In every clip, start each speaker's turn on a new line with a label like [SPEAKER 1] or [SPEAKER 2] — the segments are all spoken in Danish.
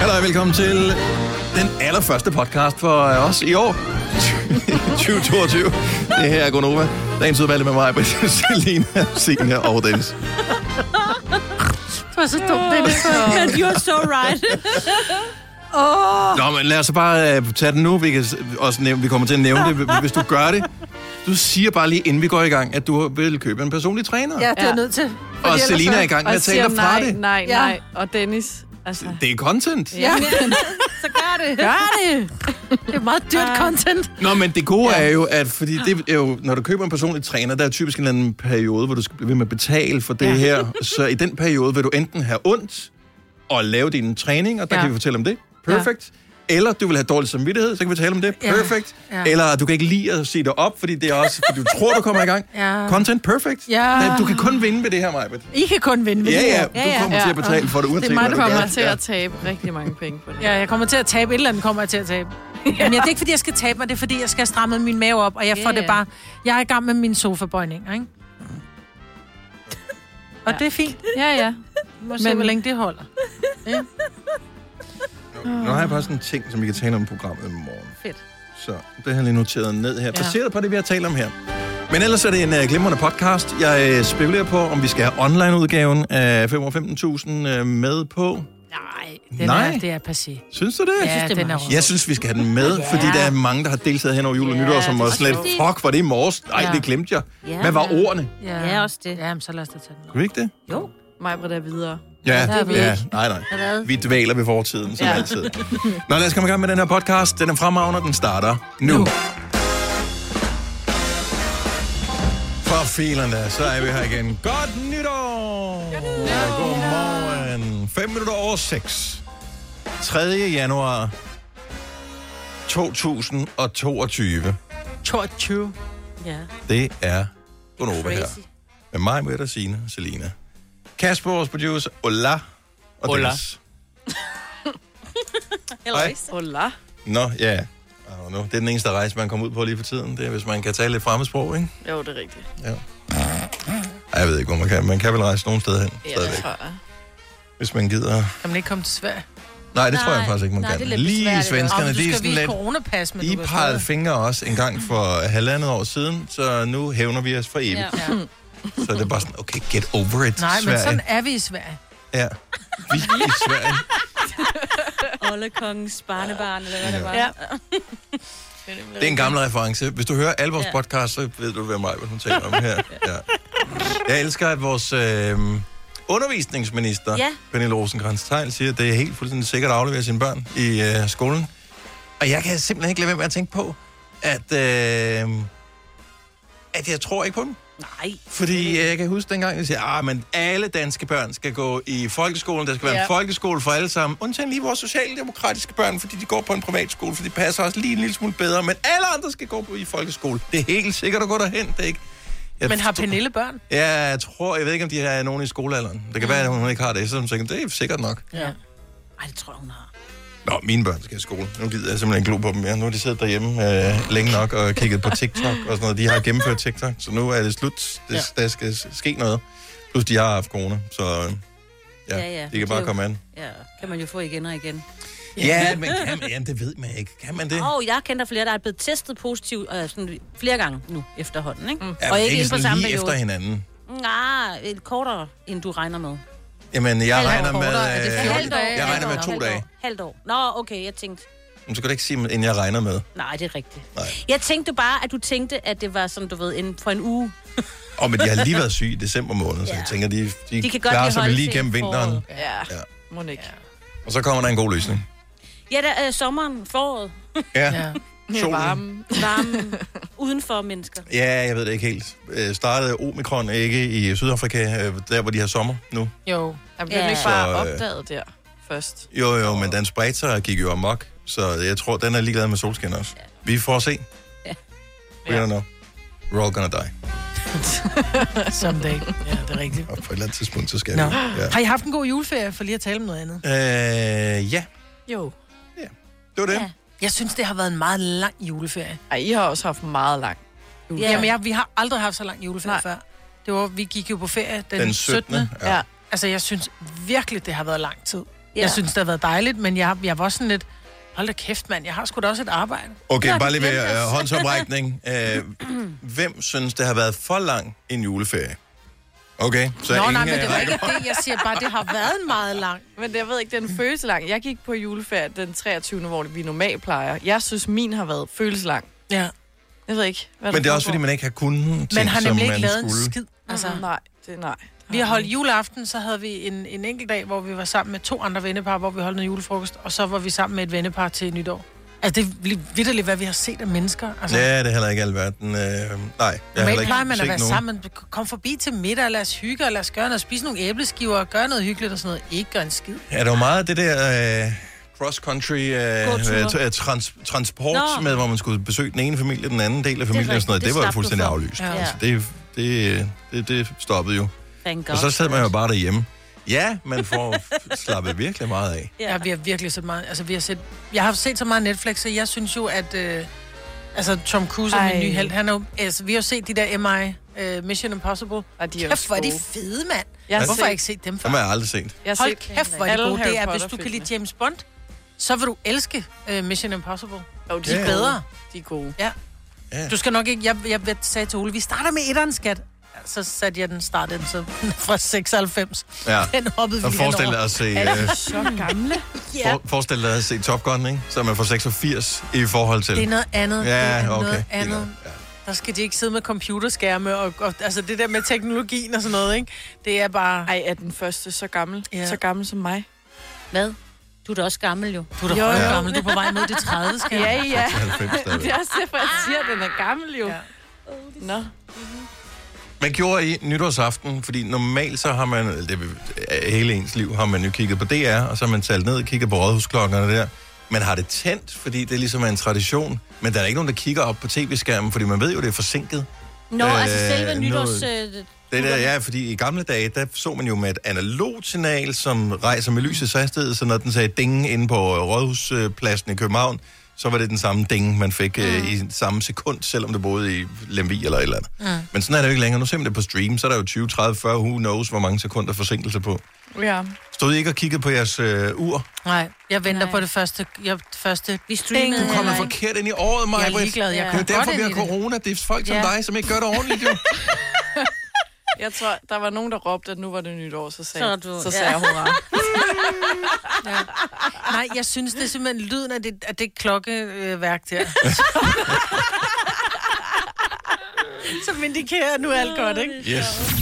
[SPEAKER 1] Hallo og velkommen til den allerførste podcast for øh, os i år. 2022. Det her er Gonova. Dagens udvalgte med mig, Britt, Selina, Signe og Dennis.
[SPEAKER 2] Det var så dumt, Dennis. And you're so right.
[SPEAKER 1] Nå, men lad os så bare øh, tage den nu. Vi, kan s- også nævne, vi kommer til at nævne det, hvis du gør det. Du siger bare lige, inden vi går i gang, at du vil købe en personlig træner.
[SPEAKER 3] Ja, det er jeg
[SPEAKER 2] Ja.
[SPEAKER 3] nødt til.
[SPEAKER 1] Og
[SPEAKER 3] ellers
[SPEAKER 1] Selina
[SPEAKER 3] så-
[SPEAKER 1] er i gang med
[SPEAKER 2] og
[SPEAKER 1] at tale
[SPEAKER 2] siger
[SPEAKER 1] dig fra
[SPEAKER 2] nej,
[SPEAKER 1] det.
[SPEAKER 2] nej,
[SPEAKER 3] Ja.
[SPEAKER 2] nej. Og Dennis, altså,
[SPEAKER 1] Det er content.
[SPEAKER 3] Ja,
[SPEAKER 2] så gør det.
[SPEAKER 3] gør det. Det er meget dyrt content.
[SPEAKER 1] Nå, men det gode ja. er jo, at fordi det er jo, når du køber en personlig træner, der er typisk en eller anden periode, hvor du skal blive ved med at betale for det ja. her. Så i den periode vil du enten have ondt og lave din træning, og der ja.
[SPEAKER 2] Ja.
[SPEAKER 1] kan vi fortælle om det. Perfect. Ja. Eller du vil have dårlig samvittighed, så kan vi tale om det.
[SPEAKER 3] Ja.
[SPEAKER 1] Perfect. Ja.
[SPEAKER 3] Ja.
[SPEAKER 1] Eller du kan ikke lide at sige det op, fordi det er også, fordi du tror, du kommer i gang.
[SPEAKER 3] Ja.
[SPEAKER 1] Content perfect.
[SPEAKER 3] Ja.
[SPEAKER 1] Nej, Du kan kun vinde ved det her, Majbet.
[SPEAKER 3] I kan kun vinde ved
[SPEAKER 1] Ja,
[SPEAKER 3] det
[SPEAKER 1] ja,
[SPEAKER 3] her.
[SPEAKER 1] du kommer
[SPEAKER 2] ja.
[SPEAKER 1] til at betale for det, uanset
[SPEAKER 3] mig,
[SPEAKER 1] hvad
[SPEAKER 3] der
[SPEAKER 1] du
[SPEAKER 3] kommer
[SPEAKER 1] gør.
[SPEAKER 2] Kommer til
[SPEAKER 1] Ja.
[SPEAKER 2] at tabe rigtig mange penge på det.
[SPEAKER 3] Ja, jeg kommer til at tabe. Et eller andet kommer jeg til at tabe. Jamen, jeg, det er ikke, fordi jeg skal tabe mig. Det er, fordi jeg skal have strammet min mave op. Og jeg
[SPEAKER 2] Ja,
[SPEAKER 3] får det
[SPEAKER 2] ja.
[SPEAKER 3] bare... Jeg er i gang med mine sofabøjninger, ikke? Og det er fint.
[SPEAKER 2] ja. ja.
[SPEAKER 3] Vi må se,
[SPEAKER 2] Men-
[SPEAKER 3] hvor længe det holder.
[SPEAKER 1] Nu har jeg bare sådan en ting, som vi kan tale om i programmet i morgen.
[SPEAKER 3] Fedt.
[SPEAKER 1] Så det har jeg lige noteret ned her.
[SPEAKER 2] Ja.
[SPEAKER 1] Baseret på det, vi har talt om her. Men ellers er det en uh, glimrende podcast. Jeg uh, spekulerer på, om vi skal have online-udgaven af 5 og 15.000 uh, med på.
[SPEAKER 3] Nej, den
[SPEAKER 1] Nej.
[SPEAKER 3] Er, det er passé.
[SPEAKER 1] Synes du det?
[SPEAKER 3] Ja,
[SPEAKER 2] det er
[SPEAKER 3] den er
[SPEAKER 2] meget
[SPEAKER 3] rund.
[SPEAKER 1] Jeg synes, vi skal have den med, ja. fordi der er mange, der har deltaget hen over jul og
[SPEAKER 4] Ja,
[SPEAKER 1] nytår, som
[SPEAKER 4] det
[SPEAKER 1] var
[SPEAKER 4] er
[SPEAKER 1] sådan lidt,
[SPEAKER 4] sjovt.
[SPEAKER 1] fuck, var det i morges? Ej,
[SPEAKER 3] Ja.
[SPEAKER 1] det glemte jeg.
[SPEAKER 4] Ja.
[SPEAKER 1] Hvad var ordene?
[SPEAKER 4] Ja, også det.
[SPEAKER 3] Jamen, så lad os da tage den.
[SPEAKER 1] Kunne vi ikke det?
[SPEAKER 4] Jo.
[SPEAKER 2] Mig er videre.
[SPEAKER 1] Ja,
[SPEAKER 3] der er vi
[SPEAKER 1] ja.
[SPEAKER 3] ikke.
[SPEAKER 1] nej, nej.
[SPEAKER 4] Hvad?
[SPEAKER 1] Vi dvæler ved fortiden, som ja.
[SPEAKER 2] Ja.
[SPEAKER 1] altid. Nå, lad os komme i gang med den her podcast. Den er fremragende, og den starter nu. nu. For filerne, så er vi her igen. Godt nytår! Godmorgen. 5 minutter over 6. 3. januar 2022.
[SPEAKER 3] 22. Ja.
[SPEAKER 1] Det er Gunova her. Med mig, Mette, Signe og Selina. Kasper, vores producer. Ola. Og
[SPEAKER 5] Hola.
[SPEAKER 1] Dennis. Hej.
[SPEAKER 2] Hola.
[SPEAKER 1] Nå, ja. Yeah. Know. Det er den eneste rejse, man kommer ud på lige for tiden. Det er, hvis man kan tale lidt fremmedsprog, ikke?
[SPEAKER 2] Jo, det er rigtigt.
[SPEAKER 1] Ej, Jeg ved ikke, hvor man kan. Man kan vel rejse nogen steder hen,
[SPEAKER 2] Ja, det
[SPEAKER 1] stadigvæk,
[SPEAKER 2] tror jeg.
[SPEAKER 1] hvis man gider.
[SPEAKER 3] Kan man ikke komme til Sverige?
[SPEAKER 1] Nej, det tror jeg
[SPEAKER 4] Nej.
[SPEAKER 1] faktisk ikke, man
[SPEAKER 4] Nej,
[SPEAKER 1] kan.
[SPEAKER 4] det er lidt
[SPEAKER 1] Lige
[SPEAKER 4] besværligt
[SPEAKER 3] Åh,
[SPEAKER 1] svenskerne,
[SPEAKER 3] men du
[SPEAKER 1] de er
[SPEAKER 3] skal
[SPEAKER 1] sådan
[SPEAKER 3] vise
[SPEAKER 1] lidt...
[SPEAKER 3] coronapas, men
[SPEAKER 1] I
[SPEAKER 3] du kan
[SPEAKER 1] pegede
[SPEAKER 3] stadig-
[SPEAKER 1] fingre også en gang for halvandet år siden, så nu hævner vi os for evigt.
[SPEAKER 4] Ja.
[SPEAKER 1] Ja. Så det er bare sådan, okay, get over it,
[SPEAKER 3] Nej,
[SPEAKER 1] Sverige.
[SPEAKER 3] men sådan er vi i Sverige.
[SPEAKER 1] Ja. Vi i Sverige.
[SPEAKER 4] Olle kongens barnebarn, eller hvad det var.
[SPEAKER 2] Ja.
[SPEAKER 1] Det er en gammel reference. Hvis du hører alle vores ja.
[SPEAKER 4] Ja.
[SPEAKER 1] podcasts, så ved du, hvad mig hun taler om her. Ja. Jeg elsker, at vores øh, undervisningsminister, ja.
[SPEAKER 4] Ja.
[SPEAKER 1] Pernille rosenkrantz Teil siger, at det er helt fuldstændig sikkert at aflevere sine børn i øh, skolen. Og jeg kan simpelthen ikke lade være med at tænke på, at, øh, at jeg tror ikke på dem.
[SPEAKER 4] Nej.
[SPEAKER 1] Fordi øh, jeg kan huske dengang, jeg siger, ah, men alle danske børn skal gå i folkeskolen. Der skal være ja. en folkeskole for alle sammen. Undtagen lige vores socialdemokratiske børn, fordi de går på en privatskole, for de passer også lige en lille smule bedre. Men alle andre skal gå på i folkeskole. Det er helt sikkert at gå derhen, det er ikke... Jeg
[SPEAKER 3] Men har
[SPEAKER 1] forstår-
[SPEAKER 3] Pernille børn? Ah.
[SPEAKER 1] Ja, jeg tror, jeg ved ikke, om de har nogen i skolealderen. Det kan være, at hun ikke har det. Så hun tænker, det er sikkert nok.
[SPEAKER 3] Ja.
[SPEAKER 4] Ej, det tror jeg, hun har.
[SPEAKER 1] Nå, mine børn skal i skole. Nu gider jeg simpelthen ikke glo på dem mere. Nu har de siddet derhjemme øh, længe nok og kigget på TikTok og sådan noget. De har gennemført TikTok, så nu er det slut. Det, ja. Der skal s- ske noget. Plus, de har haft corona, så øh, ja, ja,
[SPEAKER 4] Ja, ja.
[SPEAKER 1] ja, de
[SPEAKER 4] Det er
[SPEAKER 1] kan bare
[SPEAKER 4] jo-
[SPEAKER 1] komme an.
[SPEAKER 4] Ja, kan man jo få igen og igen.
[SPEAKER 1] Ja, ja men kan man, jamen, det ved man ikke. Kan man det?
[SPEAKER 4] Og jeg kender flere, der er blevet testet positivt øh, sådan flere gange nu efterhånden, ikke? Mm.
[SPEAKER 1] Ja,
[SPEAKER 4] og
[SPEAKER 1] men
[SPEAKER 4] ikke inde på
[SPEAKER 1] sådan
[SPEAKER 4] samme
[SPEAKER 1] lige
[SPEAKER 4] periode.
[SPEAKER 1] efter hinanden.
[SPEAKER 4] Nej, et kortere, end du regner med.
[SPEAKER 1] Jamen, jeg
[SPEAKER 4] Halvt år
[SPEAKER 1] regner med,
[SPEAKER 3] kortere. Er det
[SPEAKER 1] øh,
[SPEAKER 3] fjorten Halvt år.
[SPEAKER 1] jeg regner med
[SPEAKER 4] Halvt
[SPEAKER 1] to
[SPEAKER 4] år.
[SPEAKER 1] dage.
[SPEAKER 4] Halvt år. Nå, okay, jeg tænkte...
[SPEAKER 1] Men så kan du ikke sige, end jeg regner med.
[SPEAKER 4] Nej, det er rigtigt.
[SPEAKER 1] Nej.
[SPEAKER 4] Jeg tænkte bare, at du tænkte, at det var sådan, du ved, en, for en uge.
[SPEAKER 1] Og men de har lige været syge i december måned, så
[SPEAKER 4] Ja.
[SPEAKER 1] jeg tænker, de, de,
[SPEAKER 4] De kan godt
[SPEAKER 1] klarer
[SPEAKER 4] lige
[SPEAKER 1] sig vel
[SPEAKER 4] holde
[SPEAKER 1] lige
[SPEAKER 4] til
[SPEAKER 1] gennem vinteren.
[SPEAKER 4] foråret.
[SPEAKER 2] Ja,
[SPEAKER 1] Ja.
[SPEAKER 2] må ikke. Ja.
[SPEAKER 1] Og så kommer der en god løsning.
[SPEAKER 4] Ja, der er øh, sommeren, foråret,
[SPEAKER 1] Ja,
[SPEAKER 3] Ja.
[SPEAKER 1] ja. solen.
[SPEAKER 2] Varme.
[SPEAKER 4] varmen, udenfor mennesker.
[SPEAKER 1] Ja, jeg ved det ikke helt. Øh, startede omikron ikke i Sydafrika, øh, der hvor de har sommer nu?
[SPEAKER 3] Jo.
[SPEAKER 2] Jamen, blev den
[SPEAKER 4] Ja.
[SPEAKER 2] ikke bare
[SPEAKER 1] Så, øh,
[SPEAKER 2] opdaget der først?
[SPEAKER 1] Jo, jo, men den spredte sig og gik jo amok. Så jeg tror, den er ligeglad med solskin også. Vi får at se.
[SPEAKER 4] Ja.
[SPEAKER 1] We don't know. We're all gonna die.
[SPEAKER 3] Someday. Ja, det er rigtigt.
[SPEAKER 1] Og på et eller andet tidspunkt, så skal
[SPEAKER 3] Nå.
[SPEAKER 1] vi. Ja.
[SPEAKER 3] Har I haft en god juleferie, for lige at tale om noget andet?
[SPEAKER 1] Øh, ja,
[SPEAKER 3] Jo.
[SPEAKER 1] det var det.
[SPEAKER 4] Ja.
[SPEAKER 3] Jeg synes, det har været en meget lang juleferie.
[SPEAKER 2] Ej, I har også haft meget lang.
[SPEAKER 3] Ja. Jamen, jeg, vi har aldrig haft så lang juleferie Nej.
[SPEAKER 2] Nej.
[SPEAKER 3] før. Det var, vi gik jo på ferie den,
[SPEAKER 1] Den
[SPEAKER 3] 17.
[SPEAKER 1] 17. Ja.
[SPEAKER 2] Ja.
[SPEAKER 3] Altså, jeg synes virkelig, det har været lang tid. Ja. Jeg synes, det har været dejligt, men jeg, jeg var sådan lidt... Hold da kæft, mand. Jeg har sgu da også et arbejde.
[SPEAKER 1] Okay,
[SPEAKER 3] Nå,
[SPEAKER 1] bare lige ved
[SPEAKER 3] glemte
[SPEAKER 1] øh,
[SPEAKER 3] os.
[SPEAKER 1] håndsoprækning. Øh, hvem synes, det har været for lang en juleferie? Okay, så
[SPEAKER 3] Nå,
[SPEAKER 1] ingen
[SPEAKER 3] nej, men
[SPEAKER 1] øh,
[SPEAKER 3] det var
[SPEAKER 1] rækker
[SPEAKER 3] ikke
[SPEAKER 1] hånden.
[SPEAKER 3] det. Jeg siger bare, det har været en meget lang.
[SPEAKER 5] Men jeg ved ikke, den føles lang. Jeg gik på juleferie den 23. hvor vi normalt plejer. Jeg synes, min har været føles lang.
[SPEAKER 3] Ja.
[SPEAKER 5] Jeg ved ikke, hvad
[SPEAKER 1] Men det er også, fordi man ikke har kunnet ting,
[SPEAKER 3] Man har nemlig
[SPEAKER 1] som man
[SPEAKER 3] ikke lavet en
[SPEAKER 1] skulle.
[SPEAKER 3] skid. Altså,
[SPEAKER 5] Altså, nej, det nej.
[SPEAKER 3] vi har holdt juleaften, så havde vi en, en enkelt dag, hvor vi var sammen med to andre vennepar, hvor vi holdt noget julefrokost, og så var vi sammen med et vennepar til nytår. Altså, det er li- vitterligt, hvad vi har set af mennesker. Altså,
[SPEAKER 1] Ja, det er heller ikke alverden. Øh, nej, jeg har heller
[SPEAKER 3] Normalt
[SPEAKER 1] ikke
[SPEAKER 3] plejer man at
[SPEAKER 1] set
[SPEAKER 3] være
[SPEAKER 1] nogen.
[SPEAKER 3] sammen. Kom forbi til middag, og lad os hygge, og lad os gøre noget. Spise nogle æbleskiver, og gøre noget hyggeligt og sådan noget. Ikke gøre en skid.
[SPEAKER 1] Ja, der var meget af det der øh, cross-country øh,
[SPEAKER 4] Gåture.
[SPEAKER 1] øh, t- øh, trans, transport Nå.
[SPEAKER 4] Nå.
[SPEAKER 1] med, hvor man skulle besøge den ene familie, den anden del af familien og sådan noget.
[SPEAKER 4] rigtigt. Det
[SPEAKER 1] Det, var jo
[SPEAKER 4] slap du
[SPEAKER 1] fuldstændig
[SPEAKER 4] for.
[SPEAKER 1] aflyst. Ja.
[SPEAKER 3] Ja.
[SPEAKER 1] Altså, det, det, øh, det, det stoppede jo.
[SPEAKER 4] Thank God.
[SPEAKER 1] Og så sad man jo bare derhjemme. Ja, man får f- slappet virkelig meget af.
[SPEAKER 3] Ja. ja, vi har virkelig set meget. Altså, vi har set, jeg har set så meget Netflix, så jeg synes jo, at... Øh, altså, Tom Cruise er min
[SPEAKER 5] Ej.
[SPEAKER 3] nye held. Han er jo, altså, vi har jo set de der MI, øh, Mission Impossible.
[SPEAKER 5] Og de er
[SPEAKER 3] Kæft, hvor er de
[SPEAKER 5] gode.
[SPEAKER 3] fede, mand.
[SPEAKER 5] Jeg har
[SPEAKER 3] Hvorfor har jeg
[SPEAKER 5] set-
[SPEAKER 3] ikke set dem før?
[SPEAKER 1] Det har jeg aldrig set.
[SPEAKER 5] Jeg har
[SPEAKER 3] Hold
[SPEAKER 5] set-
[SPEAKER 3] kæft, hvor er de
[SPEAKER 5] alle
[SPEAKER 3] gode.
[SPEAKER 5] Harry
[SPEAKER 3] Det er, hvis du kan
[SPEAKER 5] Potter-filmene.
[SPEAKER 3] lide James Bond, så vil du elske øh, Mission Impossible.
[SPEAKER 5] Jo, de
[SPEAKER 1] Ja.
[SPEAKER 5] er
[SPEAKER 3] Bedre.
[SPEAKER 5] bedre. De er gode.
[SPEAKER 3] Ja.
[SPEAKER 1] Ja.
[SPEAKER 3] Du skal nok ikke... Jeg, jeg sagde til Ole, vi starter med etteren, skat. Så satte jeg den start ind, så fra 96.
[SPEAKER 1] Ja.
[SPEAKER 3] Den hoppede vi
[SPEAKER 1] Og
[SPEAKER 3] hen over.
[SPEAKER 1] forestil dig at se, øh,
[SPEAKER 5] Så gamle.
[SPEAKER 1] for, forestil dig at se Top Gun, ikke? Som er fra 86 i forhold til.
[SPEAKER 3] Det er noget andet. det
[SPEAKER 1] ja,
[SPEAKER 3] er
[SPEAKER 1] okay.
[SPEAKER 3] noget
[SPEAKER 1] Det er
[SPEAKER 3] andet.
[SPEAKER 1] ja.
[SPEAKER 3] Der skal de ikke sidde med computerskærme og, og altså det der med teknologien og sådan noget, ikke? Det er bare...
[SPEAKER 5] Ej, er den første så gammel?
[SPEAKER 3] Ja.
[SPEAKER 5] Så gammel som mig?
[SPEAKER 4] Hvad? Du er da også gammel, jo.
[SPEAKER 3] du er da
[SPEAKER 5] Jo,
[SPEAKER 3] høj
[SPEAKER 5] jo.
[SPEAKER 3] gammel, du er på vej mod det 30, skal
[SPEAKER 5] Ja, ja.
[SPEAKER 1] 90 stadigvæk.
[SPEAKER 5] Det er også derfor, jeg siger, at den er gammel jo.
[SPEAKER 3] Ja.
[SPEAKER 5] Ja. Nå.
[SPEAKER 1] Hvad gjorde I nytårsaften? Fordi normalt så har man, eller det, er- hele ens liv har man jo kigget på DR, og så har man talt ned og kigget på rådhusklokkerne der. Man har det tændt, fordi det ligesom er en tradition, men der er ikke nogen, der kigger op på tv-skærmen, fordi man ved jo, det er forsinket.
[SPEAKER 4] Nå,
[SPEAKER 1] Øh,
[SPEAKER 4] øh, altså selve
[SPEAKER 1] noget-
[SPEAKER 4] nytårs... Øh,
[SPEAKER 1] Det der, ja, fordi i gamle dage, der så man jo med et analogt signal, som rejser med lysets hastighed, så når den sagde ding inde på øh, Rådhuspladsen i København, så var det den samme ding, man fik mm.
[SPEAKER 4] Ah.
[SPEAKER 1] øh, i samme sekund, selvom du boede i Lemvi eller et eller andet. Mm. Men sådan er det jo ikke længere. Nu ser man det på stream, så er der jo 20, 30, 40, who knows, hvor mange sekunder forsinkelse på.
[SPEAKER 5] Ja.
[SPEAKER 1] Stod I ikke og kiggede på jeres øh, ur?
[SPEAKER 3] Nej, jeg venter
[SPEAKER 4] Nej.
[SPEAKER 3] på det første... Jeg, det første
[SPEAKER 4] vi streamede
[SPEAKER 1] Du kommer
[SPEAKER 4] heller ikke.
[SPEAKER 1] forkert ind i året, Maja.
[SPEAKER 3] jeg er ligeglad, jeg
[SPEAKER 5] Ja.
[SPEAKER 1] Det
[SPEAKER 3] kommer
[SPEAKER 1] er derfor,
[SPEAKER 3] godt
[SPEAKER 1] vi
[SPEAKER 3] ind
[SPEAKER 1] har
[SPEAKER 3] i det.
[SPEAKER 1] corona. Det er folk som
[SPEAKER 4] Ja.
[SPEAKER 1] dig, som ikke gør det ordentligt, jo.
[SPEAKER 5] Jeg tror, der var nogen, der råbte, at nu var det nytår, så sagde,
[SPEAKER 4] Så
[SPEAKER 5] så,
[SPEAKER 4] er du-
[SPEAKER 5] så
[SPEAKER 4] ja.
[SPEAKER 5] sagde jeg hurra.
[SPEAKER 3] Nej, jeg synes, det er simpelthen lyden af det, af det klokkeværk der. Som indikerer, at nu er alt godt, ikke?
[SPEAKER 1] Yes.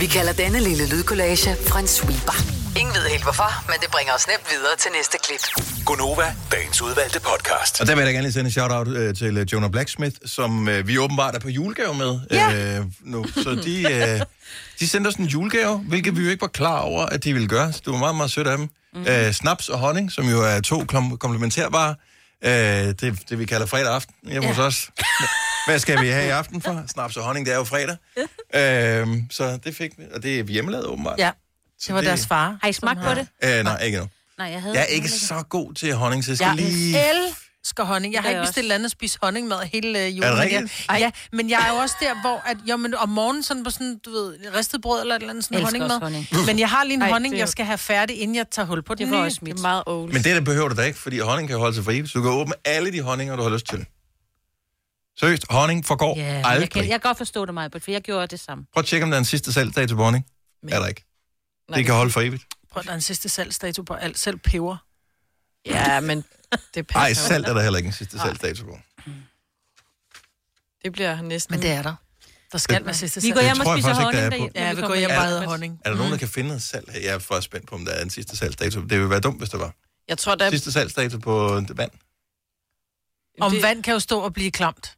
[SPEAKER 6] Vi kalder denne lille lydkollage en sweeper. Ingen ved helt hvorfor, men det bringer os nemt videre til næste klip.
[SPEAKER 7] Gunova, dagens udvalgte podcast.
[SPEAKER 1] Og der vil jeg da gerne lige sende en shout-out øh, til øh, Jonah Blacksmith, som øh, vi åbenbart er på julegave med ja. øh, nu. Så de, øh, de sendte os en julegave, hvilket vi jo ikke var klar over, at de ville gøre. Så det var meget, meget sødt af dem.
[SPEAKER 4] Mhm.
[SPEAKER 1] Mm. Øh, snaps og honning, som jo er to kom- komplementærvarer. Øh, det, det vi kalder fredag aften hjemme ja. hos os. Hvad skal vi have i aften for? Snaps og honning, det er jo fredag. øh, så det fik vi, og det er hjemmelavet åbenbart.
[SPEAKER 3] Ja, det var
[SPEAKER 1] det-
[SPEAKER 3] deres far.
[SPEAKER 4] Har I smagt på det?
[SPEAKER 1] Øh, nej, ikke endnu.
[SPEAKER 4] Nej, jeg havde
[SPEAKER 1] Jeg er ikke så god til honning, så jeg skal
[SPEAKER 3] Jeg
[SPEAKER 1] lige...
[SPEAKER 3] elsker honning. Jeg har
[SPEAKER 4] Det er
[SPEAKER 3] ikke
[SPEAKER 4] jeg
[SPEAKER 3] bestilt andet at spise honningmad hele øh, julen.
[SPEAKER 1] Er det
[SPEAKER 3] men
[SPEAKER 1] rigtigt?
[SPEAKER 3] jeg- Ja, men jeg er jo også der, hvor at, jo, men om morgenen sådan på sådan, du ved, ristet brød eller et eller andet sådan
[SPEAKER 4] Jeg elsker
[SPEAKER 3] honningmad.
[SPEAKER 4] også
[SPEAKER 3] Men jeg har lige en
[SPEAKER 5] Ej,
[SPEAKER 3] honning,
[SPEAKER 5] det er-
[SPEAKER 3] jeg skal have færdig, inden jeg tager hul på den
[SPEAKER 4] Det var
[SPEAKER 3] nye.
[SPEAKER 4] også mit.
[SPEAKER 5] Det er meget old.
[SPEAKER 1] Men det der behøver du da ikke, fordi honning kan holde sig fri, så du kan åbne alle de honninger, du har lyst til. Seriøst, honning forgår
[SPEAKER 4] Ja,
[SPEAKER 1] yeah,
[SPEAKER 4] men jeg,
[SPEAKER 1] aldrig.
[SPEAKER 4] kan,
[SPEAKER 1] Kan,
[SPEAKER 4] jeg kan godt forstå det, Majbert, for jeg gjorde det samme.
[SPEAKER 1] Prøv at tjekke, om der er en sidste salgsdato på honning. Men. Er der ikke. Nej. Det kan holde for evigt.
[SPEAKER 3] Prøv, der er en sidste salgsdato på alt. Selv peber.
[SPEAKER 5] Ja, men det passer
[SPEAKER 1] Nej,
[SPEAKER 5] jo.
[SPEAKER 1] salt er der heller ikke en sidste salgsdato på.
[SPEAKER 5] Det bliver næsten...
[SPEAKER 3] Men det er der. Der skal være sidste
[SPEAKER 4] Vi
[SPEAKER 3] salgsdato.
[SPEAKER 4] går hjem
[SPEAKER 1] tror
[SPEAKER 4] og
[SPEAKER 1] jeg
[SPEAKER 4] spiser
[SPEAKER 1] faktisk ikke, der er
[SPEAKER 4] honning
[SPEAKER 1] på.
[SPEAKER 4] derhjemme.
[SPEAKER 3] Ja, vi går hjem og
[SPEAKER 4] bare
[SPEAKER 3] bader honning.
[SPEAKER 1] Er der nogen, der kan finde noget salg? Jeg er for spændt på, om der er en sidste salgsdato. Det ville være dumt, hvis der var.
[SPEAKER 5] Jeg tror, der...
[SPEAKER 1] Sidste salgsdato på vand.
[SPEAKER 3] Om
[SPEAKER 5] det-
[SPEAKER 3] vand kan jo stå og blive klamt.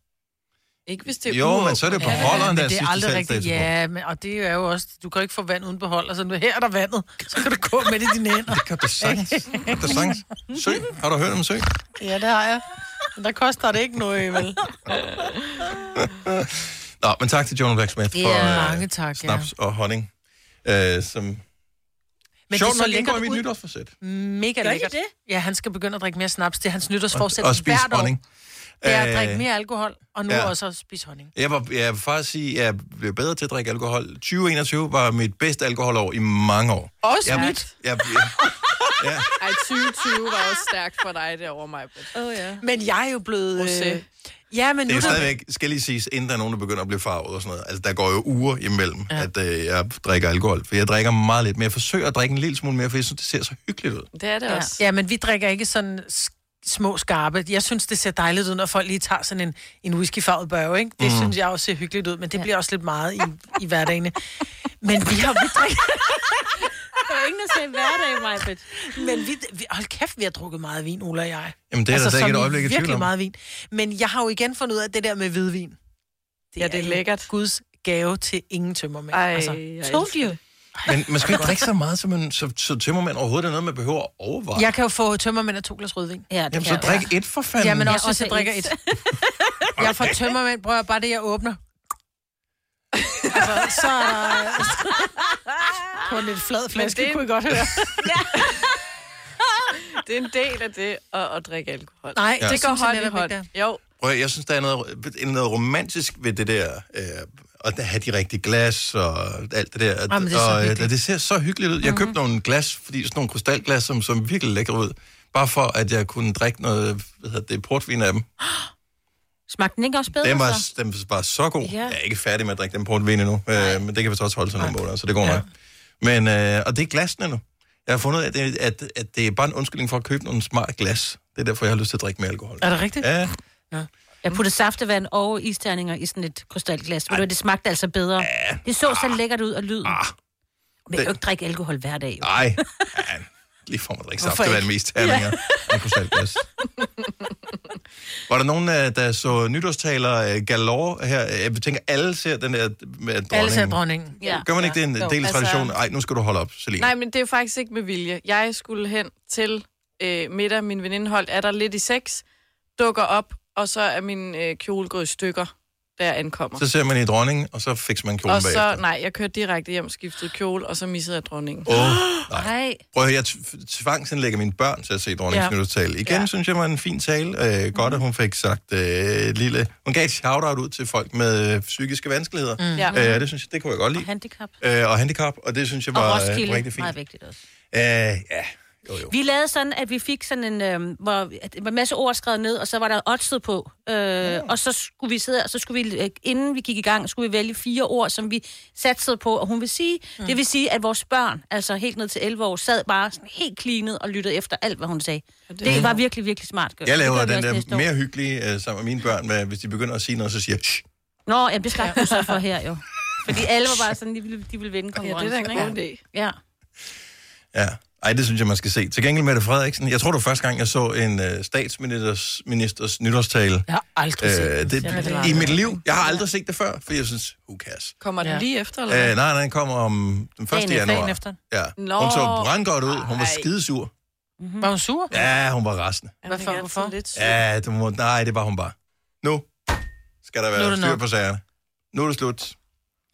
[SPEAKER 5] Ikke hvis det er
[SPEAKER 1] Jo,
[SPEAKER 5] uåbent.
[SPEAKER 1] men så er det på
[SPEAKER 3] Ja,
[SPEAKER 1] holderen,
[SPEAKER 3] men
[SPEAKER 1] der er
[SPEAKER 3] det er
[SPEAKER 1] sidste
[SPEAKER 3] aldrig rigtigt.
[SPEAKER 1] salgsdato på.
[SPEAKER 3] Ja, men, og det er jo også... Du kan jo ikke få vand uden beholder, så nu her er der vandet. Så kan du gå med det i dine hænder.
[SPEAKER 1] Det kan du sagtens. Det kan du sagtens. Sø. Har du hørt om sø?
[SPEAKER 3] Ja, det har jeg. Men der koster det ikke noget, vel?
[SPEAKER 1] Nå, men tak til Jonah Blacksmith for
[SPEAKER 3] Ja,
[SPEAKER 1] øh,
[SPEAKER 3] mange tak, ja.
[SPEAKER 1] snaps og honning. Øh, som
[SPEAKER 3] Men
[SPEAKER 1] Sjovt
[SPEAKER 3] det så
[SPEAKER 1] nok indgår i mit
[SPEAKER 3] ud.
[SPEAKER 1] nytårsforsæt.
[SPEAKER 3] Mega
[SPEAKER 4] Gør de
[SPEAKER 3] lækkert.
[SPEAKER 4] det?
[SPEAKER 3] Ja, han skal begynde at drikke mere snaps. Det er hans nytårsforsæt
[SPEAKER 1] Og spise
[SPEAKER 3] hvert år.
[SPEAKER 1] honning.
[SPEAKER 3] Det er
[SPEAKER 1] Øh,
[SPEAKER 3] at drikke mere alkohol, og nu
[SPEAKER 1] ja.
[SPEAKER 3] ja. også at spise honning.
[SPEAKER 1] Jeg, var, jeg vil faktisk sige, at jeg blev bedre til at drikke alkohol. 2021 var mit bedste alkoholår i mange år.
[SPEAKER 5] Også
[SPEAKER 1] Jeg,
[SPEAKER 5] nyt.
[SPEAKER 1] jeg, jeg, Ja.
[SPEAKER 3] Mm.
[SPEAKER 5] Ej, 2020 var også stærkt for dig derovre, mig.
[SPEAKER 4] Åh, oh, ja.
[SPEAKER 3] Men jeg er jo blevet...
[SPEAKER 5] Rosé.
[SPEAKER 3] Øh, ja, men
[SPEAKER 1] Det
[SPEAKER 3] nu
[SPEAKER 1] er
[SPEAKER 3] er der,
[SPEAKER 1] stadigvæk, skal lige siges, inden der er nogen, der begynder at blive farvet og sådan noget. Altså, der går jo uger imellem, ja. at øh, jeg drikker alkohol. For jeg drikker meget lidt, men jeg forsøger at drikke en lille smule mere, for jeg synes, det ser så hyggeligt ud.
[SPEAKER 5] Det er det ja. også.
[SPEAKER 3] Ja, men vi drikker ikke sådan sk- små skarpe. Jeg synes, det ser dejligt ud, når folk lige tager sådan en, en whiskyfarvet børge, ikke? Det mm. synes jeg også ser hyggeligt ud, men det ja. bliver også lidt meget i, i hverdagen. Men vi har vi drikker,
[SPEAKER 2] Der er ingen, der sagde hverdag, Majbet.
[SPEAKER 3] men vi, vi, hold kæft, vi har drukket meget vin, Ola og jeg.
[SPEAKER 1] Jamen, det er altså, der slet
[SPEAKER 3] som
[SPEAKER 1] ikke et
[SPEAKER 3] i
[SPEAKER 1] øjeblik i tvivl
[SPEAKER 3] virkelig
[SPEAKER 1] om.
[SPEAKER 3] meget vin. Men jeg har jo igen fundet ud af det der med hvidvin.
[SPEAKER 5] Ja, det er
[SPEAKER 3] jo
[SPEAKER 5] lækkert.
[SPEAKER 3] Guds gave til ingen tømmermænd.
[SPEAKER 5] Ej,
[SPEAKER 3] altså,
[SPEAKER 5] jeg
[SPEAKER 3] told you.
[SPEAKER 1] Men man skal ikke drikke så meget, så, man, så, så tømmermænd overhovedet er noget, man behøver at overveje.
[SPEAKER 3] Jeg kan jo få tømmermænd og to glas rødvin.
[SPEAKER 4] Ja, det
[SPEAKER 1] Jamen, så
[SPEAKER 4] kan jeg.
[SPEAKER 1] drik et for fanden.
[SPEAKER 3] Ja, men
[SPEAKER 4] Ja,
[SPEAKER 3] også, hvis
[SPEAKER 4] også
[SPEAKER 3] jeg drikker
[SPEAKER 4] et.
[SPEAKER 3] et. Jeg får tømmermænd, prøver bare det, jeg åbner. altså, så er der... På en lidt flad flaske,
[SPEAKER 5] det-
[SPEAKER 3] det... kunne I godt høre.
[SPEAKER 5] Det er en del af det at, at drikke alkohol.
[SPEAKER 3] Nej,
[SPEAKER 1] Ja.
[SPEAKER 3] ja.
[SPEAKER 5] det
[SPEAKER 3] det
[SPEAKER 5] går
[SPEAKER 3] synes
[SPEAKER 5] hånd
[SPEAKER 3] jeg
[SPEAKER 5] i
[SPEAKER 3] netop
[SPEAKER 5] hånd.
[SPEAKER 3] ikke, det
[SPEAKER 5] Jo,
[SPEAKER 1] Prøv, at- jeg synes, der er noget, noget romantisk ved det der, øh, at have de rigtige glas og alt det der.
[SPEAKER 3] Jamen, det er så
[SPEAKER 1] og, øh,
[SPEAKER 3] hyggeligt. Mhm.
[SPEAKER 1] det ser så hyggeligt ud. Jeg købte nogle glas, fordi sådan nogle krystalglas, som, som virkelig lækre ud. Bare for, at jeg kunne drikke noget, hvad hedder det, portvin af dem.
[SPEAKER 4] Smagte den ikke også bedre,
[SPEAKER 1] Den var,
[SPEAKER 4] så?
[SPEAKER 1] den var så god. Ja.
[SPEAKER 4] Ja.
[SPEAKER 1] Jeg er ikke færdig med at drikke den portvin endnu, øh, men det kan vi så også holde sig nogle måneder, så det går nok. Men, øh, og det er glasene nu. Jeg har fundet ud af, at det, at, at det er bare en undskyldning for at købe nogle smart glas. Det er derfor, jeg har lyst til at drikke mere alkohol.
[SPEAKER 3] Er det rigtigt?
[SPEAKER 1] Ja,
[SPEAKER 4] Jeg puttede saftevand og isterninger i sådan et krystalglas. Ved du, hvad, det smagte altså bedre. Det så
[SPEAKER 1] Ah.
[SPEAKER 4] så lækkert ud, og lyden. Men jeg kan jo ikke drikke alkohol hver dag. jo.
[SPEAKER 1] Nej. Ja, lige for mig at drikke saft. Det var
[SPEAKER 3] ikke?
[SPEAKER 1] det mest terninger. Ja. Krystalglas. Var der nogen, øh, der så nytårstaler øh, galore her? Øh, Jeg tænker, alle ser den der med dronningen.
[SPEAKER 3] Alle ser dronningen.
[SPEAKER 4] Ja.
[SPEAKER 1] Gør man ikke det? Det er en del af
[SPEAKER 5] altså-
[SPEAKER 1] traditionen. Ej, nu skal du holde op, Selina.
[SPEAKER 5] Nej, men det er jo faktisk ikke med vilje. Jeg skulle hen til øh, middag. Min veninde holdt er der lidt i seks, dukker op, og så er min øh, kjole gået i stykker, da jeg ankommer.
[SPEAKER 1] Så ser man i dronningen, og så fikser man kjolen
[SPEAKER 5] og så,
[SPEAKER 1] bagefter.
[SPEAKER 5] nej, jeg kørte direkte hjem, skiftede kjole, og så missede jeg dronningen.
[SPEAKER 1] Åh,
[SPEAKER 4] Nej.
[SPEAKER 1] Prøv at høre, jeg tv- tvangsindlægger mine børn til at se dronningens ja.
[SPEAKER 3] Ja.
[SPEAKER 1] nytårstale. Igen ja.
[SPEAKER 5] Ja.
[SPEAKER 1] synes jeg var en fin tale. Øh, godt, at hun fik sagt øh, et lille... Hun gav et shout-out ud til folk med øh, psykiske vanskeligheder. Mm.
[SPEAKER 5] Ja.
[SPEAKER 1] Øh, det synes jeg, det kunne jeg godt lide.
[SPEAKER 4] Handicap.
[SPEAKER 1] øh, og handicap, og det synes jeg
[SPEAKER 4] Og
[SPEAKER 1] var øh,
[SPEAKER 4] Roskilde.
[SPEAKER 1] rigtig fint.
[SPEAKER 4] Meget vigtigt også.
[SPEAKER 1] Øh, ja, jo jo.
[SPEAKER 4] Vi lavede sådan, at vi fik sådan en, øh, hvor at, en masse ord skrevet ned, og så var der oddset på. Øh, mm. Og så skulle vi sidde, og så skulle vi, øh, inden vi gik i gang, skulle vi vælge fire ord, som vi satsede på, og hun vil sige, mm. det vil sige, at vores børn, altså helt ned til 11 år, sad bare sådan helt klinet og lyttede efter alt, hvad hun sagde. Det, det var virkelig, virkelig smart gjort. Det
[SPEAKER 1] Jeg laver
[SPEAKER 4] gør vi
[SPEAKER 1] den
[SPEAKER 4] også næste
[SPEAKER 1] der
[SPEAKER 4] år.
[SPEAKER 1] mere hyggelige øh, sammen med mine børn, med, hvis de begynder at sige noget, så siger jeg, "Shh."
[SPEAKER 4] Nå, jamen, det skal du så for her jo. Fordi alle var bare sådan, de ville, de ville vinde konkurrencen. ikke?
[SPEAKER 5] idé.
[SPEAKER 4] Ja.
[SPEAKER 1] ja. Ej, det synes jeg, man skal se. Til gengæld Mette Frederiksen, jeg tror, det var første gang, jeg så en øh, statsministers ministers nytårstale.
[SPEAKER 3] Jeg har aldrig set
[SPEAKER 1] Øh, det, I mit liv. Jeg har aldrig set det før, for jeg synes, who cares?
[SPEAKER 5] Kommer den
[SPEAKER 3] Ja.
[SPEAKER 5] lige efter, eller
[SPEAKER 1] Øh,
[SPEAKER 5] hvad?
[SPEAKER 1] nej, nej, den kom om den 1.
[SPEAKER 4] Dagen efter.
[SPEAKER 1] januar.
[SPEAKER 3] Dagen efter.
[SPEAKER 1] Ja.
[SPEAKER 5] Nå.
[SPEAKER 1] Hun så brandgodt ud. Hun var
[SPEAKER 5] Ej.
[SPEAKER 1] skidesur.
[SPEAKER 3] Var hun sur?
[SPEAKER 1] Ja, hun var rasende.
[SPEAKER 5] Jamen, det er
[SPEAKER 3] Hvorfor?
[SPEAKER 5] altid
[SPEAKER 3] Hvorfor?
[SPEAKER 5] Lidt ja.
[SPEAKER 1] Ja, det må, nej, det var hun bare. Nu skal der
[SPEAKER 3] Nu er
[SPEAKER 1] være
[SPEAKER 3] det
[SPEAKER 1] styr
[SPEAKER 3] nok.
[SPEAKER 1] på sagerne. Nu er det slut.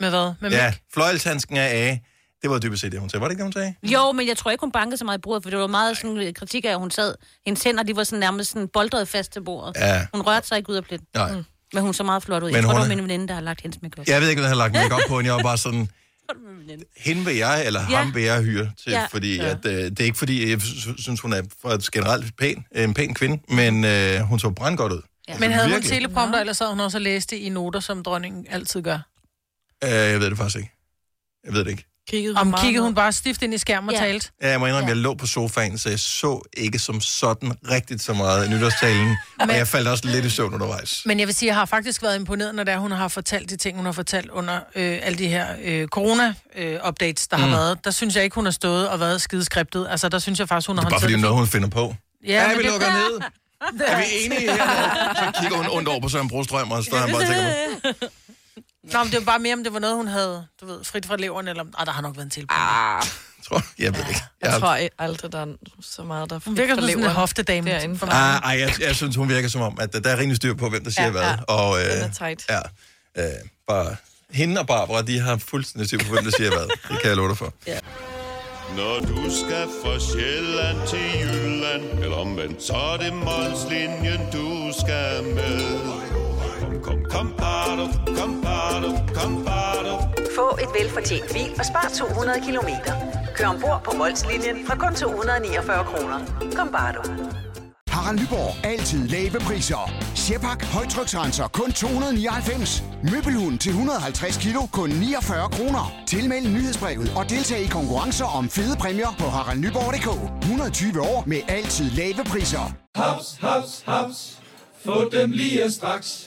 [SPEAKER 3] Med hvad? Med
[SPEAKER 1] Ja,
[SPEAKER 3] mælk?
[SPEAKER 1] fløjeltandsken er af. Det var dybest set det, hun sagde. Var det ikke det, hun sagde?
[SPEAKER 4] Jo, men jeg tror ikke, hun bankede så meget i bordet, for det var meget sådan øh, kritik af, at hun sad. Hendes hænder, de var sådan nærmest sådan boldret fast til bordet.
[SPEAKER 1] Ja.
[SPEAKER 4] Hun rørte sig ikke ud af pletten.
[SPEAKER 1] Nej.
[SPEAKER 4] Men hun så meget flot ud.
[SPEAKER 1] Men
[SPEAKER 4] jeg tror,
[SPEAKER 1] hun
[SPEAKER 4] det var
[SPEAKER 1] er-
[SPEAKER 4] min veninde, der har lagt hendes makeup.
[SPEAKER 1] Jeg ved ikke, hvad jeg har lagt mig op på, men jeg var bare sådan, hende vil jeg, eller ja.
[SPEAKER 4] Ja.
[SPEAKER 1] ham vil jeg hyre til, ja.
[SPEAKER 4] Ja.
[SPEAKER 1] fordi ja. At, øh, det er ikke fordi, jeg sy- synes, hun er for- generelt pæn, øh, en pæn kvinde, men øh, hun så brandgodt ud. Ja.
[SPEAKER 3] Men havde hun teleprompter, eller sad hun også og læste i noter, som dronningen altid gør?
[SPEAKER 1] Øh, jeg ved det faktisk ikke. Jeg ved det ikke.
[SPEAKER 5] Kiggede
[SPEAKER 3] Om
[SPEAKER 5] meget
[SPEAKER 3] kiggede hun
[SPEAKER 5] med?
[SPEAKER 3] bare stift ind i skærmen og
[SPEAKER 4] Ja.
[SPEAKER 3] talte?
[SPEAKER 1] Ja, jeg må indrømme, ja. jeg lå på sofaen, så jeg så ikke som sådan rigtigt så meget af nytårstalen, men... og jeg faldt også lidt i søvn undervejs.
[SPEAKER 3] Men jeg vil sige, jeg har faktisk været imponeret, når det er, hun har fortalt de ting, hun har fortalt under øh, alle de her øh, corona-updates, der mm. har været. Der synes jeg ikke, hun har stået og været skideskriptet. Altså, der synes jeg faktisk, hun har
[SPEAKER 1] Bare fordi det er
[SPEAKER 3] håndteret
[SPEAKER 1] noget, hun finder på.
[SPEAKER 3] Ja,
[SPEAKER 1] Ja,
[SPEAKER 3] men
[SPEAKER 1] vi
[SPEAKER 3] det-
[SPEAKER 1] lukker ned. Er vi enige her? Så kigger hun ondt over på Søren Brostrøm, og så er han bare og tænker,
[SPEAKER 3] det. Nå, men det var bare mere, om det var noget, hun havde, du ved, frit fra leveren, eller om... Ej, der har nok været en tilbud.
[SPEAKER 1] Tror du? Jeg ved det ikke.
[SPEAKER 5] Jeg
[SPEAKER 1] Jeg,
[SPEAKER 5] tror ikke aldrig, der er så meget, der
[SPEAKER 3] Hun virker som sådan en
[SPEAKER 5] forlever
[SPEAKER 3] hoftedame.
[SPEAKER 5] derinde for
[SPEAKER 3] For
[SPEAKER 5] mig.
[SPEAKER 1] ah, ej, jeg, jeg synes, hun virker som om, at der er rimelig styr på, hvem der siger
[SPEAKER 5] Ja,
[SPEAKER 1] ja, hvad.
[SPEAKER 5] ja.
[SPEAKER 1] Og, øh,
[SPEAKER 5] Den er tight.
[SPEAKER 1] Ja, øh, bare hende og Barbara, de har fuldstændig styr på, hvem der siger hvad. Det kan jeg love dig for. Ja.
[SPEAKER 8] Når du skal fra Sjælland til Jylland, eller omvendt, så er det Molslinjen, du skal med. Kom, kom, kom, bado, kom, bado, kom, bado.
[SPEAKER 6] Få et velfortjent bil og spar 200 kilometer. Kør ombord på Molslinjen fra kun 249 kroner. Kom bare du.
[SPEAKER 9] Harald Nyborg. Altid lave priser. Sjehpak. Højtryksrenser. Kun 299. Møbelhund til 150 kilo. Kun 49 kroner. Tilmeld nyhedsbrevet og deltag i konkurrencer om fede præmier på haraldnyborg.dk. 120 år med altid lave priser.
[SPEAKER 10] Haps, haps, haps. Få dem lige straks.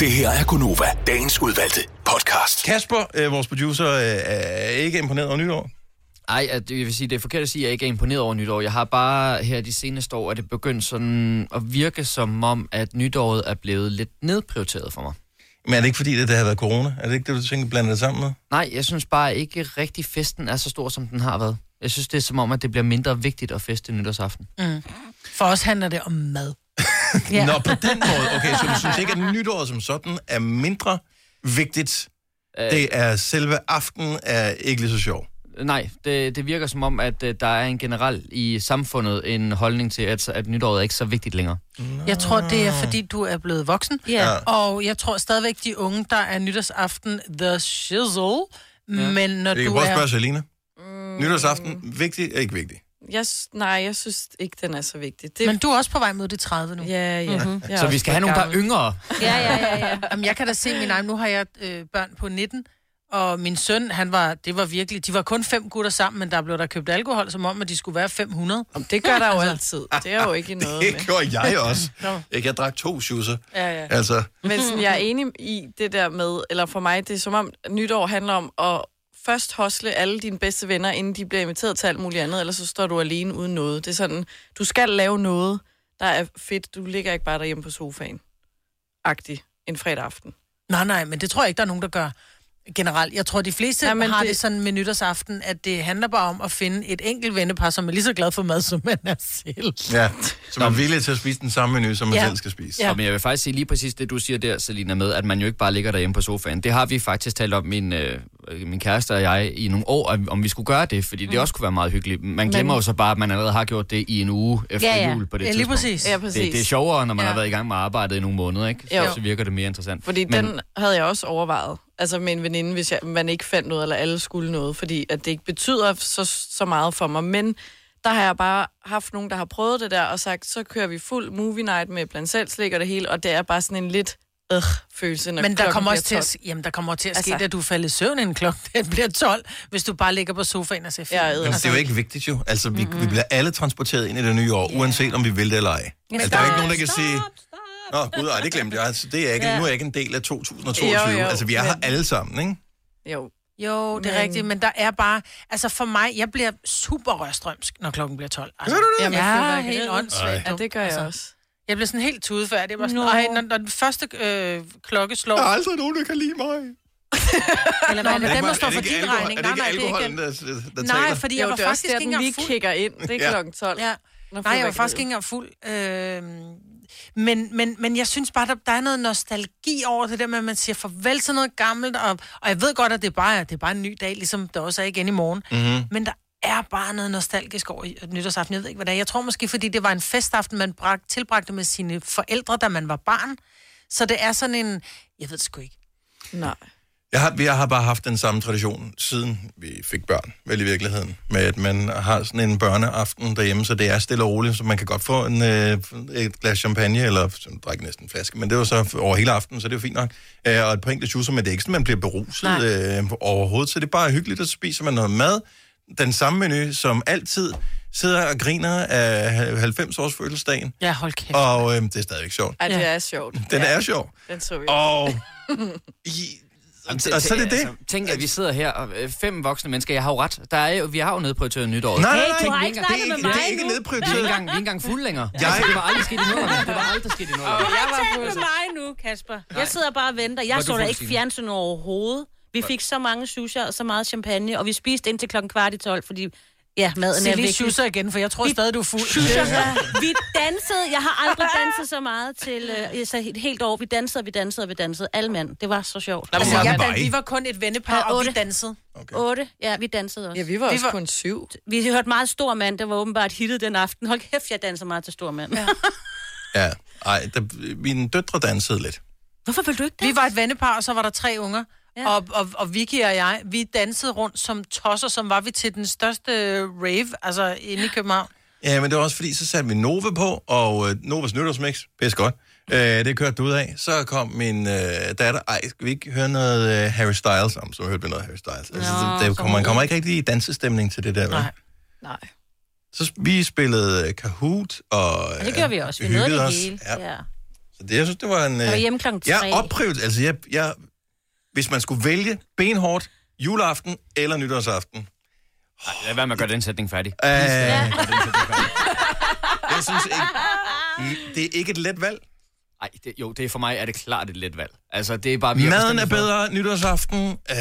[SPEAKER 7] Det her er Gunova, dagens udvalgte podcast.
[SPEAKER 1] Kasper, øh, vores producer, øh, er ikke imponeret over nytår.
[SPEAKER 11] Ej, at, jeg vil sige, det er forkert at sige, at jeg ikke er imponeret over nytår. Jeg har bare her de seneste år, at det begyndt sådan at virke som om, at nytåret er blevet lidt nedprioriteret for mig.
[SPEAKER 1] Men er det ikke fordi, det, det har været corona? Er det ikke det, du tænker blander det sammen med?
[SPEAKER 11] Nej, jeg synes bare ikke rigtig, festen er så stor, som den har været. Jeg synes, det er som om, at det bliver mindre vigtigt at feste nytårsaften.
[SPEAKER 3] Mm. For os handler det om mad.
[SPEAKER 1] Ja. Nå, på den måde. Okay, så du synes ikke, at nytåret som sådan er mindre vigtigt? Øh. Det er selve aftenen er ikke lige så sjov.
[SPEAKER 11] Nej, det, det virker som om, at øh, der er en generel i samfundet en holdning til, at, at nytåret er ikke så vigtigt længere.
[SPEAKER 3] Jeg tror, det er, fordi du er blevet voksen.
[SPEAKER 11] Ja. Ja.
[SPEAKER 3] Og jeg tror stadigvæk, de unge, der er nytårsaften, the shizzle. Ja. Men når
[SPEAKER 1] Jeg kan
[SPEAKER 3] du
[SPEAKER 1] prøve at spørge
[SPEAKER 3] er...
[SPEAKER 1] Selina. Mm. Nytårsaften, vigtig eller ikke vigtig?
[SPEAKER 5] Jeg, s- nej, jeg synes ikke, den er så vigtig. Det...
[SPEAKER 3] Men du er også på vej mod de 30 nu.
[SPEAKER 5] Ja, ja.
[SPEAKER 3] Mhm.
[SPEAKER 5] Jeg er
[SPEAKER 11] Så vi
[SPEAKER 5] også
[SPEAKER 11] skal
[SPEAKER 5] for
[SPEAKER 11] have nogle, der er
[SPEAKER 5] gammel.
[SPEAKER 11] yngre.
[SPEAKER 3] Ja, ja, ja. ja. Jamen, jeg kan da se min egen. Nu har jeg øh, børn på 19, og min søn, han var, det var virkelig, de var kun fem gutter sammen, men der blev der købt alkohol, som om, at de skulle være Altså, 500. Jamen,
[SPEAKER 5] det gør der jo altid. Det er jo ikke noget
[SPEAKER 1] Det
[SPEAKER 5] med.
[SPEAKER 1] gjorde jeg også.
[SPEAKER 5] Nå.
[SPEAKER 1] Ikke, jeg drak to schusser.
[SPEAKER 5] Ja, ja.
[SPEAKER 1] Altså,
[SPEAKER 5] Men sådan, jeg er enig i det der med, eller for mig, det er som om, at nytår handler om at først hosle alle dine bedste venner, inden de bliver inviteret til alt muligt andet, ellers så står du alene uden noget. Det er sådan, du skal lave noget, der er fedt. Du ligger ikke bare derhjemme på sofaen. Agtig. En fredag aften.
[SPEAKER 3] Nej, nej, men det tror jeg ikke, der er nogen, der gør generelt. Jeg tror, de fleste
[SPEAKER 5] Nej,
[SPEAKER 3] ja,
[SPEAKER 5] men
[SPEAKER 3] men har
[SPEAKER 5] det-
[SPEAKER 3] det... det sådan med nytårsaften, at det handler bare om at finde et enkelt vennepar, som er lige så glad for mad, som man er selv.
[SPEAKER 1] ja. Så man er villig til at spise den samme menu, som man
[SPEAKER 3] Ja.
[SPEAKER 1] selv skal spise.
[SPEAKER 11] Ja. Men jeg vil faktisk sige lige præcis det, du siger der, Selina, med, at man jo ikke bare ligger derhjemme på sofaen. Det har vi faktisk talt om, min, øh, min kæreste og jeg, i nogle år, om- om vi skulle gøre det, fordi det også kunne være meget hyggeligt. Man glemmer
[SPEAKER 3] Mm. Men-
[SPEAKER 11] jo så bare, at man allerede har gjort det i en uge efter
[SPEAKER 3] Ja, ja.
[SPEAKER 11] jul på det
[SPEAKER 3] Ja, lige
[SPEAKER 11] tidspunkt.
[SPEAKER 3] præcis. Ja, præcis.
[SPEAKER 11] Det, det er sjovere, når man
[SPEAKER 5] Ja.
[SPEAKER 11] ja. har været i gang med arbejdet i nogle måneder, ikke? Så,
[SPEAKER 5] Jo.
[SPEAKER 11] så virker det mere interessant.
[SPEAKER 5] Fordi Men... den havde jeg også overvejet. Altså med en veninde, hvis jeg, man ikke fandt noget, eller alle skulle noget, fordi at det ikke betyder så, så meget for mig. Men der har jeg bare haft nogen, der har prøvet det der, og sagt, så kører vi fuld movie night med blandt selv slik og det hele, og det er bare sådan en lidt øh, følelse, når
[SPEAKER 3] Men der
[SPEAKER 5] klokken
[SPEAKER 3] kommer,
[SPEAKER 5] bliver
[SPEAKER 3] også til at,
[SPEAKER 5] 12.
[SPEAKER 3] s- jamen, der kommer til at ske,
[SPEAKER 5] Altså.
[SPEAKER 3] altså... at du falder i søvn inden klokken den bliver 12, hvis du bare ligger på sofaen og ser film.
[SPEAKER 1] Men det er jo ikke vigtigt jo. Altså, vi, mm-hmm. vi bliver alle transporteret ind i det nye år, uanset om vi vil det eller ej.
[SPEAKER 3] Men
[SPEAKER 1] Altså, der er
[SPEAKER 3] stop,
[SPEAKER 1] ikke nogen, der kan sige... Nå, gud, ej, det glemte jeg. Altså, det er jeg ikke,
[SPEAKER 3] Ja.
[SPEAKER 1] Nu er jeg ikke en del af 2022.
[SPEAKER 3] Jo, jo,
[SPEAKER 1] altså, vi er her
[SPEAKER 3] men-
[SPEAKER 1] alle sammen, ikke?
[SPEAKER 5] Jo.
[SPEAKER 3] Jo, det er
[SPEAKER 5] Men-
[SPEAKER 3] men... rigtigt, men der er bare... Altså for mig, jeg bliver super røstrømsk, når klokken bliver 12. Altså,
[SPEAKER 5] Gør du det?
[SPEAKER 3] Jamen,
[SPEAKER 5] Ja,
[SPEAKER 3] ja,
[SPEAKER 5] helt
[SPEAKER 3] helt åndssvagt. Altså,
[SPEAKER 5] Ej. Ja, det gør jeg
[SPEAKER 4] Altså.
[SPEAKER 5] også.
[SPEAKER 3] Jeg bliver sådan helt tudefærdig. Jeg var sådan,
[SPEAKER 5] Nå.
[SPEAKER 3] Ej, når, når den første øh, klokke slår...
[SPEAKER 1] Der er aldrig nogen, der kan lide mig.
[SPEAKER 3] Eller hvad,
[SPEAKER 1] Er altså- det
[SPEAKER 3] men den
[SPEAKER 1] ikke-
[SPEAKER 3] må
[SPEAKER 1] er
[SPEAKER 3] stå
[SPEAKER 1] det
[SPEAKER 3] for
[SPEAKER 1] ikke
[SPEAKER 3] din
[SPEAKER 1] alkohol-
[SPEAKER 3] regning.
[SPEAKER 1] Er det ikke
[SPEAKER 3] nej, nej, det er
[SPEAKER 1] alkoholen,
[SPEAKER 3] ikke...
[SPEAKER 1] der, der
[SPEAKER 3] Nej,
[SPEAKER 1] taler?
[SPEAKER 3] fordi jeg
[SPEAKER 5] Jo,
[SPEAKER 3] var
[SPEAKER 5] det er også
[SPEAKER 3] faktisk
[SPEAKER 5] der,
[SPEAKER 3] ikke
[SPEAKER 5] den lige
[SPEAKER 3] engang fuld.
[SPEAKER 5] kigger ind. Det er
[SPEAKER 1] Ja.
[SPEAKER 5] klokken 12.
[SPEAKER 3] Ja.
[SPEAKER 5] Når
[SPEAKER 3] Nej, jeg var
[SPEAKER 5] fyrværkeriet-
[SPEAKER 3] faktisk ikke engang fuld. Øh, men, men, men jeg synes bare, der, der er noget nostalgi over det der med, at man siger farvel til noget gammelt, og, og jeg ved godt, at det bare, er- det er bare en ny dag, ligesom der også er igen i morgen.
[SPEAKER 12] Mhm.
[SPEAKER 3] Men der er bare noget nostalgisk over i- nytårsaften. Jeg ved ikke, hvad det er. Jeg tror måske, fordi det var en festaften, man brag, tilbragte med sine forældre, da man var barn. Så det er sådan en... Jeg ved det sgu ikke.
[SPEAKER 5] Nej.
[SPEAKER 1] Jeg har, vi har bare haft den samme tradition, siden vi fik børn, vel i virkeligheden, med at man har sådan en børneaften derhjemme, så det er stille og roligt, så man kan godt få en, øh, et glas champagne, eller sådan, drik næsten en flaske, men det var så over hele aftenen, så det var fint nok. Øh, og et par enkelte schusser, men det er ikke sådan, man bliver beruset øh, overhovedet, så det er bare hyggeligt, at spiser man noget mad, den samme menu som altid, sidder og griner af 90-års fødselsdagen,
[SPEAKER 3] Ja, hold kæft.
[SPEAKER 1] og øh, det er stadigvæk sjovt.
[SPEAKER 5] Ej, det er sjovt.
[SPEAKER 1] Den er sjov.
[SPEAKER 5] Den så vi.
[SPEAKER 1] Og
[SPEAKER 11] Jamen, altså,
[SPEAKER 1] og så er det det.
[SPEAKER 11] tænk, at vi sidder her, og øh, fem voksne mennesker, jeg har jo ret. Der er, jo- vi har jo nedprioriteret nytåret.
[SPEAKER 1] Nej, nej,
[SPEAKER 11] Hey,
[SPEAKER 1] nej,
[SPEAKER 11] tænk,
[SPEAKER 1] du har
[SPEAKER 11] vi
[SPEAKER 1] ikke
[SPEAKER 11] engang-
[SPEAKER 1] snakket med mig nu.
[SPEAKER 11] Vi er ikke engang, vi er ikke engang fulde længere.
[SPEAKER 1] Jeg-
[SPEAKER 11] Jeg... Altså, det var aldrig sket i nullerne. Det var aldrig sket i nullerne.
[SPEAKER 4] Du har ikke talt med mig nu, Kasper. Jeg sidder bare og venter.
[SPEAKER 11] Var
[SPEAKER 4] Jeg
[SPEAKER 11] du
[SPEAKER 4] så da
[SPEAKER 11] fuld,
[SPEAKER 4] ikke
[SPEAKER 11] Signe?
[SPEAKER 4] fjernsyn overhovedet. Vi fik så mange susher og så meget champagne, og vi spiste indtil klokken kvart i tolv, fordi ja, maden
[SPEAKER 3] Se
[SPEAKER 4] er
[SPEAKER 3] lige
[SPEAKER 4] vigtig.
[SPEAKER 3] schusser igen, for jeg tror stadig, du er fuld.
[SPEAKER 4] Schusser. Vi dansede, jeg har aldrig danset så meget til øh, så et helt år. Vi dansede, og vi dansede, og vi dansede. Alle mand. Det var så sjovt.
[SPEAKER 3] Nå, altså,
[SPEAKER 4] jeg
[SPEAKER 3] jeg, dan- vi var kun et vennepar,
[SPEAKER 4] Ja,
[SPEAKER 3] og vi
[SPEAKER 4] otte.
[SPEAKER 3] dansede.
[SPEAKER 4] Okay. 8. Ja, vi dansede også.
[SPEAKER 5] Ja, vi var også kun syv.
[SPEAKER 4] Vi hørte meget stor mand, der var åbenbart hittet den aften. Hold kæft, jeg danser meget til stor mand. Ja.
[SPEAKER 1] Ja, ej, der, mine døtre dansede lidt.
[SPEAKER 4] Hvorfor vil du ikke
[SPEAKER 3] danse? Vi var et vennepar, og så var der tre unger. Ja. Og, og, og Vicky og jeg, vi dansede rundt som tosser, som var vi til den største rave, altså inde i København.
[SPEAKER 1] Ja, men det var også fordi, så satte vi Nova på, og øh, Novas nytårsmix, pis godt, øh, det kørte du ud af. Så kom min øh, datter, ej, skal vi ikke høre noget øh, Harry Styles? Jamen, så hørte vi noget Harry Styles. Altså,
[SPEAKER 5] Nå,
[SPEAKER 1] det, det,
[SPEAKER 5] så
[SPEAKER 1] kommer, man
[SPEAKER 5] hun-
[SPEAKER 1] kommer ikke rigtig i dansestemning til det der, vel? Nej.
[SPEAKER 5] Nej.
[SPEAKER 1] Så sp- vi spillede øh, Kahoot, og, øh,
[SPEAKER 4] Og det gjorde vi også. Vi
[SPEAKER 1] hyggede
[SPEAKER 4] nåede det
[SPEAKER 1] os.
[SPEAKER 4] hele.
[SPEAKER 1] Ja.
[SPEAKER 4] Ja.
[SPEAKER 1] Så det, jeg synes, det var en... øh,
[SPEAKER 4] Jeg var hjemme klokken tre.
[SPEAKER 1] Jeg opprøvede, altså jeg, jeg... Hvis man skulle vælge benhårdt juleaften eller nytårsaften.
[SPEAKER 11] Lad være med at gøre den sætning færdig.
[SPEAKER 1] Øh, jeg synes ikke... Det er ikke et let valg.
[SPEAKER 11] Nej, det, jo, det er for mig er det klart et let valg. Altså, det er bare... vi har
[SPEAKER 1] Maden
[SPEAKER 11] bestemt
[SPEAKER 1] er
[SPEAKER 11] os for-
[SPEAKER 1] bedre nytårsaften. Øh,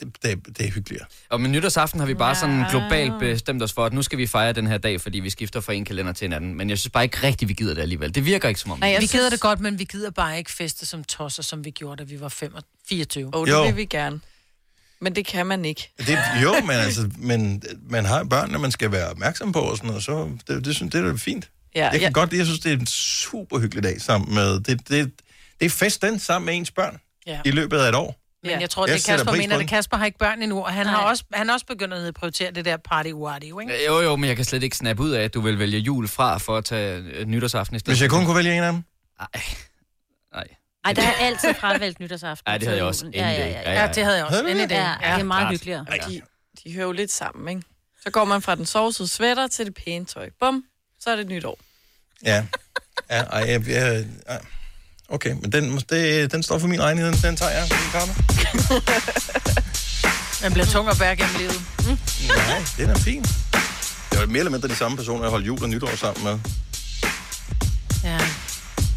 [SPEAKER 1] det, det, det er hyggeligere.
[SPEAKER 11] Og med nytårsaften har vi bare sådan globalt bestemt os for, at nu skal vi fejre den her dag, fordi vi skifter fra en kalender til en anden. Men jeg synes bare ikke rigtigt, vi gider det alligevel. Det virker ikke som om.
[SPEAKER 3] Nej, vi
[SPEAKER 11] vi
[SPEAKER 3] gider det godt, men vi gider bare ikke feste som tosser, som vi gjorde, da vi var 25. 24.
[SPEAKER 5] Og
[SPEAKER 1] Jo.
[SPEAKER 5] det vil vi gerne. Men det kan man ikke.
[SPEAKER 1] Det, jo, men altså, men man har børn, og man skal være opmærksom på og sådan noget, så det, det, synes, det er da fint.
[SPEAKER 5] Ja,
[SPEAKER 1] jeg kan
[SPEAKER 5] ja.
[SPEAKER 1] godt lide, jeg synes, det er en super hyggelig dag sammen med, det, det, det er fest den sammen med ens børn
[SPEAKER 3] Ja.
[SPEAKER 1] i løbet af et år.
[SPEAKER 3] Men jeg tror,
[SPEAKER 1] Jeg
[SPEAKER 3] det er
[SPEAKER 1] sætter
[SPEAKER 3] Kasper
[SPEAKER 1] pris på
[SPEAKER 3] mener,
[SPEAKER 1] den.
[SPEAKER 3] at Kasper har ikke børn endnu, og han, har også, han er også begyndt at prioritere det der party warty, ikke?
[SPEAKER 11] Jo, jo, men jeg kan slet ikke snappe ud af, at du vil vælge jul fra for at tage øh, nytårsaften i stedet.
[SPEAKER 1] Hvis jeg kun kunne vælge en af dem.
[SPEAKER 4] Ej, der har jeg altid fravalgt nytårsaften.
[SPEAKER 11] Ej, det havde jeg også.
[SPEAKER 4] Ja, ja, ja, ja.
[SPEAKER 3] Ja, det havde jeg også.
[SPEAKER 4] Havde du
[SPEAKER 3] Any
[SPEAKER 4] det?
[SPEAKER 3] day.
[SPEAKER 4] Ja, det er meget
[SPEAKER 11] Klart.
[SPEAKER 4] hyggeligere.
[SPEAKER 11] Ja.
[SPEAKER 5] De, de hører jo lidt sammen, ikke? Så går man fra den sovsede sweater til det pæne tøj. Bum, så er det nytår.
[SPEAKER 1] Ja. ja ej, jeg, jeg, ej. Okay, men den, må- det, den står for min regning, den, den tager jeg. Min karma.
[SPEAKER 3] Man bliver tung at bære gennem livet.
[SPEAKER 1] Mm. Nej, den er fin. Det var mere eller mindre de samme personer, jeg holdt jul og nytår sammen med.
[SPEAKER 3] Ja.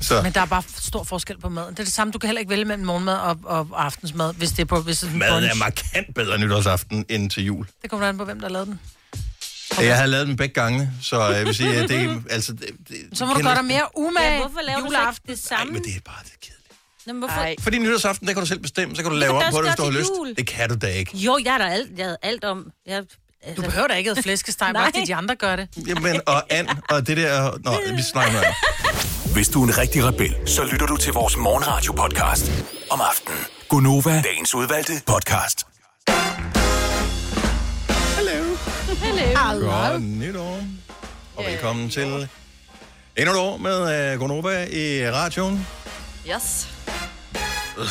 [SPEAKER 1] Så.
[SPEAKER 3] Men der er bare stor forskel på maden. Det er det samme, du kan heller ikke vælge mellem morgenmad og, og aftensmad, hvis det er på hvis det er sådan
[SPEAKER 1] Maden er
[SPEAKER 3] brunch.
[SPEAKER 1] markant bedre nytårsaften end til jul.
[SPEAKER 3] Det kommer an på, hvem der lavede den.
[SPEAKER 1] Jeg har lavet dem begge gange, så jeg vil sige, at det, altså, det, det,
[SPEAKER 3] Så må du gøre dig mere umage.
[SPEAKER 4] Ja, hvorfor laver du så ikke det samme?
[SPEAKER 1] Men det er bare det.
[SPEAKER 4] Nå, men hvorfor?
[SPEAKER 1] Fordi nytårsaften, der kan du selv bestemme, så kan du
[SPEAKER 4] Men
[SPEAKER 1] lave
[SPEAKER 4] du
[SPEAKER 1] om
[SPEAKER 4] kan
[SPEAKER 1] på det,
[SPEAKER 4] også
[SPEAKER 1] hvis du har
[SPEAKER 4] gøre
[SPEAKER 1] lyst.
[SPEAKER 4] til jul.
[SPEAKER 1] Det kan du da ikke.
[SPEAKER 4] Jo, jeg har da alt, jeg havde alt om. Jeg, altså...
[SPEAKER 3] Du behøver da ikke at have flæskesteg, bare fordi de andre gør det.
[SPEAKER 1] Jamen, og and, og det der... Nå, vi snakker noget.
[SPEAKER 7] Hvis du er en rigtig rebel, så lytter du til vores morgenradio-podcast om aftenen. Gunova, dagens udvalgte podcast.
[SPEAKER 1] Hello.
[SPEAKER 4] Hello.
[SPEAKER 1] Godt nytår. Og velkommen til endnu et år med uh, Gonova i radioen.
[SPEAKER 5] Yes.
[SPEAKER 1] Ugh.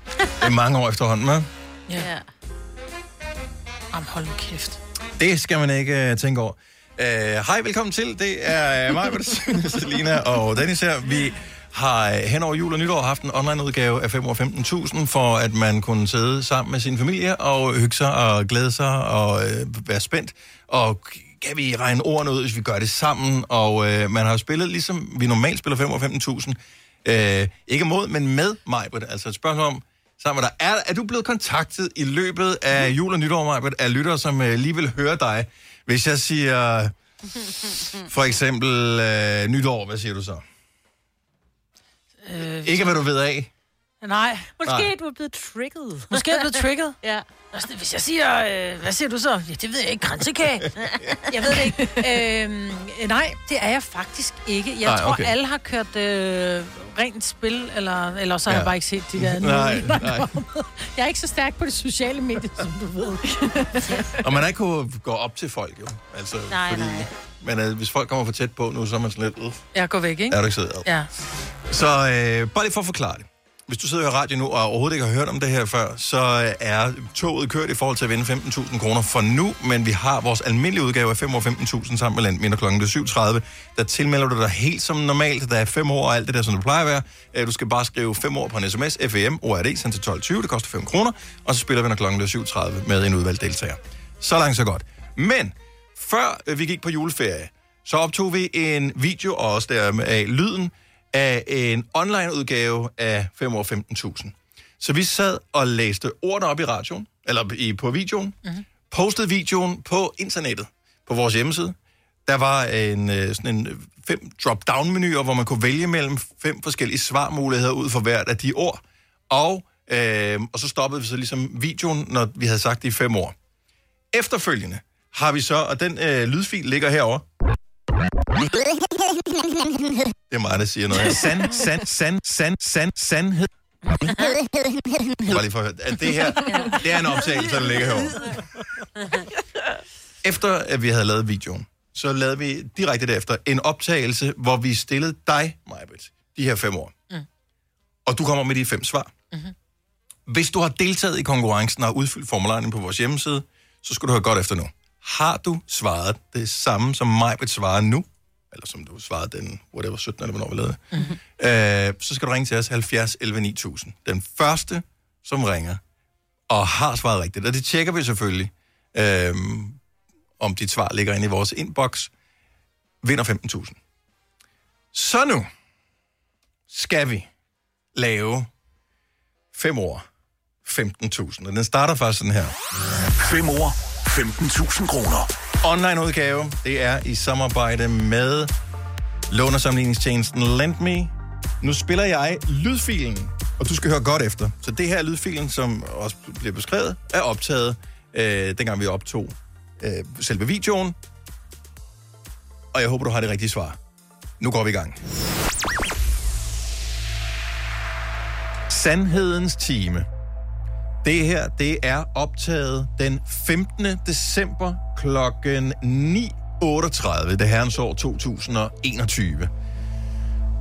[SPEAKER 1] Det er mange år efterhånden, hva'?
[SPEAKER 3] Ja. Jamen, hold nu kæft.
[SPEAKER 1] Det skal man ikke uh, tænke over. Øh, Hej, uh, velkommen til. Det er uh, mig, Selina og Dennis her. Vi har øh, hen over jul og nytår haft en online-udgave af 5 år 15.000, for at man kunne sidde sammen med sin familie og hygge sig og glæde sig og øh, være spændt. Og k- kan vi regne ordene ud, hvis vi gør det sammen? Og øh, man har jo spillet, ligesom vi normalt spiller 5 år 15.000, øh, ikke mod, men med Majbert. Altså et spørgsmål om, sammen med dig. Er, er du blevet kontaktet i løbet af jul og nytår, Majbert, af lyttere, som øh, lige vil høre dig? Hvis jeg siger, for eksempel øh, nytår, hvad siger du så?
[SPEAKER 3] Øh,
[SPEAKER 1] Ikke hvad du ved af.
[SPEAKER 3] Nej.
[SPEAKER 1] Måske Nej.
[SPEAKER 4] du er blevet trigget.
[SPEAKER 3] Måske er du blevet trigget?
[SPEAKER 4] ja.
[SPEAKER 3] Altså, Hvis jeg siger, øh, hvad siger du så? Ja, det ved jeg ikke. Grænsekage? jeg ved det ikke. Øhm, nej, det er jeg faktisk ikke. Jeg
[SPEAKER 2] Nej,
[SPEAKER 3] tror,
[SPEAKER 2] okay.
[SPEAKER 3] alle har kørt øh, rent spil, eller, eller så har
[SPEAKER 2] Ja.
[SPEAKER 3] jeg bare ikke set de der...
[SPEAKER 1] Nej,
[SPEAKER 3] nye, der er
[SPEAKER 1] nej.
[SPEAKER 3] kommet. Jeg er ikke så stærk på det sociale medie, som du ved.
[SPEAKER 1] Og man har ikke kunne gå op til folk, jo. Altså,
[SPEAKER 3] Nej, nej.
[SPEAKER 1] Men øh, hvis folk kommer for tæt på nu, så er man sådan lidt... Øh,
[SPEAKER 3] Jeg går væk, ikke?
[SPEAKER 1] er du ikke sød?
[SPEAKER 3] Ja.
[SPEAKER 1] Så øh, bare lige for at forklare det. hvis du sidder og hører radio nu og overhovedet ikke har hørt om det her før, så øh, er toget kørt i forhold til at vinde 15.000 kroner for nu, men vi har vores almindelige udgave af 5 år 15.000 sammen med Landminder kl. 7.30. Der tilmelder du dig helt som normalt. Der er 5 år og alt det der, som det plejer at være. Øh, Du skal bare skrive 5 år på en sms, FEM, ORD, sendt til 12.20. Det koster 5 kroner, og så spiller vi, når klokken bliver 7.30 med en udvalgt deltager. Så langt, så godt. Men før øh, vi gik på juleferie, så optog vi en video og også der af lyden af en online udgave af 5 år 15.000. Så vi sad og læste ordene op i radioen, eller i, på videoen,
[SPEAKER 3] Mhm.
[SPEAKER 1] mm-hmm. postede videoen på internettet, på vores hjemmeside. Der var en, øh, sådan en øh, fem drop-down-menuer, hvor man kunne vælge mellem fem forskellige svarmuligheder ud for hvert af de ord. Og, øh, og så stoppede vi så ligesom videoen, når vi havde sagt de fem ord. Efterfølgende har vi så, og den øh, lydfil ligger herover. Det er mig, der siger noget. her. Sand, sand, sand, sand, sand, sandhed. Bare lige for at høre. At Det her, det er en optagelse, der ligger herovre. Efter at vi havde lavet videoen, så lavede vi direkte derefter en optagelse, hvor vi stillede dig, Majbrit, de her fem år.
[SPEAKER 12] Mm.
[SPEAKER 1] Mm. Og du kommer med de fem svar. Mm-hmm. Hvis du har deltaget i konkurrencen og har udfyldt formularen på vores hjemmeside, så skal du høre godt efter nu. Har du svaret det samme, som Majbrit svarer nu, eller som du svarede den, whatever, 17 eller hvornår vi lavede det,
[SPEAKER 3] Mhm.
[SPEAKER 1] øh, så skal du ringe til os 70 11 9000. Den første, som ringer og har svaret rigtigt, og det tjekker vi selvfølgelig, øh, om dit svar ligger inde i vores inbox, vinder 15.000. Så nu skal vi lave fem år 15.000, og den starter faktisk sådan her.
[SPEAKER 7] 5 år, 15.000 kroner.
[SPEAKER 1] Online udgave, det er i samarbejde med lånesamligningstjenesten LendMe. Nu spiller jeg lydfilen, og du skal høre godt efter. Så det her er lydfilen, som også bliver beskrevet, er optaget, øh, dengang vi optog øh, selve videoen. Og jeg håber, du har det rigtige svar. Nu går vi i gang. Sandhedens time. Det her, det er optaget den 15. december klokken 9.38, det herrens år 2021.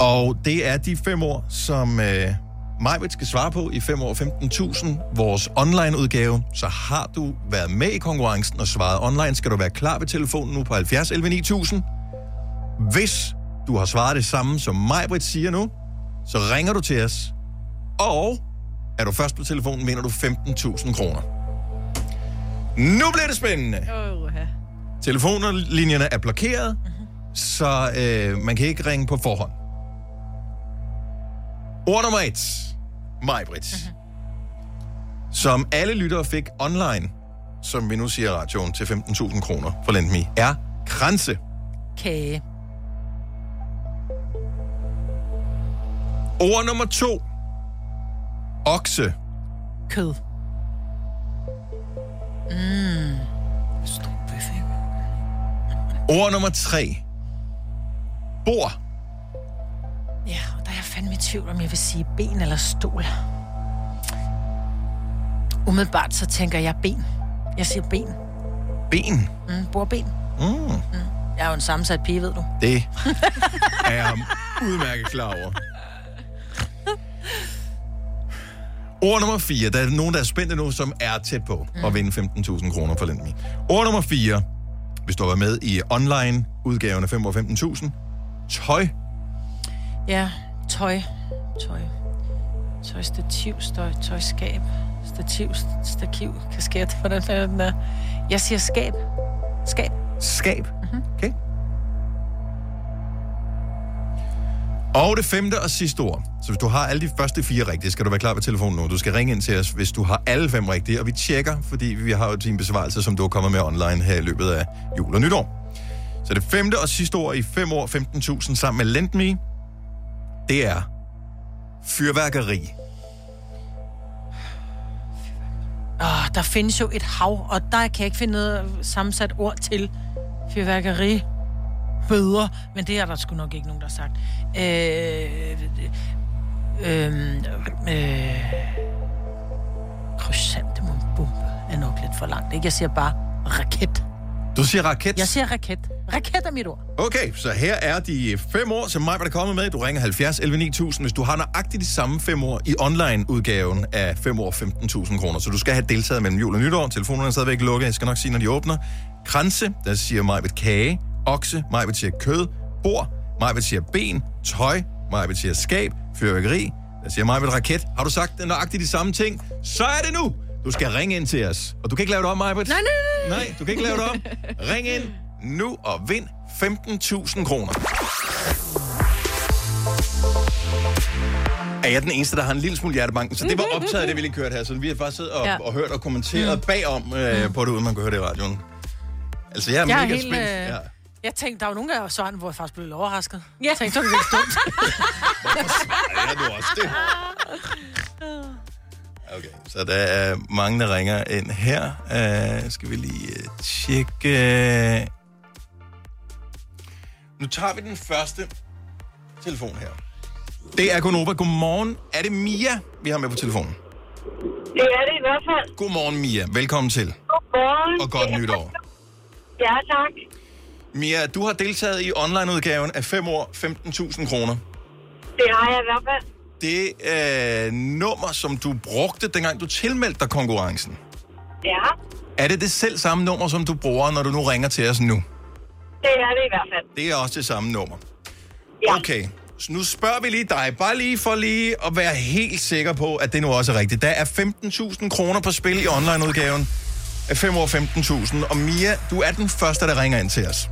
[SPEAKER 1] Og det er de fem år, som øh, Majbet skal svare på i 5 år 15.000, vores online-udgave. Så har du været med i konkurrencen og svaret online, skal du være klar ved telefonen nu på 70 11 9000. Hvis du har svaret det samme, som Majbrit siger nu, så ringer du til os. Og er du først på telefonen, vinder du 15.000 kroner. Nu bliver det spændende. Telefonlinjerne er blokeret, så øh, man kan ikke ringe på forhånd. Ord nummer et. Majbrit. Som alle lyttere fik online, som vi nu siger i radioen, til 15.000 kroner for Lendme, er kranse.
[SPEAKER 3] Kage.
[SPEAKER 1] Ord nummer to. Okse.
[SPEAKER 3] Kød. Mm. Stor bøf, ikke?
[SPEAKER 1] Ord nummer tre. Bor.
[SPEAKER 3] Ja, og der er jeg fandme i tvivl, om jeg vil sige ben eller stol. Umiddelbart så tænker jeg ben. Jeg siger ben.
[SPEAKER 1] Ben.
[SPEAKER 3] Mm, bordben.
[SPEAKER 1] Mm.
[SPEAKER 3] Jeg er jo en sammensat pige, ved du.
[SPEAKER 1] Det er jeg udmærket klar over. Ord nummer 4. Der er nogen, der er spændte nu, som er tæt på at vinde 15.000 kroner for Lendme. Ord nummer 4. Hvis du har været med i online-udgaven af 5 år 15.000. Tøj.
[SPEAKER 3] Ja, tøj. Tøj. Tøj, stativ, støj, tøjskab. Stativ, st- stativ, kasket. Hvordan er den der? Jeg siger skab. Skab. Mhm.
[SPEAKER 1] Skab. Okay. Og det femte og sidste ord. Så hvis du har alle de første fire rigtige, skal du være klar ved telefonen nu. Du skal ringe ind til os, hvis du har alle fem rigtige, og vi tjekker, fordi vi har jo din besvarelse, som du er kommet med online her i løbet af jul og nytår. Så det femte og sidste ord i 5 år 15.000 sammen med LendMe, det er fyrværkeri.
[SPEAKER 3] Åh, der findes jo et hav, og der kan jeg ikke finde noget sammensat ord til fyrværkeri. Bøder. Men det er der sgu nok ikke nogen, der har sagt. Øh, øh, øh, krysantemum bombe er nok lidt for langt. Ikke? Jeg siger bare raket.
[SPEAKER 1] Du siger raket.
[SPEAKER 3] Jeg siger raket. Raket er mit ord.
[SPEAKER 1] Okay, så her er de fem ord, som mig var der kommet med. Du ringer 70 11 9000, hvis du har nøjagtigt de samme fem ord i online-udgaven af 5 år 15.000 kroner. Så du skal have deltaget mellem jul og nytår. Telefonerne er stadigvæk lukket. Jeg skal nok sige, når de åbner. Kranse, der siger mig ved kage. Okse, mig ved siger kød. Bord, mig ved siger ben. Tøj, mig ved siger skab. Fyrværkeri, der siger mig ved raket. Har du sagt nøjagtigt de samme ting? Så er det nu! Du skal ringe ind til os. Og du kan ikke lave det om, Majbert.
[SPEAKER 2] Nej, nej, nej.
[SPEAKER 1] Nej, du kan ikke lave det om. Ring ind nu og vind 15.000 kroner. Er jeg den eneste, der har en lille smule hjertebanken? Så det var optaget, det vi lige kørte her. Så vi har faktisk siddet og,
[SPEAKER 3] Ja.
[SPEAKER 1] ja. og hørt og kommenteret bagom øh, på det, uden man kunne høre det i radioen. Altså, jeg er, mega helt, spændt.
[SPEAKER 3] øh,
[SPEAKER 1] Ja.
[SPEAKER 3] Jeg tænkte, der var nogle af svarene, hvor jeg faktisk blev lidt overrasket. Ja. Jeg tænkte, så er det lidt dumt.
[SPEAKER 1] Ja, du også det. Okay, så der er mange, der ringer ind her. Uh, skal vi lige uh, tjekke... Nu tager vi den første telefon her. Det er Gunova. Godmorgen. Er det Mia, vi har med på telefonen?
[SPEAKER 12] Det er det i hvert fald.
[SPEAKER 1] Godmorgen, Mia. Velkommen til.
[SPEAKER 12] Godmorgen.
[SPEAKER 1] Og godt nytår.
[SPEAKER 12] Ja, tak.
[SPEAKER 1] Mia, du har deltaget i onlineudgaven af 5 år 15.000 kroner.
[SPEAKER 12] Det har jeg i hvert fald.
[SPEAKER 1] Det øh, nummer, som du brugte, dengang du tilmeldte dig konkurrencen,
[SPEAKER 12] Ja,
[SPEAKER 1] Er det det selv samme nummer, som du bruger, når du nu ringer til os nu?
[SPEAKER 12] det er det i hvert fald.
[SPEAKER 1] Det er også det samme nummer.
[SPEAKER 12] Ja.
[SPEAKER 1] Okay, så nu spørger vi lige dig, bare lige for lige at være helt sikker på, at det nu også er rigtigt. Der er 15.000 kroner på spil i onlineudgaven af 5 år 15.000, og Mia, du er den første, der ringer ind til os.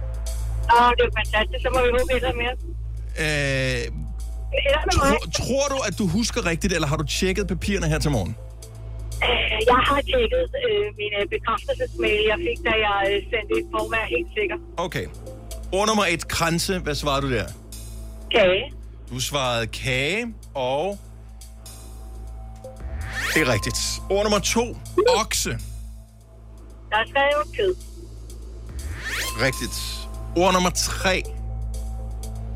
[SPEAKER 12] Og det er fantastisk. Så må vi håbe heller mere.
[SPEAKER 1] Øh,
[SPEAKER 12] Heller med mig.
[SPEAKER 1] tror, tror du, at du husker rigtigt, eller har du tjekket papirerne her til morgen?
[SPEAKER 12] Øh, Jeg har tjekket øh, mine bekræftelsesmail, jeg fik, da jeg øh, sendte et på, var jeg helt sikker.
[SPEAKER 1] Okay. Ord nummer et, kranse. Hvad svarede du der?
[SPEAKER 12] Kage.
[SPEAKER 1] Du svarede kage og... Det er rigtigt. Ord nummer to, okse.
[SPEAKER 12] Der skal jo kød.
[SPEAKER 1] Rigtigt. Ord nummer tre,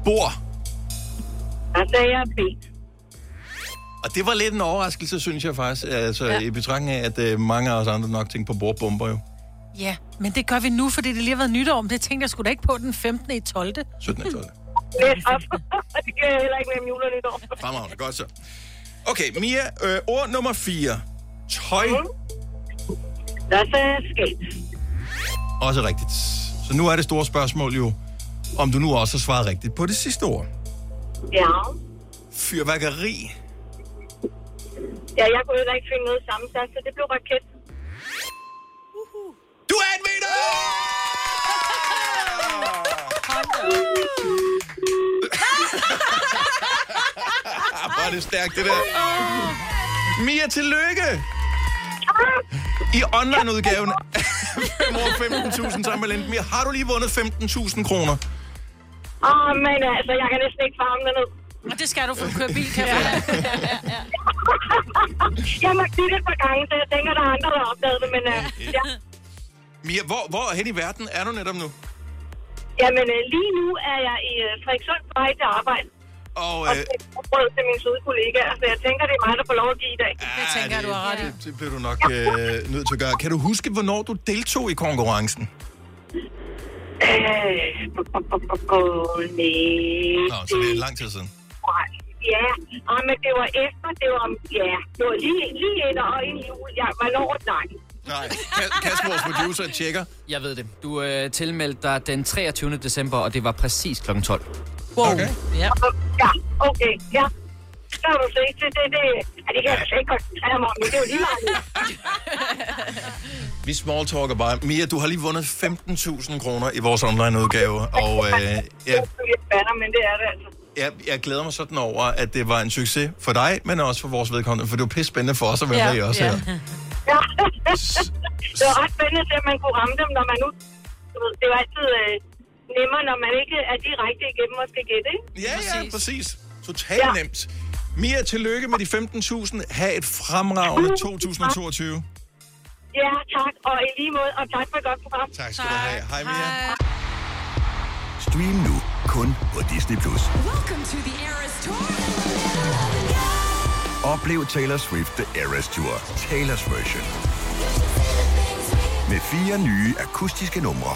[SPEAKER 1] bor.
[SPEAKER 12] Der sagde jeg B.
[SPEAKER 1] Og det var lidt en overraskelse, synes jeg faktisk. Altså,
[SPEAKER 3] Ja.
[SPEAKER 1] ja. I betragtning af, at øh, mange af os andre nok tænkte på bordbomber jo.
[SPEAKER 3] Ja, men det gør vi nu, fordi det lige har været nytår om. Det tænkte jeg skulle da ikke på den 15. i 12.
[SPEAKER 1] 17. og
[SPEAKER 12] Lidt
[SPEAKER 1] 12.
[SPEAKER 12] op. det gør jeg heller ikke mellem jul og nytår.
[SPEAKER 1] Fremragende, godt så. Okay, Mia, øh, ord nummer 4. Tøj.
[SPEAKER 12] Mhm. Der sagde jeg skab.
[SPEAKER 1] Også rigtigt. Så nu er det store spørgsmål jo, om du nu også har svaret rigtigt på det sidste ord.
[SPEAKER 12] Ja.
[SPEAKER 1] Fyrværkeri.
[SPEAKER 12] ja, jeg kunne heller ikke finde noget sammensat, så det blev raket.
[SPEAKER 1] Du er en vinder! Ah, hvor er det stærkt, det der. Mia, tillykke! I online-udgaven af 5 år 15.000 sammen med Linden. Mia, har du lige vundet 15.000 kroner?
[SPEAKER 12] Åh, men altså, jeg kan næsten ikke farme derned.
[SPEAKER 3] Og det skal du få køre bil, kan
[SPEAKER 12] Jeg må sige det et par gange, så jeg tænker, der er andre, der har opdaget det, men øh, ja.
[SPEAKER 1] Mia, hvor, hvor hen i verden er du netop nu?
[SPEAKER 12] Jamen, øh, lige nu er jeg i øh, Frederikssund på vej til arbejde.
[SPEAKER 1] Og,
[SPEAKER 12] øh... og skal brød til mine søde kollegaer, så jeg tænker, det er mig, der får lov at give i dag.
[SPEAKER 1] Det
[SPEAKER 3] tænker jeg, du har ret i.
[SPEAKER 1] Det bliver du nok øh, nødt til at gøre. Kan du huske, hvornår du deltog i konkurrencen?
[SPEAKER 12] Øh, Åh, nej.
[SPEAKER 1] Nå, så det er lang tid siden.
[SPEAKER 12] Ja, og, men det var efter, det var, ja, det var lige, lige efter og inden jul. Jeg var lov at snakke.
[SPEAKER 1] Nej, Kasper, vores producer, tjekker.
[SPEAKER 11] Jeg ved det. Du øh, tilmeldte dig den 23. december, og det var præcis kl. 12.
[SPEAKER 3] Wow. Okay.
[SPEAKER 12] Ja. ja, okay, ja. Så kan du se, det, det, det, ja, det kan jeg slet ikke koncentrere mig om, men det er jo lige meget.
[SPEAKER 1] Vi smalltalker bare. Mia, du har lige vundet 15.000 kroner i vores online-udgave, og øh, jeg,
[SPEAKER 12] Det er lidt banner, men det er det altså.
[SPEAKER 1] jeg, jeg glæder mig sådan over, at det var en succes for dig, men også for vores vedkommende, for det var pisse spændende for os at være med i også her.
[SPEAKER 12] Ja. det var ret spændende, at man kunne ramme dem, når man nu... Du ved, det var altid øh, nemmere, når man ikke er direkte igennem og skal gætte, ikke?
[SPEAKER 1] Ja, ja, præcis. Totalt
[SPEAKER 12] Ja.
[SPEAKER 1] nemt. Mia, tillykke med de 15.000. Ha' et fremragende 2022.
[SPEAKER 12] Ja, tak. Og i lige måde, og tak for et godt program.
[SPEAKER 1] Tak skal du have. Hej, Mia.
[SPEAKER 7] Stream nu kun på Disney+. Plus.
[SPEAKER 13] Welcome to the Eras Tour.
[SPEAKER 7] Oplev Taylor Swift The Eras Tour, Taylor's version. Med fire nye akustiske numre.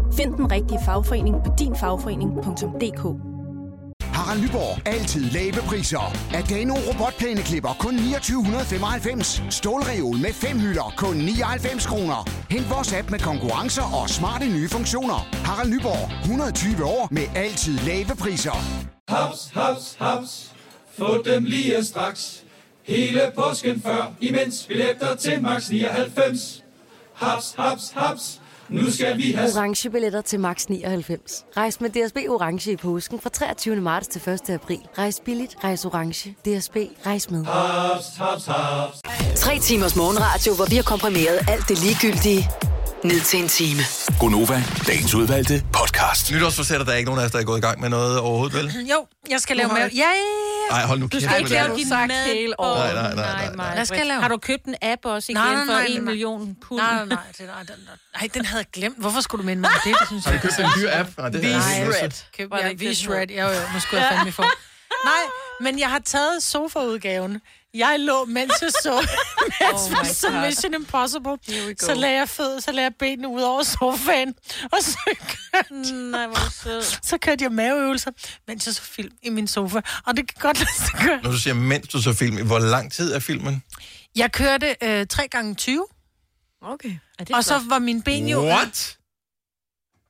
[SPEAKER 14] Find den rigtige fagforening på dinfagforening.dk.
[SPEAKER 9] Harald Nyborg. Altid lave priser. Adano robotplæneklipper kun 2995. Stålreol med fem hylder kun 99 kroner. Hent vores app med konkurrencer og smarte nye funktioner. Harald Nyborg. 120 år med altid lave priser.
[SPEAKER 10] Haps, haps, haps. Få dem lige straks. Hele påsken før, imens billetter til max 99. Haps, haps, haps. Nu skal vi have...
[SPEAKER 15] Orange billetter til max 99. Rejs med DSB Orange i påsken fra 23. marts til 1. april. Rejs billigt, rejs orange. DSB, rejs med.
[SPEAKER 10] Ah, Haps, haps, haps.
[SPEAKER 6] Tre timers morgenradio, hvor vi har komprimeret alt det ligegyldige ned til en time.
[SPEAKER 7] Gonova, dagens udvalgte podcast.
[SPEAKER 1] Nytårsforsætter, der er ikke nogen af os, der er gået i gang med noget overhovedet, vel?
[SPEAKER 3] Jo, jeg skal lave
[SPEAKER 1] Nu
[SPEAKER 3] mave.
[SPEAKER 1] har
[SPEAKER 3] Ja,
[SPEAKER 1] jeg-
[SPEAKER 3] ja, ja.
[SPEAKER 1] Ej, hold nu kæft
[SPEAKER 3] Du skal
[SPEAKER 1] med
[SPEAKER 3] ikke
[SPEAKER 1] det.
[SPEAKER 3] lave din
[SPEAKER 4] Sagt
[SPEAKER 3] mad.
[SPEAKER 4] hele
[SPEAKER 1] året. Nej, nej, nej, nej, nej.
[SPEAKER 3] Hvad skal jeg lave?
[SPEAKER 4] Har du købt en app også igen
[SPEAKER 3] Nej, nej,
[SPEAKER 4] for
[SPEAKER 3] nej,
[SPEAKER 4] 1
[SPEAKER 3] nej.
[SPEAKER 4] million pund?
[SPEAKER 3] Nej, nej, nej, det- nej, den, nej, den havde jeg glemt. Hvorfor skulle du minde mig om det? Det synes
[SPEAKER 1] Har du
[SPEAKER 3] jeg
[SPEAKER 1] købt
[SPEAKER 3] er
[SPEAKER 1] en dyr
[SPEAKER 3] så-
[SPEAKER 1] app? Nej, det er-
[SPEAKER 3] V-Shred. Køb,
[SPEAKER 4] Var det
[SPEAKER 3] ja,
[SPEAKER 4] ikke den
[SPEAKER 3] V-Shred.
[SPEAKER 4] hed?
[SPEAKER 3] Jo, jo, nu skulle jeg fandme få. Nej, men jeg har taget sofaudgaven. Jeg lå, mens jeg så, mens
[SPEAKER 2] Oh
[SPEAKER 3] jeg
[SPEAKER 2] my
[SPEAKER 3] så
[SPEAKER 2] God.
[SPEAKER 3] Mission Impossible.
[SPEAKER 2] go.
[SPEAKER 3] Så lagde jeg fød, så lagde jeg benene ud over sofaen. Og så kørte, Nej, så kørte jeg maveøvelser, mens jeg så film i min sofa. Og det kan godt lade sig gøre.
[SPEAKER 1] Når du siger, mens du så film, hvor lang tid er filmen?
[SPEAKER 3] Jeg kørte øh, 3 gange 20. Okay. Og så var min ben jo...
[SPEAKER 1] What?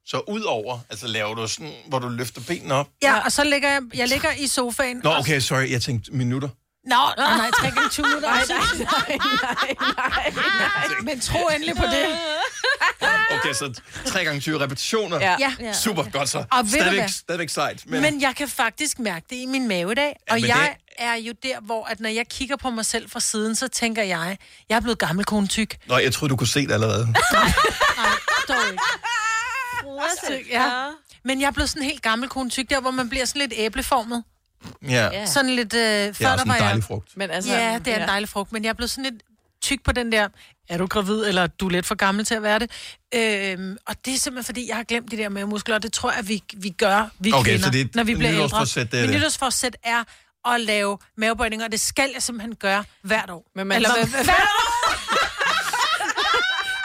[SPEAKER 1] Så udover, altså laver du sådan, hvor du løfter benene op?
[SPEAKER 3] Ja, og så ligger jeg, jeg ligger i sofaen.
[SPEAKER 1] Nå,
[SPEAKER 3] og-
[SPEAKER 1] okay, sorry, jeg tænkte minutter.
[SPEAKER 3] Nå, nej, nej, 3 gange 20 minutter.
[SPEAKER 2] Nej,
[SPEAKER 3] nej, nej, nej. Men tro endelig på det.
[SPEAKER 1] Okay, så 3 gange 20 repetitioner.
[SPEAKER 3] Ja. Ja.
[SPEAKER 1] Super, godt så.
[SPEAKER 3] Og ved du
[SPEAKER 1] Stadigvæk,
[SPEAKER 3] hvad?
[SPEAKER 1] stadigvæk sejt.
[SPEAKER 3] Men, men jeg kan faktisk mærke det i min mave i dag. Ja,
[SPEAKER 1] Ja,
[SPEAKER 3] og
[SPEAKER 1] men
[SPEAKER 3] jeg det... er jo der, hvor at når jeg kigger på mig selv fra siden, så tænker jeg, jeg er blevet gammel kone tyk.
[SPEAKER 1] Nå, jeg troede, du kunne se det allerede.
[SPEAKER 3] Dog ikke. Tyk, ja. Men jeg er blevet sådan helt gammel kone tyk, der hvor man bliver sådan lidt æbleformet.
[SPEAKER 1] Ja.
[SPEAKER 3] Sådan lidt... Øh, før
[SPEAKER 1] også
[SPEAKER 3] der
[SPEAKER 1] en
[SPEAKER 3] var
[SPEAKER 1] dejlig
[SPEAKER 3] jeg...
[SPEAKER 1] frugt.
[SPEAKER 5] Men altså-
[SPEAKER 3] ja, det er
[SPEAKER 5] ja.
[SPEAKER 3] en dejlig frugt, men jeg er blevet sådan lidt tyk på den der, er du gravid, eller du er lidt for gammel til at være det. Øhm, og det er simpelthen, fordi jeg har glemt de der mavemuskler, og det tror jeg, vi, vi gør, vi
[SPEAKER 1] Okay,
[SPEAKER 3] kvinder,
[SPEAKER 1] så det er et
[SPEAKER 3] når vi bliver ældre.
[SPEAKER 1] nytårsforsæt, det er
[SPEAKER 3] Min
[SPEAKER 1] det.
[SPEAKER 3] nytårsforsæt er at lave mavebøjninger, og det skal jeg simpelthen gøre hvert år. Men
[SPEAKER 5] man-
[SPEAKER 3] eller,
[SPEAKER 5] så-
[SPEAKER 3] hver, hvert år!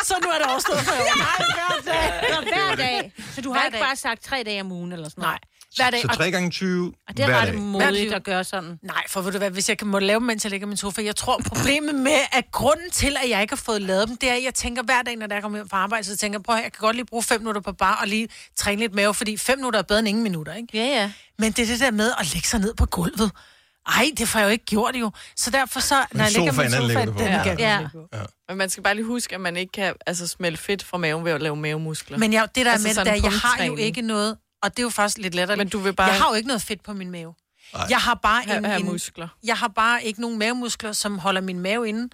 [SPEAKER 3] så nu er det overstået for i år.
[SPEAKER 4] Hver dag. Hver dag. Så du har
[SPEAKER 3] Hver
[SPEAKER 4] ikke
[SPEAKER 3] dag.
[SPEAKER 4] bare sagt tre dage om ugen eller sådan noget?
[SPEAKER 3] Nej. Hver dag.
[SPEAKER 1] Så 3 gange 20
[SPEAKER 4] Og det er
[SPEAKER 1] hver
[SPEAKER 4] ret
[SPEAKER 1] dag.
[SPEAKER 4] modigt at gøre sådan.
[SPEAKER 3] Nej, for ved du hvad, hvis jeg kan må lave dem, mens jeg ligger i min sofa, jeg tror problemet med, at grunden til, at jeg ikke har fået lavet dem, det er, at jeg tænker hver dag, når jeg kommer hjem fra arbejde, så tænker jeg, prøv at høre, jeg kan godt lige bruge fem minutter på bar og lige træne lidt mave, fordi fem minutter er bedre end ingen minutter, ikke?
[SPEAKER 4] Ja, ja.
[SPEAKER 3] Men det er det der med at lægge sig ned på gulvet. Ej, det får jeg jo ikke gjort jo. Så derfor så, når jeg ligger i min sofa, den ja. kan jeg ja.
[SPEAKER 5] ja. Men man skal bare lige huske, at man ikke kan altså, smelte fedt fra maven ved at lave mavemuskler.
[SPEAKER 3] Men jeg, det der
[SPEAKER 5] altså,
[SPEAKER 3] altså med det, der,
[SPEAKER 5] sådan
[SPEAKER 3] jeg har jo
[SPEAKER 5] punkttræning.
[SPEAKER 3] ikke noget, og det er jo faktisk lidt lettere. Men du vil
[SPEAKER 5] bare-
[SPEAKER 3] Jeg har jo ikke noget fedt på min mave.
[SPEAKER 5] Nej.
[SPEAKER 3] Jeg har bare
[SPEAKER 5] Ha-
[SPEAKER 3] en,
[SPEAKER 5] have
[SPEAKER 3] en,
[SPEAKER 5] muskler.
[SPEAKER 3] Jeg har bare ikke nogen mavemuskler, som holder min mave inde.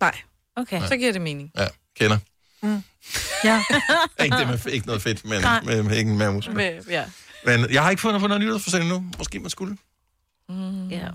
[SPEAKER 5] Nej.
[SPEAKER 3] Okay.
[SPEAKER 5] Så giver det mening.
[SPEAKER 1] Ja, kender.
[SPEAKER 3] Ja.
[SPEAKER 1] Ikke, det med, ikke noget fedt, men
[SPEAKER 5] Nej.
[SPEAKER 1] med, med, ikke med muskler.
[SPEAKER 5] Med, ja.
[SPEAKER 1] Men jeg har ikke fundet på noget nytårsforsæt endnu. Måske man skulle.
[SPEAKER 4] Ja.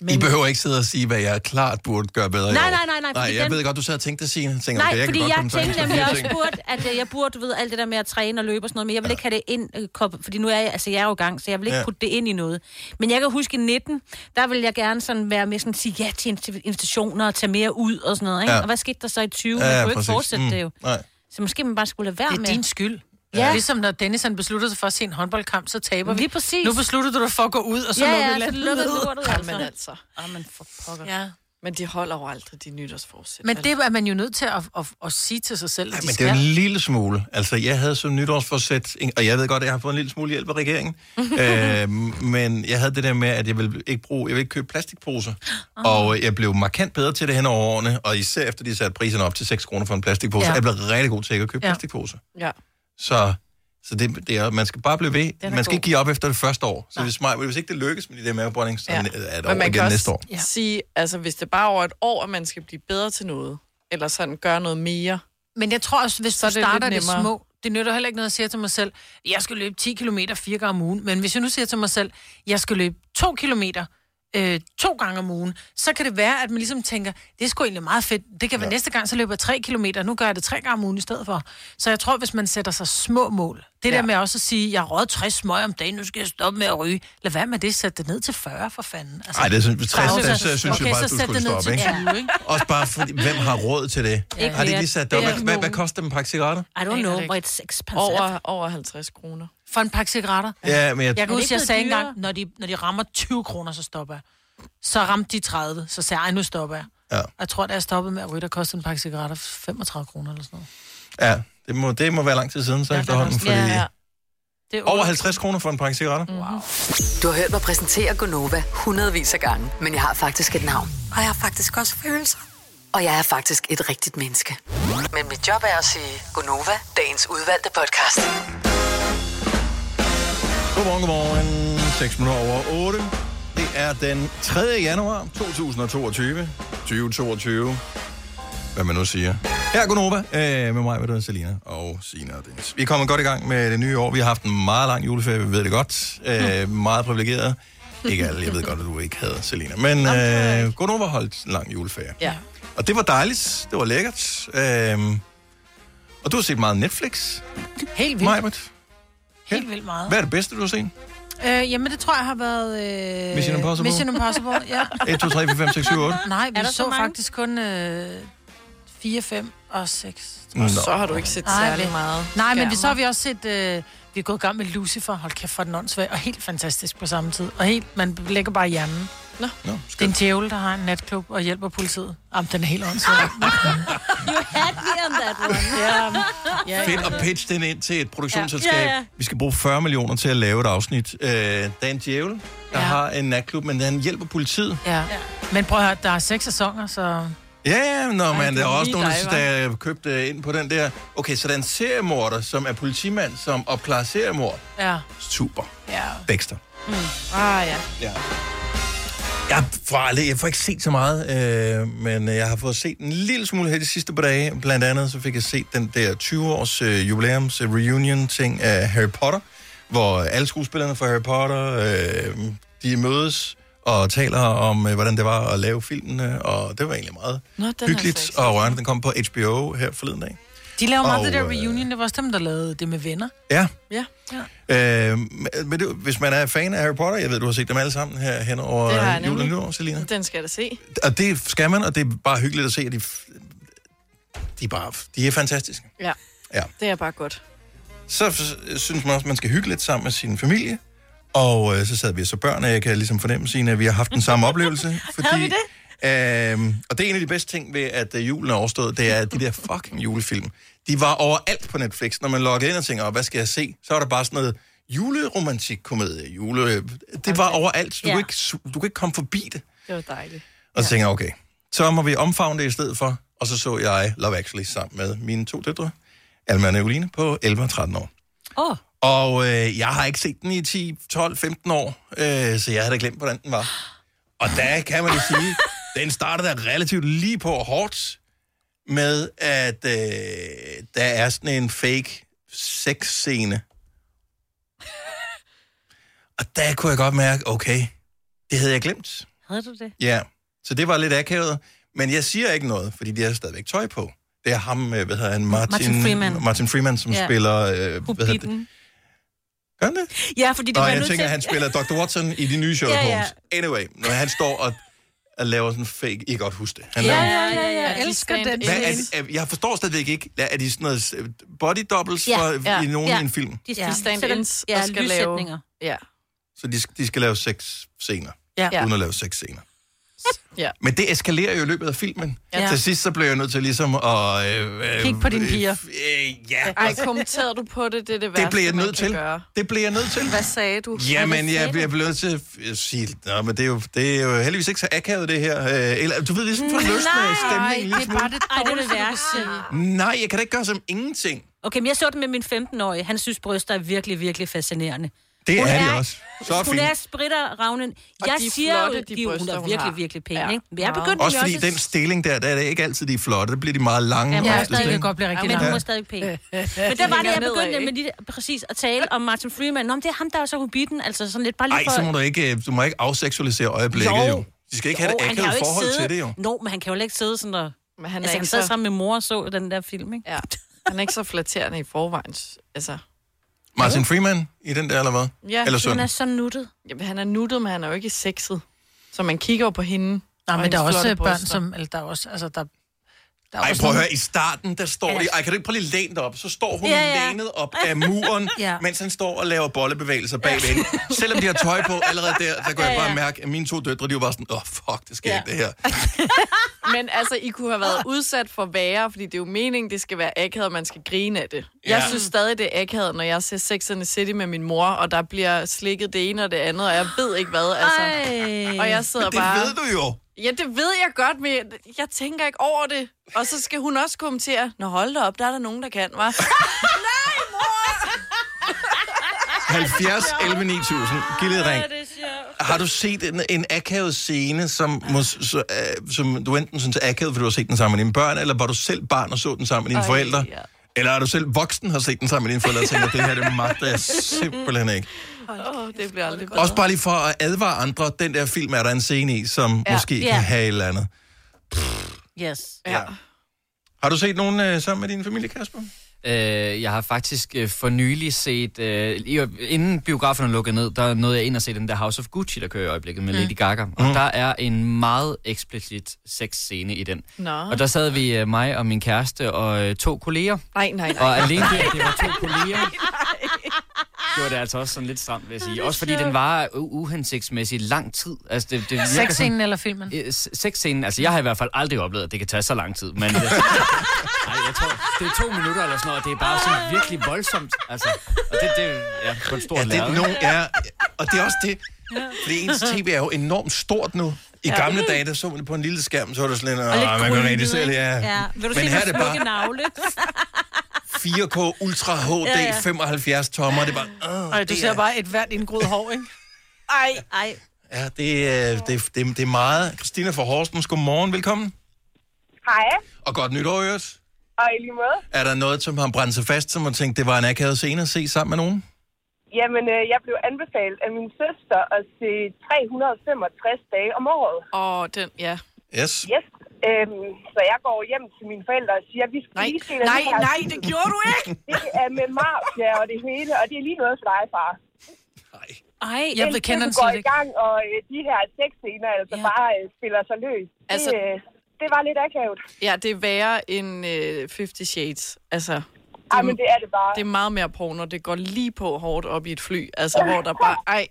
[SPEAKER 1] Men... I behøver ikke sidde og sige, hvad jeg klart burde gøre bedre
[SPEAKER 4] Nej,
[SPEAKER 1] i år.
[SPEAKER 4] nej, nej, nej,
[SPEAKER 1] nej
[SPEAKER 4] fordi
[SPEAKER 1] jeg
[SPEAKER 4] den-
[SPEAKER 1] ved godt, du sad og tænkte det, Signe. Jeg Tænker,
[SPEAKER 4] Nej,
[SPEAKER 1] okay, jeg
[SPEAKER 4] fordi
[SPEAKER 1] kan godt
[SPEAKER 4] jeg
[SPEAKER 1] komme til at
[SPEAKER 4] tænkte
[SPEAKER 1] tænke
[SPEAKER 4] nemlig
[SPEAKER 1] på
[SPEAKER 4] også
[SPEAKER 1] ting.
[SPEAKER 4] burde, at øh, jeg burde, du ved, alt det der med at træne og løbe og sådan noget, men jeg vil ikke have det ind, øh, kop- fordi nu er jeg, altså jeg er jo i gang, så jeg vil ikke
[SPEAKER 2] Ja.
[SPEAKER 4] ja. putte det ind i noget. Men jeg kan huske i 19, der ville jeg gerne sådan være med sådan at sige ja til insti- invitationer og tage mere ud og sådan noget, ikke?
[SPEAKER 1] Ja.
[SPEAKER 4] Ja. Og hvad skete der så i 20?
[SPEAKER 1] Ja,
[SPEAKER 4] Ja,
[SPEAKER 1] ja,
[SPEAKER 4] man kunne ikke
[SPEAKER 1] præcis.
[SPEAKER 4] fortsætte mm.
[SPEAKER 1] Mm,
[SPEAKER 4] det jo.
[SPEAKER 1] nej.
[SPEAKER 4] Så måske man bare skulle lade være
[SPEAKER 3] Det er
[SPEAKER 4] med.
[SPEAKER 3] din skyld.
[SPEAKER 4] Ja.
[SPEAKER 3] Ligesom når Dennis han beslutter sig for at se en håndboldkamp, så taber vi.
[SPEAKER 4] Lige præcis.
[SPEAKER 3] Nu besluttede du dig for at gå ud, og så
[SPEAKER 4] Ja,
[SPEAKER 3] ja,
[SPEAKER 4] ja,
[SPEAKER 3] lukkede
[SPEAKER 4] så
[SPEAKER 3] landet
[SPEAKER 4] lukkede
[SPEAKER 3] ned.
[SPEAKER 4] lortet,
[SPEAKER 5] Jamen altså.
[SPEAKER 4] Jamen for pokker.
[SPEAKER 3] Ja.
[SPEAKER 5] Men de holder jo aldrig de nytårsforsæt.
[SPEAKER 3] Men det er man jo nødt til at, at, at sige til sig selv, at de
[SPEAKER 1] Men det
[SPEAKER 3] skal.
[SPEAKER 1] er jo en lille smule. Altså, jeg havde som nytårsforsæt, og jeg ved godt, at jeg har fået en lille smule hjælp af regeringen, øh, men jeg havde det der med, at jeg ville ikke, bruge, jeg ville ikke købe plastikposer.
[SPEAKER 5] Ah.
[SPEAKER 1] Og øh, jeg blev markant bedre til det hen over årene, og især efter de satte priserne op til 6 kroner for en plastikpose,
[SPEAKER 5] Ja.
[SPEAKER 1] ja. jeg blev rigtig god til ikke at købe ja.
[SPEAKER 5] Ja.
[SPEAKER 1] plastikposer.
[SPEAKER 5] Ja.
[SPEAKER 1] Så, så det, det er, man skal bare blive ved.
[SPEAKER 5] er
[SPEAKER 1] Man skal
[SPEAKER 5] god.
[SPEAKER 1] ikke give op efter det første år. Så hvis, mig, hvis ikke det lykkes med de der mavebrændinger, så ja. er det
[SPEAKER 5] Men
[SPEAKER 1] over
[SPEAKER 5] man
[SPEAKER 1] igen
[SPEAKER 5] kan
[SPEAKER 1] næste
[SPEAKER 5] også
[SPEAKER 1] år.
[SPEAKER 5] ja. sige, altså hvis det bare er over et år, at man skal blive bedre til noget, eller sådan gøre noget mere.
[SPEAKER 3] Men jeg tror også, hvis
[SPEAKER 5] Så
[SPEAKER 3] så
[SPEAKER 5] er
[SPEAKER 3] du
[SPEAKER 5] det lidt
[SPEAKER 3] starter det,
[SPEAKER 5] nemmere.
[SPEAKER 3] små, det nytter heller ikke noget at sige til mig selv, jeg skal løbe 10 km fire gange om ugen. Men hvis jeg nu siger til mig selv, jeg skal løbe 2 km øh, to gange om ugen, så kan det være, at man ligesom tænker, det er sgu egentlig meget fedt. Det kan være ja. næste gang, så løber jeg 3 km, nu gør jeg det tre gange om ugen i stedet for. Så jeg tror, hvis man sætter sig små mål, det ja. der med også at sige, jeg rød 60 smøg om dagen, nu skal jeg stoppe med at ryge. Lad være med det, sæt det ned til 40 for fanden.
[SPEAKER 1] Nej, det Altså, synes, 60
[SPEAKER 3] så-
[SPEAKER 1] dage, så synes
[SPEAKER 3] okay,
[SPEAKER 1] jeg bare,
[SPEAKER 3] så
[SPEAKER 1] at du
[SPEAKER 3] sæt
[SPEAKER 1] skulle
[SPEAKER 3] det ned
[SPEAKER 1] stoppe,
[SPEAKER 3] til
[SPEAKER 1] ikke?
[SPEAKER 3] 20, ikke?
[SPEAKER 1] Også bare, fordi, hvem har råd til det?
[SPEAKER 3] Ja.
[SPEAKER 1] Har de ikke lige sat det op?
[SPEAKER 3] Det er
[SPEAKER 1] Hvad, hvad, hvad
[SPEAKER 3] nogen.
[SPEAKER 1] koster en pakke cigaretter?
[SPEAKER 4] I don't know, but it's expensive.
[SPEAKER 5] Over, over 50 kroner.
[SPEAKER 3] For en pakke cigaretter?
[SPEAKER 1] Ja, men jeg-
[SPEAKER 3] jeg
[SPEAKER 1] Er
[SPEAKER 3] kan
[SPEAKER 1] det
[SPEAKER 3] huske,
[SPEAKER 1] ikke
[SPEAKER 3] jeg
[SPEAKER 1] blevet
[SPEAKER 3] sagde
[SPEAKER 1] dyrere?
[SPEAKER 3] engang, når de, når de rammer 20 kroner, så stopper jeg. Så ramte de 30, så sagde jeg, "Ej, nu stopper jeg.
[SPEAKER 1] Ja.
[SPEAKER 3] Jeg tror, da jeg stoppede med at ryge, der kostede en pakke cigaretter 35 kroner eller sådan noget.
[SPEAKER 1] Ja, det må, det må være lang tid siden, så efterhånden, fordi...
[SPEAKER 3] Det er Mm.
[SPEAKER 1] Over 50 kroner for en pakke cigaretter?
[SPEAKER 3] Wow.
[SPEAKER 6] Du har hørt mig præsentere Gonova hundredvis af gange, men jeg har faktisk et navn. Og jeg har faktisk også følelser. Og jeg er faktisk et rigtigt menneske. Men mit job er at sige Gonova, dagens udvalgte podcast.
[SPEAKER 1] Godmorgen, godmorgen. 6 minutter over 8. Det er den 3. januar 2022. 2022. Hvad man nu siger. Her er Gunova øh, med mig, med og Selina og Sina og Dennis. Vi er kommet godt i gang med det nye år. Vi har haft en meget lang juleferie, vi ved det godt. Øh, meget privilegeret. Ikke alle, jeg ved godt, at du ikke havde, Selina. Men øh, Gunova holdt en lang juleferie.
[SPEAKER 5] Ja.
[SPEAKER 1] Og det var dejligt. Det var lækkert. Øh, og du har set meget Netflix,
[SPEAKER 3] Helt vildt.
[SPEAKER 1] Majbert.
[SPEAKER 3] Helt vildt meget.
[SPEAKER 1] Hvad er det bedste, du har set?
[SPEAKER 3] Øh, jamen, det tror jeg har været... Øh,
[SPEAKER 1] Mission Impossible?
[SPEAKER 3] Mission Impossible, ja.
[SPEAKER 1] 1, 2, 3, 4, 5, 6, 7, 8.
[SPEAKER 3] Nej, vi
[SPEAKER 5] Er der
[SPEAKER 3] så,
[SPEAKER 5] så
[SPEAKER 3] så
[SPEAKER 5] mange?
[SPEAKER 3] faktisk kun øh, 4, 5 og 6.
[SPEAKER 1] Nå.
[SPEAKER 5] Og så har du ikke set
[SPEAKER 3] Nej,
[SPEAKER 5] særlig
[SPEAKER 3] vel.
[SPEAKER 5] meget.
[SPEAKER 3] Nej, men vi, så har
[SPEAKER 5] skærme.
[SPEAKER 3] vi også set... Øh, vi er gået i gang med Lucifer. Hold kæft, for den åndssvag. Og helt fantastisk på samme tid. Og helt... Man lægger bare hjernen.
[SPEAKER 5] Nå.
[SPEAKER 1] Nå,
[SPEAKER 3] det er en djævel, der har en natklub og hjælper politiet. Jamen, den er helt åndssvag.
[SPEAKER 4] You had me on that one.
[SPEAKER 3] ja,
[SPEAKER 1] Fedt at pitche den ind til et produktionsselskab.
[SPEAKER 4] Ja.
[SPEAKER 1] Ja.
[SPEAKER 4] Ja,
[SPEAKER 1] Ja,
[SPEAKER 4] ja.
[SPEAKER 1] ja. Vi skal bruge 40 millioner til at lave et afsnit. Øh, der er en djævel, der ja. har en natklub, men han hjælper politiet.
[SPEAKER 3] Ja. Men prøv at høre, der er seks sæsoner, så...
[SPEAKER 1] Ja, ja, nå, men
[SPEAKER 3] det
[SPEAKER 1] der er
[SPEAKER 3] er
[SPEAKER 1] også
[SPEAKER 3] lige
[SPEAKER 1] nogen,
[SPEAKER 3] dig,
[SPEAKER 1] der, der købte ind på den der. Okay, så der er en seriemorder, som er politimand, som opklarer seriemord.
[SPEAKER 3] Ja.
[SPEAKER 1] Super.
[SPEAKER 3] Ja.
[SPEAKER 1] Dexter.
[SPEAKER 5] Mm. Ah, ja.
[SPEAKER 1] Ja. Jeg får, aldrig, jeg får ikke set så meget, øh, men jeg har fået set en lille smule her de sidste par dage. Blandt andet så fik jeg set den der 20-års øh, jubilæums øh, reunion-ting af Harry Potter, hvor alle skuespillerne fra Harry Potter, øh, de mødes og taler om, øh, hvordan det var at lave filmene, og det var egentlig meget
[SPEAKER 3] Nå, den har jeg så
[SPEAKER 1] hyggeligt
[SPEAKER 3] ikke
[SPEAKER 1] og rørende. Den kom på HBO her forleden dag.
[SPEAKER 3] De laver meget
[SPEAKER 1] Og,
[SPEAKER 3] det der
[SPEAKER 1] øh,
[SPEAKER 3] reunion. Det var også dem, der lavede det med venner.
[SPEAKER 1] Ja,
[SPEAKER 3] Ja. ja.
[SPEAKER 1] øh, men det, hvis man er fan af Harry Potter, jeg ved, du har set dem alle sammen her hen
[SPEAKER 5] Det har
[SPEAKER 1] over
[SPEAKER 5] jeg
[SPEAKER 1] øh, jul og
[SPEAKER 5] nemlig.
[SPEAKER 1] nytår, Selina.
[SPEAKER 5] Den skal jeg da se.
[SPEAKER 1] Og det skal man, og det er bare hyggeligt at se, at de, f- de, er, bare, de er fantastiske.
[SPEAKER 5] Ja.
[SPEAKER 1] Ja.
[SPEAKER 5] Det er bare godt.
[SPEAKER 1] Så f- synes man også, at man skal hygge lidt sammen med sin familie. Og øh, så sad vi og så børn, og jeg kan ligesom fornemme, Signe, at vi har haft den samme oplevelse. Fordi,
[SPEAKER 4] Havde vi det?
[SPEAKER 1] Øhm, og det er en af de bedste ting ved, at øh, julen er overstået, det er, at de der fucking julefilm, de var overalt på Netflix. Når man logger ind og tænker, "Åh, hvad skal jeg se? Så er der bare sådan noget juleromantikkomedie. Jule... Det var overalt. Du,
[SPEAKER 5] Ja.
[SPEAKER 1] kunne ikke, su- du kunne ikke komme forbi det.
[SPEAKER 5] Det var dejligt.
[SPEAKER 1] Og så tænker jeg, okay, så må vi omfavne det i stedet for. Og så så jeg Love Actually sammen med mine to døtre, Alma og Nicoline, på 11 og 13 år.
[SPEAKER 3] Åh.
[SPEAKER 1] Og øh, jeg har ikke set den i 10, 12, 15 år, øh, så jeg havde da glemt, hvordan den var. Og der kan man jo sige, den starter da relativt lige på hårdt med, at øh, der er sådan en fake sexscene. Og der kunne jeg godt mærke, okay, det havde jeg glemt.
[SPEAKER 4] Havde du det?
[SPEAKER 1] Ja, så det var lidt akavet. Men jeg siger ikke noget, fordi de har stadigvæk tøj på. Det er ham, øh, hvad hedder han, Martin,
[SPEAKER 4] Martin Freeman.
[SPEAKER 1] Martin Freeman som
[SPEAKER 4] Ja.
[SPEAKER 1] ja. spiller... Øh, hvad hedder det?
[SPEAKER 4] Hobbiten.
[SPEAKER 1] Gør han det?
[SPEAKER 4] Ja, fordi det
[SPEAKER 1] Nå,
[SPEAKER 4] var
[SPEAKER 1] jeg
[SPEAKER 4] nødt
[SPEAKER 1] tænker,
[SPEAKER 4] til-
[SPEAKER 1] at han spiller Dr. Watson i de nye Sherlock
[SPEAKER 4] Ja, ja.
[SPEAKER 1] Holmes. Anyway, når han står og, og laver sådan en fake... I kan godt huske det. Han
[SPEAKER 3] Ja,
[SPEAKER 1] laver-
[SPEAKER 3] ja, ja, ja. Jeg
[SPEAKER 5] de
[SPEAKER 3] elsker
[SPEAKER 5] stand-
[SPEAKER 3] den.
[SPEAKER 1] Hvad er, det- er, jeg forstår stadigvæk ikke, er de sådan noget øh, body doubles ja, for, ja, i nogen ja. i en film?
[SPEAKER 4] De,
[SPEAKER 5] Ja.
[SPEAKER 4] de stand-ins
[SPEAKER 5] Ja,
[SPEAKER 4] og skal lave...
[SPEAKER 5] lyssætninger. Ja.
[SPEAKER 1] Så de, de skal lave seks scener,
[SPEAKER 5] Ja.
[SPEAKER 1] ja. uden at lave seks scener.
[SPEAKER 5] Ja.
[SPEAKER 1] Men det eskalerer jo i løbet af filmen.
[SPEAKER 5] Ja.
[SPEAKER 1] Ja. Til sidst så blev jeg nødt til ligesom at... Øh, øh,
[SPEAKER 5] Kig på dine piger.
[SPEAKER 1] Øh, ja.
[SPEAKER 5] Ej, kommenterede du på det? Det er det værste,
[SPEAKER 1] Det blev jeg
[SPEAKER 5] man
[SPEAKER 1] nødt
[SPEAKER 5] kan
[SPEAKER 1] til.
[SPEAKER 5] Gøre.
[SPEAKER 1] Det blev jeg nødt til.
[SPEAKER 5] Hvad sagde du?
[SPEAKER 1] Jamen, jeg bliver nødt til at sige, Nå, men det er, jo, det er jo heldigvis ikke så akavet, det her. Øh, eller, du ved, ligesom for løsne stemning.
[SPEAKER 4] det er bare det Ej, det er det
[SPEAKER 3] dårligste, du kan
[SPEAKER 4] værste.
[SPEAKER 1] Nej, jeg kan da ikke gøre som ingenting.
[SPEAKER 4] Okay, men jeg så det med min 15-årige. Han synes, bryster er virkelig, virkelig fascinerende.
[SPEAKER 1] Det
[SPEAKER 4] Hun
[SPEAKER 1] er det også. Så
[SPEAKER 4] hun
[SPEAKER 1] fint.
[SPEAKER 4] er spritter ravnen.
[SPEAKER 5] Og
[SPEAKER 4] Jeg
[SPEAKER 5] de er
[SPEAKER 4] siger
[SPEAKER 5] flotte,
[SPEAKER 4] jo,
[SPEAKER 5] de
[SPEAKER 4] de,
[SPEAKER 5] bryster,
[SPEAKER 4] er
[SPEAKER 5] hun
[SPEAKER 4] virkelig,
[SPEAKER 5] har.
[SPEAKER 4] virkelig pæne.
[SPEAKER 5] Ja.
[SPEAKER 4] Ikke? Men jeg begyndte
[SPEAKER 1] Også
[SPEAKER 4] jo
[SPEAKER 1] fordi
[SPEAKER 4] også...
[SPEAKER 1] den stilling der, der er det ikke altid, de er flotte. Der bliver de meget lange.
[SPEAKER 4] Ja, men
[SPEAKER 1] oftest,
[SPEAKER 4] hun stadig
[SPEAKER 1] ikke?
[SPEAKER 4] godt blive rigtig
[SPEAKER 1] Ja.
[SPEAKER 4] Men hun er stadig pæn. Men der var det, jeg begyndte med lige præcis at tale om Martin Freeman. Nå, men det er ham, der er så hobbiten. Altså sådan lidt bare lige
[SPEAKER 1] Ej,
[SPEAKER 4] for...
[SPEAKER 1] så må du ikke, øh, du må ikke afseksualisere øjeblikket jo.
[SPEAKER 4] Jo.
[SPEAKER 1] jo. De skal ikke have det
[SPEAKER 4] han kan
[SPEAKER 1] akavet
[SPEAKER 4] jo ikke
[SPEAKER 1] forhold
[SPEAKER 4] sidde...
[SPEAKER 1] til det jo.
[SPEAKER 4] Nå, men han kan jo heller ikke sidde sådan der...
[SPEAKER 5] Men han er
[SPEAKER 4] altså, han
[SPEAKER 5] ikke
[SPEAKER 4] sad
[SPEAKER 5] så-
[SPEAKER 4] sammen med mor og så den der film, ikke?
[SPEAKER 5] Ja. Han er ikke så flatterende i forvejen. s- Altså.
[SPEAKER 1] Martin Freeman i den der, eller hvad? eller sådan.
[SPEAKER 4] så nuttet.
[SPEAKER 5] Jamen, han er nuttet, men han er jo ikke sexet. Så man kigger jo på hende.
[SPEAKER 3] Nej,
[SPEAKER 5] og
[SPEAKER 3] men der er
[SPEAKER 5] hendes
[SPEAKER 3] også
[SPEAKER 5] flotte
[SPEAKER 3] børn,
[SPEAKER 5] bryster.
[SPEAKER 3] som... Eller der er også, altså, der, der er
[SPEAKER 1] Ej,
[SPEAKER 3] også
[SPEAKER 1] prøv at
[SPEAKER 3] nogle-
[SPEAKER 1] høre, i starten, der står de, ej, kan du ikke prøve lige at læne dig op? Så står hun
[SPEAKER 3] Ja, ja.
[SPEAKER 1] lænet op af muren,
[SPEAKER 3] Ja.
[SPEAKER 1] mens han står og laver bollebevægelser bagved hende. Selvom de har tøj på allerede der, der kan
[SPEAKER 5] Ja,
[SPEAKER 1] jeg bare
[SPEAKER 5] ja.
[SPEAKER 1] mærke, at mine to døtre, de var bare sådan, åh, oh, fuck, det sker
[SPEAKER 5] Ja.
[SPEAKER 1] ikke, det her.
[SPEAKER 5] Men altså, I kunne have været udsat for værre, fordi det er jo meningen, det skal være akavet, og man skal grine af det.
[SPEAKER 1] Ja.
[SPEAKER 5] Ja. Jeg synes stadig, det er akavet, når jeg ser Sex and the City med min mor, og der bliver slikket det ene og det andet, og jeg ved ikke hvad, altså.
[SPEAKER 4] Ej.
[SPEAKER 5] Og jeg sidder
[SPEAKER 1] Men det
[SPEAKER 5] bare...
[SPEAKER 1] ved du jo.
[SPEAKER 5] Ja, det ved jeg godt, men jeg- jeg tænker ikke over det. Og så skal hun også kommentere, Nå, hold da op, der er der nogen, der kan, var.
[SPEAKER 1] 70, 11, 9000. Giv lidt ring. Har du set en, en akavet scene, som, må, så, øh, som du enten synes er akavet, fordi du har set den sammen med dine børn, eller var du selv barn og så den sammen med dine
[SPEAKER 5] Ej,
[SPEAKER 1] forældre? Eller er du selv voksen og har set den sammen med dine forældre og tænker, det her det magter jeg simpelthen ikke.
[SPEAKER 5] Åh, oh, det bliver aldrig bedre.
[SPEAKER 1] Også bare lige for at advare andre, den der film er der en scene i, som ja.
[SPEAKER 5] Ja.
[SPEAKER 1] måske
[SPEAKER 5] Ja.
[SPEAKER 1] kan have et eller andet.
[SPEAKER 4] Yes.
[SPEAKER 5] Ja.
[SPEAKER 1] Har du set nogen øh, sammen med din familie, Kasper?
[SPEAKER 11] Øh, jeg har faktisk øh, for nylig set, øh, i- inden biograferne lukkede ned, der nåede jeg ind og se den der House of Gucci, der kører i øjeblikket med
[SPEAKER 5] Mm.
[SPEAKER 11] mm. Lady Gaga. Og mm. der er en meget eksplicit sexscene i den.
[SPEAKER 5] Nå.
[SPEAKER 11] Og der sad vi, øh, mig og min kæreste og øh, to kolleger.
[SPEAKER 5] Nej, nej, nej.
[SPEAKER 11] Og alene det, at det var to kolleger, gjorde det altså også sådan lidt stramt, vil jeg sige. Også fordi den var u- uhensigtsmæssigt lang tid. Altså, det, det virker sådan-
[SPEAKER 3] Sexscenen eller filmen?
[SPEAKER 11] Øh, se- Sexscenen, altså jeg har i hvert fald aldrig oplevet, at det kan tage så lang tid, men... Nej, jeg tror, det er to minutter eller sådan noget, og det er bare sådan virkelig voldsomt, altså. Og det, det er på et stort
[SPEAKER 1] Ja, det er
[SPEAKER 11] lærred.
[SPEAKER 1] nogen er, og det er også det, fordi ens tv er jo enormt stort nu. I
[SPEAKER 11] Ja.
[SPEAKER 1] gamle dage, der så man det på en lille skærm, så var det sådan lidt,
[SPEAKER 4] Og lidt
[SPEAKER 1] "Åh, man kan
[SPEAKER 4] krøllet,
[SPEAKER 1] rigtig selv,
[SPEAKER 4] ikke?
[SPEAKER 1] ja.
[SPEAKER 4] ja. Vil du
[SPEAKER 1] Men
[SPEAKER 4] se,
[SPEAKER 1] her
[SPEAKER 4] hvor
[SPEAKER 1] er det
[SPEAKER 4] smukke
[SPEAKER 1] bare
[SPEAKER 4] navle?
[SPEAKER 1] 4K Ultra HD,
[SPEAKER 3] Ja, ja.
[SPEAKER 1] 75 tommer, det var,
[SPEAKER 3] Ej, du ser bare et hvert indgroet hår, ikke?
[SPEAKER 4] Ej, ej.
[SPEAKER 1] ja, det, er- det, det, det er meget. Christina fra Horsens, godmorgen, velkommen.
[SPEAKER 2] Hej,
[SPEAKER 1] Og godt nytår, Øres.
[SPEAKER 2] og i lige måde.
[SPEAKER 1] Er der noget, som har brændt sig fast, som man tænkte, det var en akavet scene at se sammen med nogen?
[SPEAKER 2] Jamen, øh, jeg blev anbefalet af min søster at se 365 dage om året.
[SPEAKER 5] Og den, ja.
[SPEAKER 1] Yes.
[SPEAKER 2] Yes. Øhm, så jeg går hjem til mine forældre og siger, vi skal
[SPEAKER 5] Nej.
[SPEAKER 2] lige se den
[SPEAKER 5] Nej,
[SPEAKER 2] her
[SPEAKER 5] nej,
[SPEAKER 2] film.
[SPEAKER 5] det gjorde du ikke!
[SPEAKER 2] Det er med mafia og det hele, og det er lige noget for dig, far.
[SPEAKER 4] Ej,
[SPEAKER 3] jeg
[SPEAKER 2] Indtil
[SPEAKER 3] kender
[SPEAKER 2] du
[SPEAKER 3] den
[SPEAKER 2] går
[SPEAKER 3] slet
[SPEAKER 2] i gang, og øh, de her sexscener altså ja. bare øh, spiller sig løs. Altså...
[SPEAKER 5] Altså-
[SPEAKER 2] Det, øh, det var lidt akavet.
[SPEAKER 5] Ja, det er værre end øh, 50 Shades, altså.
[SPEAKER 2] Ej, men det er det bare.
[SPEAKER 5] Det er meget mere porno, det går lige på hårdt op i et fly, altså, hvor der bare, ej,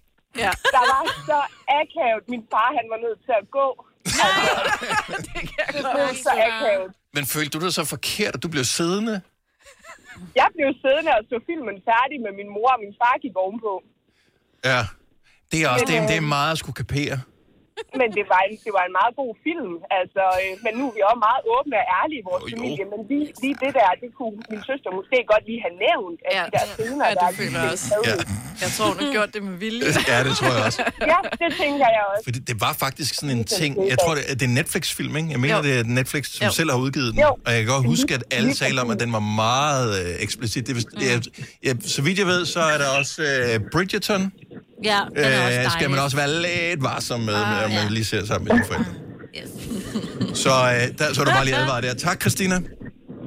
[SPEAKER 5] ja.
[SPEAKER 2] Der var så akavet. Min far, han var nødt til at gå. Altså, det blev så akavet.
[SPEAKER 1] Men følte du dig så forkert, at du blev siddende?
[SPEAKER 2] Jeg blev siddende og så filmen færdig med min mor, og min far gik ovenpå.
[SPEAKER 1] Ja. Det er også
[SPEAKER 2] Men,
[SPEAKER 1] det,
[SPEAKER 2] øh,
[SPEAKER 1] det er meget at skulle kapere.
[SPEAKER 2] Men det var, en, det var en meget god film. Altså, øh, men nu er vi også meget åbne og ærlige i vores familie. Men lige, lige det der, det kunne min søster måske godt lige have nævnt. At ja, de der scener,
[SPEAKER 5] ja,
[SPEAKER 2] der
[SPEAKER 5] det føler jeg også.
[SPEAKER 1] Ja.
[SPEAKER 5] Jeg tror, hun har gjort det med vilje.
[SPEAKER 1] Ja, det tror jeg også.
[SPEAKER 2] ja, det tænker jeg også.
[SPEAKER 1] Fordi det var faktisk sådan en ting, jeg tror, det er, det er en Netflix-film, ikke? Jeg mener,
[SPEAKER 2] Jo.
[SPEAKER 1] det er Netflix, som
[SPEAKER 2] Jo.
[SPEAKER 1] selv har udgivet den.
[SPEAKER 2] Jo.
[SPEAKER 1] Og jeg kan godt huske, at alle
[SPEAKER 2] Lige
[SPEAKER 1] taler om, at den var meget øh, eksplicit. Det, mm. jeg, jeg, så vidt jeg ved, så er der også øh, Bridgerton.
[SPEAKER 4] Ja, den er også
[SPEAKER 1] Øh,
[SPEAKER 4] dejlig.
[SPEAKER 1] skal man også være lidt varsom med, ah,
[SPEAKER 4] Ah,
[SPEAKER 1] om man
[SPEAKER 4] ja.
[SPEAKER 1] lige ser sammen med dine forældre. Yes. Så, øh, der, så er du bare lige advaret der. Tak, Christina.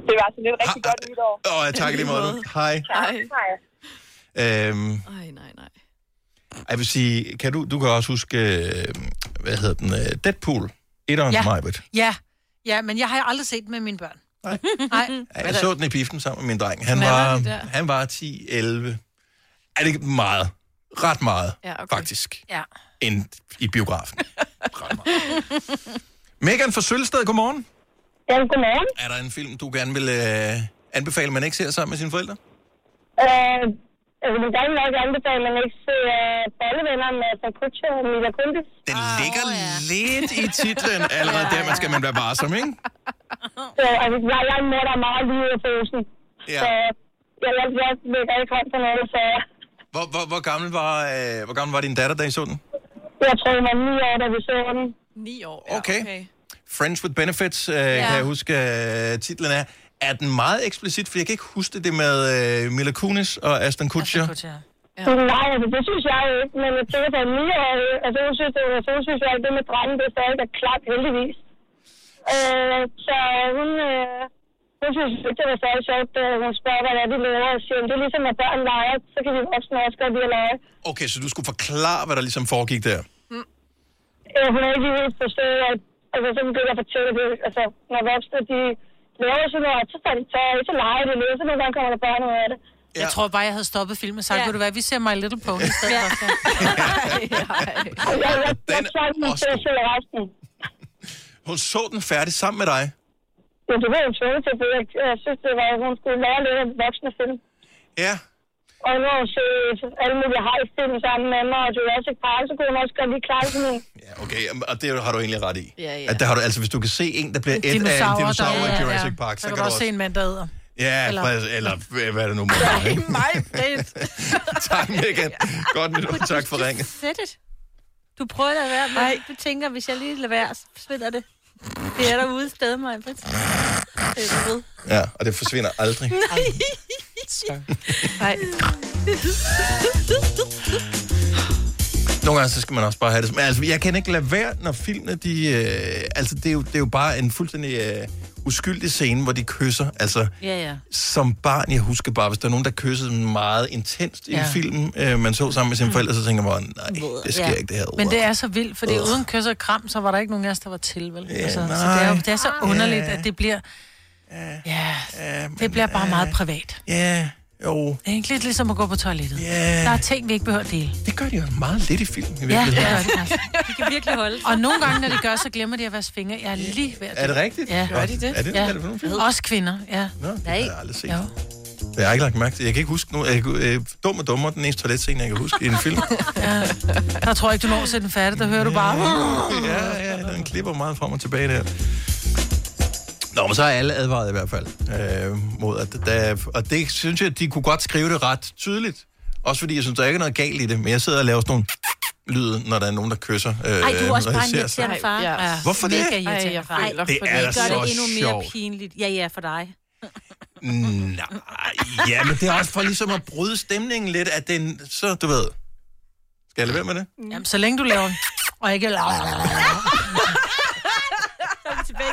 [SPEAKER 2] Det var sådan lidt rigtig godt nytår.
[SPEAKER 1] Og øh, tak i lige måde. Hej.
[SPEAKER 2] Tak. Hej.
[SPEAKER 1] Øhm,
[SPEAKER 5] Ej, nej, nej.
[SPEAKER 1] jeg vil sige, kan du, du kan også huske, øh, hvad hedder den, øh, Deadpool. Etteren, ja.
[SPEAKER 3] Ja.
[SPEAKER 1] Majbet.
[SPEAKER 3] Ja, ja, men jeg har aldrig set den med mine børn.
[SPEAKER 1] Nej.
[SPEAKER 3] Nej.
[SPEAKER 1] Ja, jeg så den i biffen sammen med min dreng. Han
[SPEAKER 3] Hvordan er
[SPEAKER 1] var,
[SPEAKER 3] det der?
[SPEAKER 1] han var 10-11. Er det ikke meget? Ret meget,
[SPEAKER 3] Ja, okay.
[SPEAKER 1] faktisk,
[SPEAKER 3] Ja.
[SPEAKER 1] end i biografen. Megan fra Sølsted, godmorgen.
[SPEAKER 2] Jamen, godmorgen.
[SPEAKER 1] Er der en film, du gerne vil øh, anbefale, man ikke ser sammen med sine forældre?
[SPEAKER 2] Øh, jeg vil gerne nok anbefale, at man ikke ser uh, Ballevenner med Frank Kutcher og Mila Kundis.
[SPEAKER 1] Den ah, ligger ja. lidt i titlen allerede der, man skal man være varsom, ikke?
[SPEAKER 2] Så, altså, jeg, jeg er en mor, der er meget lige i posen.
[SPEAKER 1] Ja.
[SPEAKER 2] Så jeg, jeg, jeg vil ikke rigtig for noget, så
[SPEAKER 1] Hvor, hvor, hvor, gammel var, øh, hvor gammel var din datter, da I så den?
[SPEAKER 12] Jeg tror, hun var ni år, da vi så den.
[SPEAKER 5] 9 år,
[SPEAKER 1] ja, okay. okay. Friends with Benefits, øh, ja. kan jeg huske øh, titlen er. Er den meget eksplicit? For jeg kan ikke huske det med øh, Mila Kunis og Aston Kutcher. Aston Kutcher.
[SPEAKER 12] Ja. Nej, altså, det synes jeg jo ikke, men jeg tænker på en niårig, altså hun synes, det, altså, hun synes jo, at det med drenge, det er stadig er klart heldigvis. Øh, så hun, øh, hun synes ikke, det var særlig sjovt, da hun spørger, hvad det er, de laver, og siger, "Men det er ligesom, at børn leger, så kan vi voksne også godt lide at lege.
[SPEAKER 1] Okay, så du skulle forklare, hvad der ligesom foregik der.
[SPEAKER 12] Øh, hun har ikke helt forstået, at altså, så begyndte jeg at fortælle det, altså, når voksne, de laver sådan noget, så tager de tøj, så leger de lidt, så nogle gange kommer der børn ud af det.
[SPEAKER 3] Ja. Jeg tror bare, jeg havde stoppet filmen og sagt, ja.
[SPEAKER 12] Ja.
[SPEAKER 3] ved du hvad, vi ser My Little Pony i stedet for.
[SPEAKER 12] Jeg, jeg, jeg, jeg tvang mig til at se resten.
[SPEAKER 1] Hun så den færdig sammen med dig.
[SPEAKER 12] Ja, det var jo tvunget til, for jeg, jeg synes, det var, at hun skulle lære lidt af voksne film.
[SPEAKER 1] Ja.
[SPEAKER 12] Og nu har hun set alle mulige hejsfilm sammen med mig, og Jurassic Park, så kunne hun også godt lige klare sådan en.
[SPEAKER 1] Okay, jamen, og det har du egentlig ret i.
[SPEAKER 12] Ja,
[SPEAKER 1] ja. At der har du, altså, hvis du kan se en, der bliver et af en dinosaur i Jurassic Park,
[SPEAKER 3] så kan du også se en mand, der æder.
[SPEAKER 1] Ja,
[SPEAKER 3] Eller-
[SPEAKER 1] eller, eller hvad- hvad er det nu må være, ikke?
[SPEAKER 3] mig, fedt.
[SPEAKER 1] tak, Megan. Godt nytår. Tak for ringet.
[SPEAKER 4] Sæt det. Du prøver at lade være, men Ej. du tænker, hvis jeg lige lader være, så forsvinder det. Det er derude et sted, mig. Det er derude.
[SPEAKER 1] Ja, og det forsvinder aldrig.
[SPEAKER 4] Nej.
[SPEAKER 5] Nej.
[SPEAKER 1] Nogle gange, så skal man også bare have det. som- Men altså, jeg kan ikke lade være, når filmene, de... Øh, altså, det er, jo, det er jo bare en fuldstændig øh, uskyldig scene, hvor de kysser. Altså,
[SPEAKER 4] Ja, ja.
[SPEAKER 1] som barn, jeg husker bare, hvis der er nogen, der kyssede meget intenst i en
[SPEAKER 3] Ja. Mm.
[SPEAKER 1] film, øh, man så sammen med sine forældre, så tænker man, bare, nej, det sker ja. ikke det her.
[SPEAKER 3] Men det er så vildt, fordi
[SPEAKER 1] Ugh.
[SPEAKER 3] uden kys og kram, så var der ikke nogen af os, der var til, vel? Altså,
[SPEAKER 1] Ja,
[SPEAKER 3] så det
[SPEAKER 1] nej.
[SPEAKER 3] er, jo, det er så underligt,
[SPEAKER 1] Ja.
[SPEAKER 3] at det bliver... Ja, det bliver bare meget privat.
[SPEAKER 1] Ja, jo.
[SPEAKER 3] Egentlig lidt ligesom at gå på toilettet. Der er ting, vi ikke behøver at dele.
[SPEAKER 1] Det gør de jo meget lidt i filmen. I
[SPEAKER 3] Ja, det
[SPEAKER 1] virkeligheden.
[SPEAKER 3] gør de faktisk. De kan virkelig holde Og nogle gange, når de gør, så glemmer de at vaske fingre. Jeg er lige ved at
[SPEAKER 1] Er det rigtigt?
[SPEAKER 3] Ja.
[SPEAKER 1] Gør de det? Er det-
[SPEAKER 3] ja.
[SPEAKER 1] er det for nogle film?
[SPEAKER 3] Også kvinder, ja.
[SPEAKER 1] Nå, det
[SPEAKER 3] Nej.
[SPEAKER 1] har jeg aldrig set. Det har jeg ikke lagt mærke til. Jeg kan ikke huske nu. Jeg kan, øh, dum og dummer, den eneste toiletscene, jeg kan huske i en film.
[SPEAKER 3] Der tror jeg ikke, du når at sætte den færdig. Der hører du bare...
[SPEAKER 1] Ja, ja, den klipper meget frem og tilbage der. Nå, men så er alle advaret i hvert fald. Øh, mod at der, og det synes jeg, at de kunne godt skrive det ret tydeligt. Også fordi jeg synes, der er ikke noget galt i det, men jeg sidder og laver sådan nogle lyde, når der er nogen, der kysser. Øh,
[SPEAKER 4] Ej, du er også
[SPEAKER 1] når jeg
[SPEAKER 4] bare en
[SPEAKER 1] ser
[SPEAKER 4] irriterende
[SPEAKER 1] sig.
[SPEAKER 4] far. Ja.
[SPEAKER 1] Hvorfor det?
[SPEAKER 4] Mega irriterende
[SPEAKER 5] Ej, jeg
[SPEAKER 4] far.
[SPEAKER 5] føler
[SPEAKER 1] Det for er
[SPEAKER 4] det
[SPEAKER 1] lidt. da
[SPEAKER 4] gør
[SPEAKER 1] så
[SPEAKER 4] det endnu mere
[SPEAKER 1] sjovt.
[SPEAKER 4] pinligt. Ja, ja, for dig.
[SPEAKER 1] Nej, ja, men det er også for ligesom at bryde stemningen lidt, at den, så du ved... Skal jeg lade være med det?
[SPEAKER 3] Jamen, så længe du laver... Og ikke...
[SPEAKER 4] Så er vi tilbage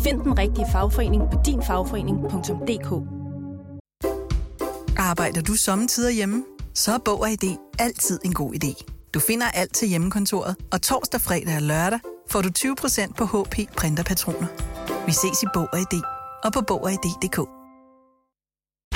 [SPEAKER 14] Find den rigtige fagforening på dinfagforening.dk.
[SPEAKER 16] Arbejder du sommetider hjemme? Så er Bog og ID altid en god idé. Du finder alt til hjemmekontoret, og torsdag, fredag og lørdag får du 20% på HP printerpatroner. Vi ses i Bog og ID og på Bog og ID.dk.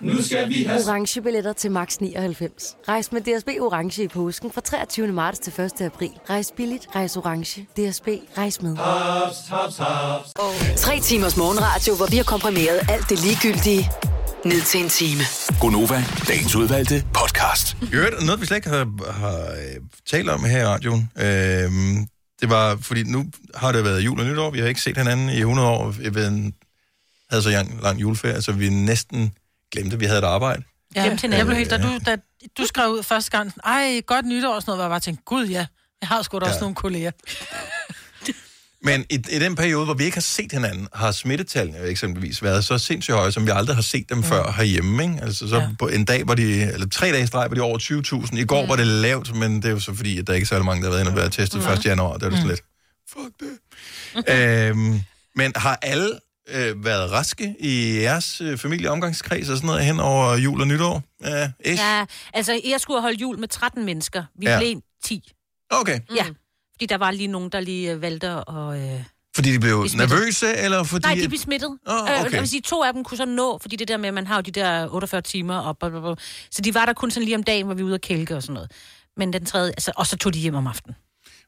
[SPEAKER 10] Nu skal vi have
[SPEAKER 15] Orange billetter til max 99. Rejs med DSB Orange i påsken fra 23. marts til 1. april. Rejs billigt, rejs orange. DSB, rejs med.
[SPEAKER 10] haps, haps, haps.
[SPEAKER 6] Tre timers morgenradio, hvor vi har komprimeret alt det ligegyldige ned til en time.
[SPEAKER 7] Gonova, dagens udvalgte podcast.
[SPEAKER 1] I øvrigt, noget vi slet ikke har, har øh, talt om her i radioen, øh, det var, fordi nu har det været jul og nytår, vi har ikke set hinanden i 100 år, vi havde- havde så lang, lang juleferie, så vi næsten glemte, at vi havde et arbejde.
[SPEAKER 3] Ja,
[SPEAKER 1] Glemt hinanden.
[SPEAKER 3] jeg blev helt, da du, da du skrev ud første gang, sådan, ej, godt nytår og sådan noget, hvor jeg bare tænkte, gud ja, jeg har sgu da også
[SPEAKER 1] Ja.
[SPEAKER 3] nogle kolleger.
[SPEAKER 1] Men i, i den periode, hvor vi ikke har set hinanden, har smittetallene jo eksempelvis været så sindssygt høje, som vi aldrig har set
[SPEAKER 4] Mm.
[SPEAKER 1] dem før herhjemme. Ikke? Altså så ja. på en dag var de, eller tre dage i streg var de over 20.000. I går mm. var det lavt, men det er jo så fordi,
[SPEAKER 4] Mm.
[SPEAKER 1] at der ikke er særlig mange, der har været inde og været testet 1. januar. Det er jo sådan lidt, fuck det. øhm, Men har alle øh, været raske i jeres øh, familieomgangskreds og sådan noget hen over jul og nytår? Øh, ish?
[SPEAKER 4] Ja, altså, jeg skulle have holdt jul med 13 mennesker. Vi
[SPEAKER 1] Ja.
[SPEAKER 4] ja. blev 10.
[SPEAKER 1] Okay.
[SPEAKER 4] Ja, fordi der var lige nogen, der lige øh, valgte at... Øh...
[SPEAKER 1] Fordi de blev
[SPEAKER 4] smittet.
[SPEAKER 1] nervøse, eller fordi...
[SPEAKER 4] Nej, de blev smittet.
[SPEAKER 1] Åh,
[SPEAKER 4] Øh,
[SPEAKER 1] okay.
[SPEAKER 4] jeg vil sige, to af dem kunne så nå, fordi det der med, at man har jo de der 48 timer, og blablabla. så de var der kun sådan lige om dagen, hvor vi var ude og kælke og sådan noget. Men den tredje, altså, og så tog de hjem om aftenen.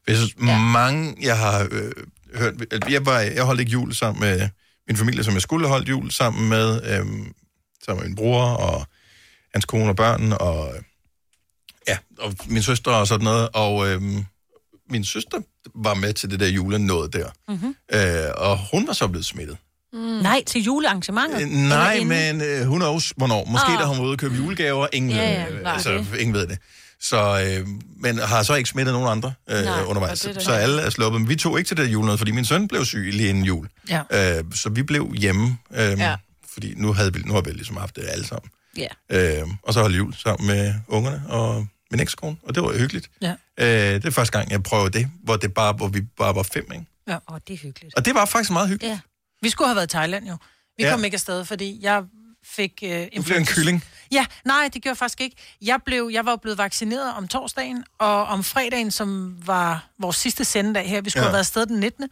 [SPEAKER 1] Jeg synes, ja. mange, jeg har øh, hørt... at Jeg, var, jeg holdt ikke jul sammen med min familie, som jeg skulle have holdt jul sammen med. Øh, sammen med min bror og hans kone og børn, og... øh, Ja, og min søster og sådan noget. Og øh, min søster var med til det der julenåde der.
[SPEAKER 4] Mm-hmm.
[SPEAKER 1] Øh, og hun var så blevet smittet.
[SPEAKER 4] Mm. Nej, til julearrangementet?
[SPEAKER 1] Øh,
[SPEAKER 4] Eller
[SPEAKER 1] Nej,
[SPEAKER 4] inden?
[SPEAKER 1] men øh, hun knows, hvornår. Måske
[SPEAKER 4] Åh.
[SPEAKER 1] oh. da hun var ude og købe julegaver. Ingen,
[SPEAKER 4] Ja,
[SPEAKER 1] ja,
[SPEAKER 4] ja.
[SPEAKER 1] ja. Øh,
[SPEAKER 4] Nej,
[SPEAKER 1] altså,
[SPEAKER 4] det.
[SPEAKER 1] ingen ved det. Så, øh, men har så ikke smittet nogen andre øh,
[SPEAKER 4] Nej,
[SPEAKER 1] Nej, undervejs.
[SPEAKER 4] og det er da
[SPEAKER 1] Så
[SPEAKER 4] godt.
[SPEAKER 1] alle er sluppet. Men vi tog ikke til det julenød, fordi min søn blev syg lige inden jul.
[SPEAKER 4] Ja.
[SPEAKER 1] Øh, så vi blev hjemme, øh,
[SPEAKER 4] Ja.
[SPEAKER 1] ja. fordi nu, havde vi, nu har vi ligesom haft det alle sammen.
[SPEAKER 4] Ja.
[SPEAKER 1] Øh, og så holdt jul sammen med ungerne og min ekskone, og det var hyggeligt.
[SPEAKER 3] Ja.
[SPEAKER 1] Øh, det er første gang, jeg prøver det, hvor, det bare, hvor vi bare var fem, ikke?
[SPEAKER 3] Ja. Åh, det er hyggeligt.
[SPEAKER 1] Og det var faktisk meget hyggeligt.
[SPEAKER 4] Ja.
[SPEAKER 3] Vi skulle have været i Thailand jo. Vi
[SPEAKER 1] Ja.
[SPEAKER 3] ja. kom ikke afsted, fordi jeg fik... Øh,
[SPEAKER 1] Du blev en
[SPEAKER 3] influenza-
[SPEAKER 1] kylling.
[SPEAKER 3] Ja, nej, det gjorde jeg faktisk ikke. Jeg, blev, jeg var jo blevet vaccineret om torsdagen, og om fredagen, som var vores sidste sendedag her, vi skulle
[SPEAKER 2] Ja.
[SPEAKER 3] ja. have været afsted den 19.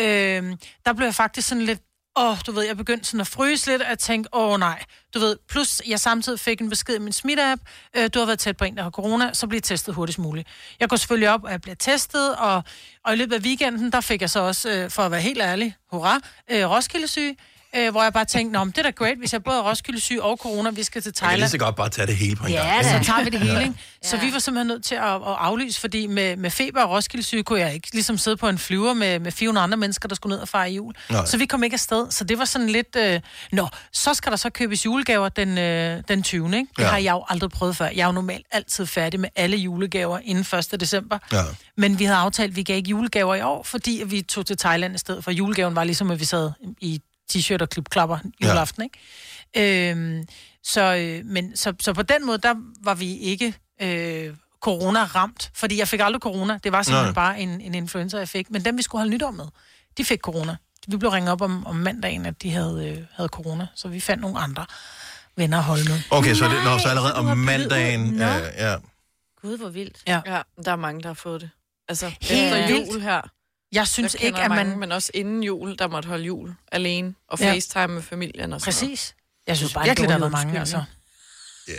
[SPEAKER 3] Øh, der blev jeg faktisk sådan lidt, åh, du ved, jeg begyndte sådan at fryse lidt, og tænke, åh nej, du ved, plus jeg samtidig fik en besked i min smitteapp, øh, du har været tæt på en, der har corona, så bliv testet hurtigst muligt. Jeg går selvfølgelig op, og jeg bliver testet, og, og i løbet af weekenden, der fik jeg så også, øh, for at være helt ærlig, hurra, øh, Roskilde-syge, øh, hvor jeg bare tænkte, nå, men det er da great, hvis jeg både er Roskilde-syge og corona, vi skal til
[SPEAKER 1] Jeg kan lige
[SPEAKER 3] Thailand.
[SPEAKER 1] så godt bare tage det hele på en
[SPEAKER 3] Ja,
[SPEAKER 1] gang.
[SPEAKER 3] da. så tager vi det hele,
[SPEAKER 1] Ja.
[SPEAKER 3] ikke? Så vi var simpelthen nødt til at, at aflyse, fordi med, med feber og Roskilde syge kunne jeg ikke ligesom sidde på en flyver med, med 400 andre mennesker, der skulle ned og fejre jul.
[SPEAKER 2] Nej.
[SPEAKER 3] Nej. Så vi kom ikke afsted, så det var sådan lidt, øh, nå, så skal der så købes julegaver den, øh, den 20. Ikke? Det
[SPEAKER 2] Ja.
[SPEAKER 3] ja. har jeg jo aldrig prøvet før. Jeg er jo normalt altid færdig med alle julegaver inden 1. december.
[SPEAKER 2] Ja.
[SPEAKER 3] Men vi havde aftalt, at vi gav ikke julegaver i år, fordi at vi tog til Thailand i stedet for. Julegaven var ligesom, at vi sad i t-shirt og klubklapper juleaften, ikke? Øhm, så, øh, men, så, så på den måde, der var vi ikke øh, corona-ramt, fordi jeg fik aldrig corona. Det var simpelthen
[SPEAKER 2] Nej.
[SPEAKER 3] Nej. bare en, en influenza, jeg fik. Men dem, vi skulle holde nytår med, de fik corona. Vi blev ringet op om, om mandagen, at de havde, øh, havde corona, så vi fandt nogle andre venner at holde med.
[SPEAKER 1] Okay, så, er det,
[SPEAKER 5] Nej,
[SPEAKER 1] nå, så allerede
[SPEAKER 5] så du har
[SPEAKER 1] om
[SPEAKER 5] byttet
[SPEAKER 1] mandagen.
[SPEAKER 5] ud. Nå.
[SPEAKER 1] Ja, ja.
[SPEAKER 4] Gud, hvor vildt.
[SPEAKER 3] Ja.
[SPEAKER 5] ja, der er mange, der har fået det. Altså,
[SPEAKER 3] Helt
[SPEAKER 5] Helt efter
[SPEAKER 3] vildt.
[SPEAKER 5] jul her.
[SPEAKER 3] Jeg synes
[SPEAKER 5] der kender
[SPEAKER 3] ikke,
[SPEAKER 5] jeg
[SPEAKER 3] at man-
[SPEAKER 5] mange, Men også inden jul, der måtte holde jul alene og
[SPEAKER 3] Ja.
[SPEAKER 5] facetime med familien og sådan
[SPEAKER 3] Præcis. Jeg synes bare, virkelig, der har været mange, altså.
[SPEAKER 1] Ja.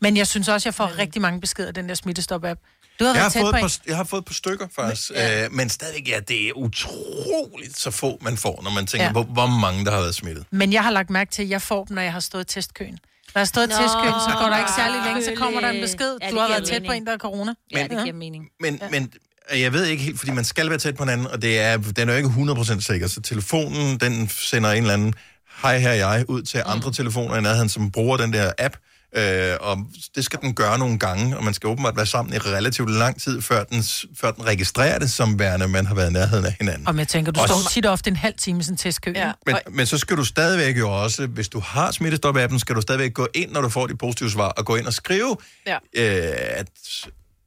[SPEAKER 3] Men jeg synes også, jeg får rigtig mange beskeder af den der smittestop-app. Du har
[SPEAKER 1] Jeg
[SPEAKER 3] været
[SPEAKER 1] har,
[SPEAKER 3] tæt
[SPEAKER 1] fået
[SPEAKER 3] på
[SPEAKER 1] et
[SPEAKER 3] en...
[SPEAKER 1] par, jeg har fået et par stykker faktisk, ja. øh, men stadigvæk, ja, det er utroligt så få, man får, når man tænker
[SPEAKER 3] Ja.
[SPEAKER 1] ja. på, hvor mange, der har været smittet.
[SPEAKER 3] Men jeg har lagt mærke til, at jeg får dem, når jeg har stået i testkøen. Når jeg har stået i
[SPEAKER 4] Nå,
[SPEAKER 3] testkøen, så går der ikke særlig længe, så
[SPEAKER 4] selvfølgelig.
[SPEAKER 3] kommer der en besked.
[SPEAKER 4] Ja, det
[SPEAKER 3] du har
[SPEAKER 4] giver
[SPEAKER 3] været tæt
[SPEAKER 4] mening.
[SPEAKER 3] på en, der har corona.
[SPEAKER 4] Ja, det giver mening.
[SPEAKER 1] Men, ja. men øh, jeg ved ikke helt, fordi man skal være tæt på hinanden, og det er, den er jo ikke 100% sikker, så telefonen, den sender en eller anden, hej her er jeg, ud til andre telefoner i nærheden, som bruger den der app, øh, og det skal den gøre nogle gange, og man skal åbenbart være sammen i relativt lang tid, før den, s- før den registrerer det som værende, man har været i nærheden af hinanden.
[SPEAKER 3] Og jeg tænker, du
[SPEAKER 1] Og
[SPEAKER 3] står
[SPEAKER 1] s-
[SPEAKER 3] tit og ofte en halv time i sådan en testkø. Ja.
[SPEAKER 1] Men, men så skal du stadigvæk jo også, hvis du har smittestop-appen, skal du stadigvæk gå ind, når du får dit positive svar, og gå ind og skrive,
[SPEAKER 5] Ja.
[SPEAKER 1] øh, at,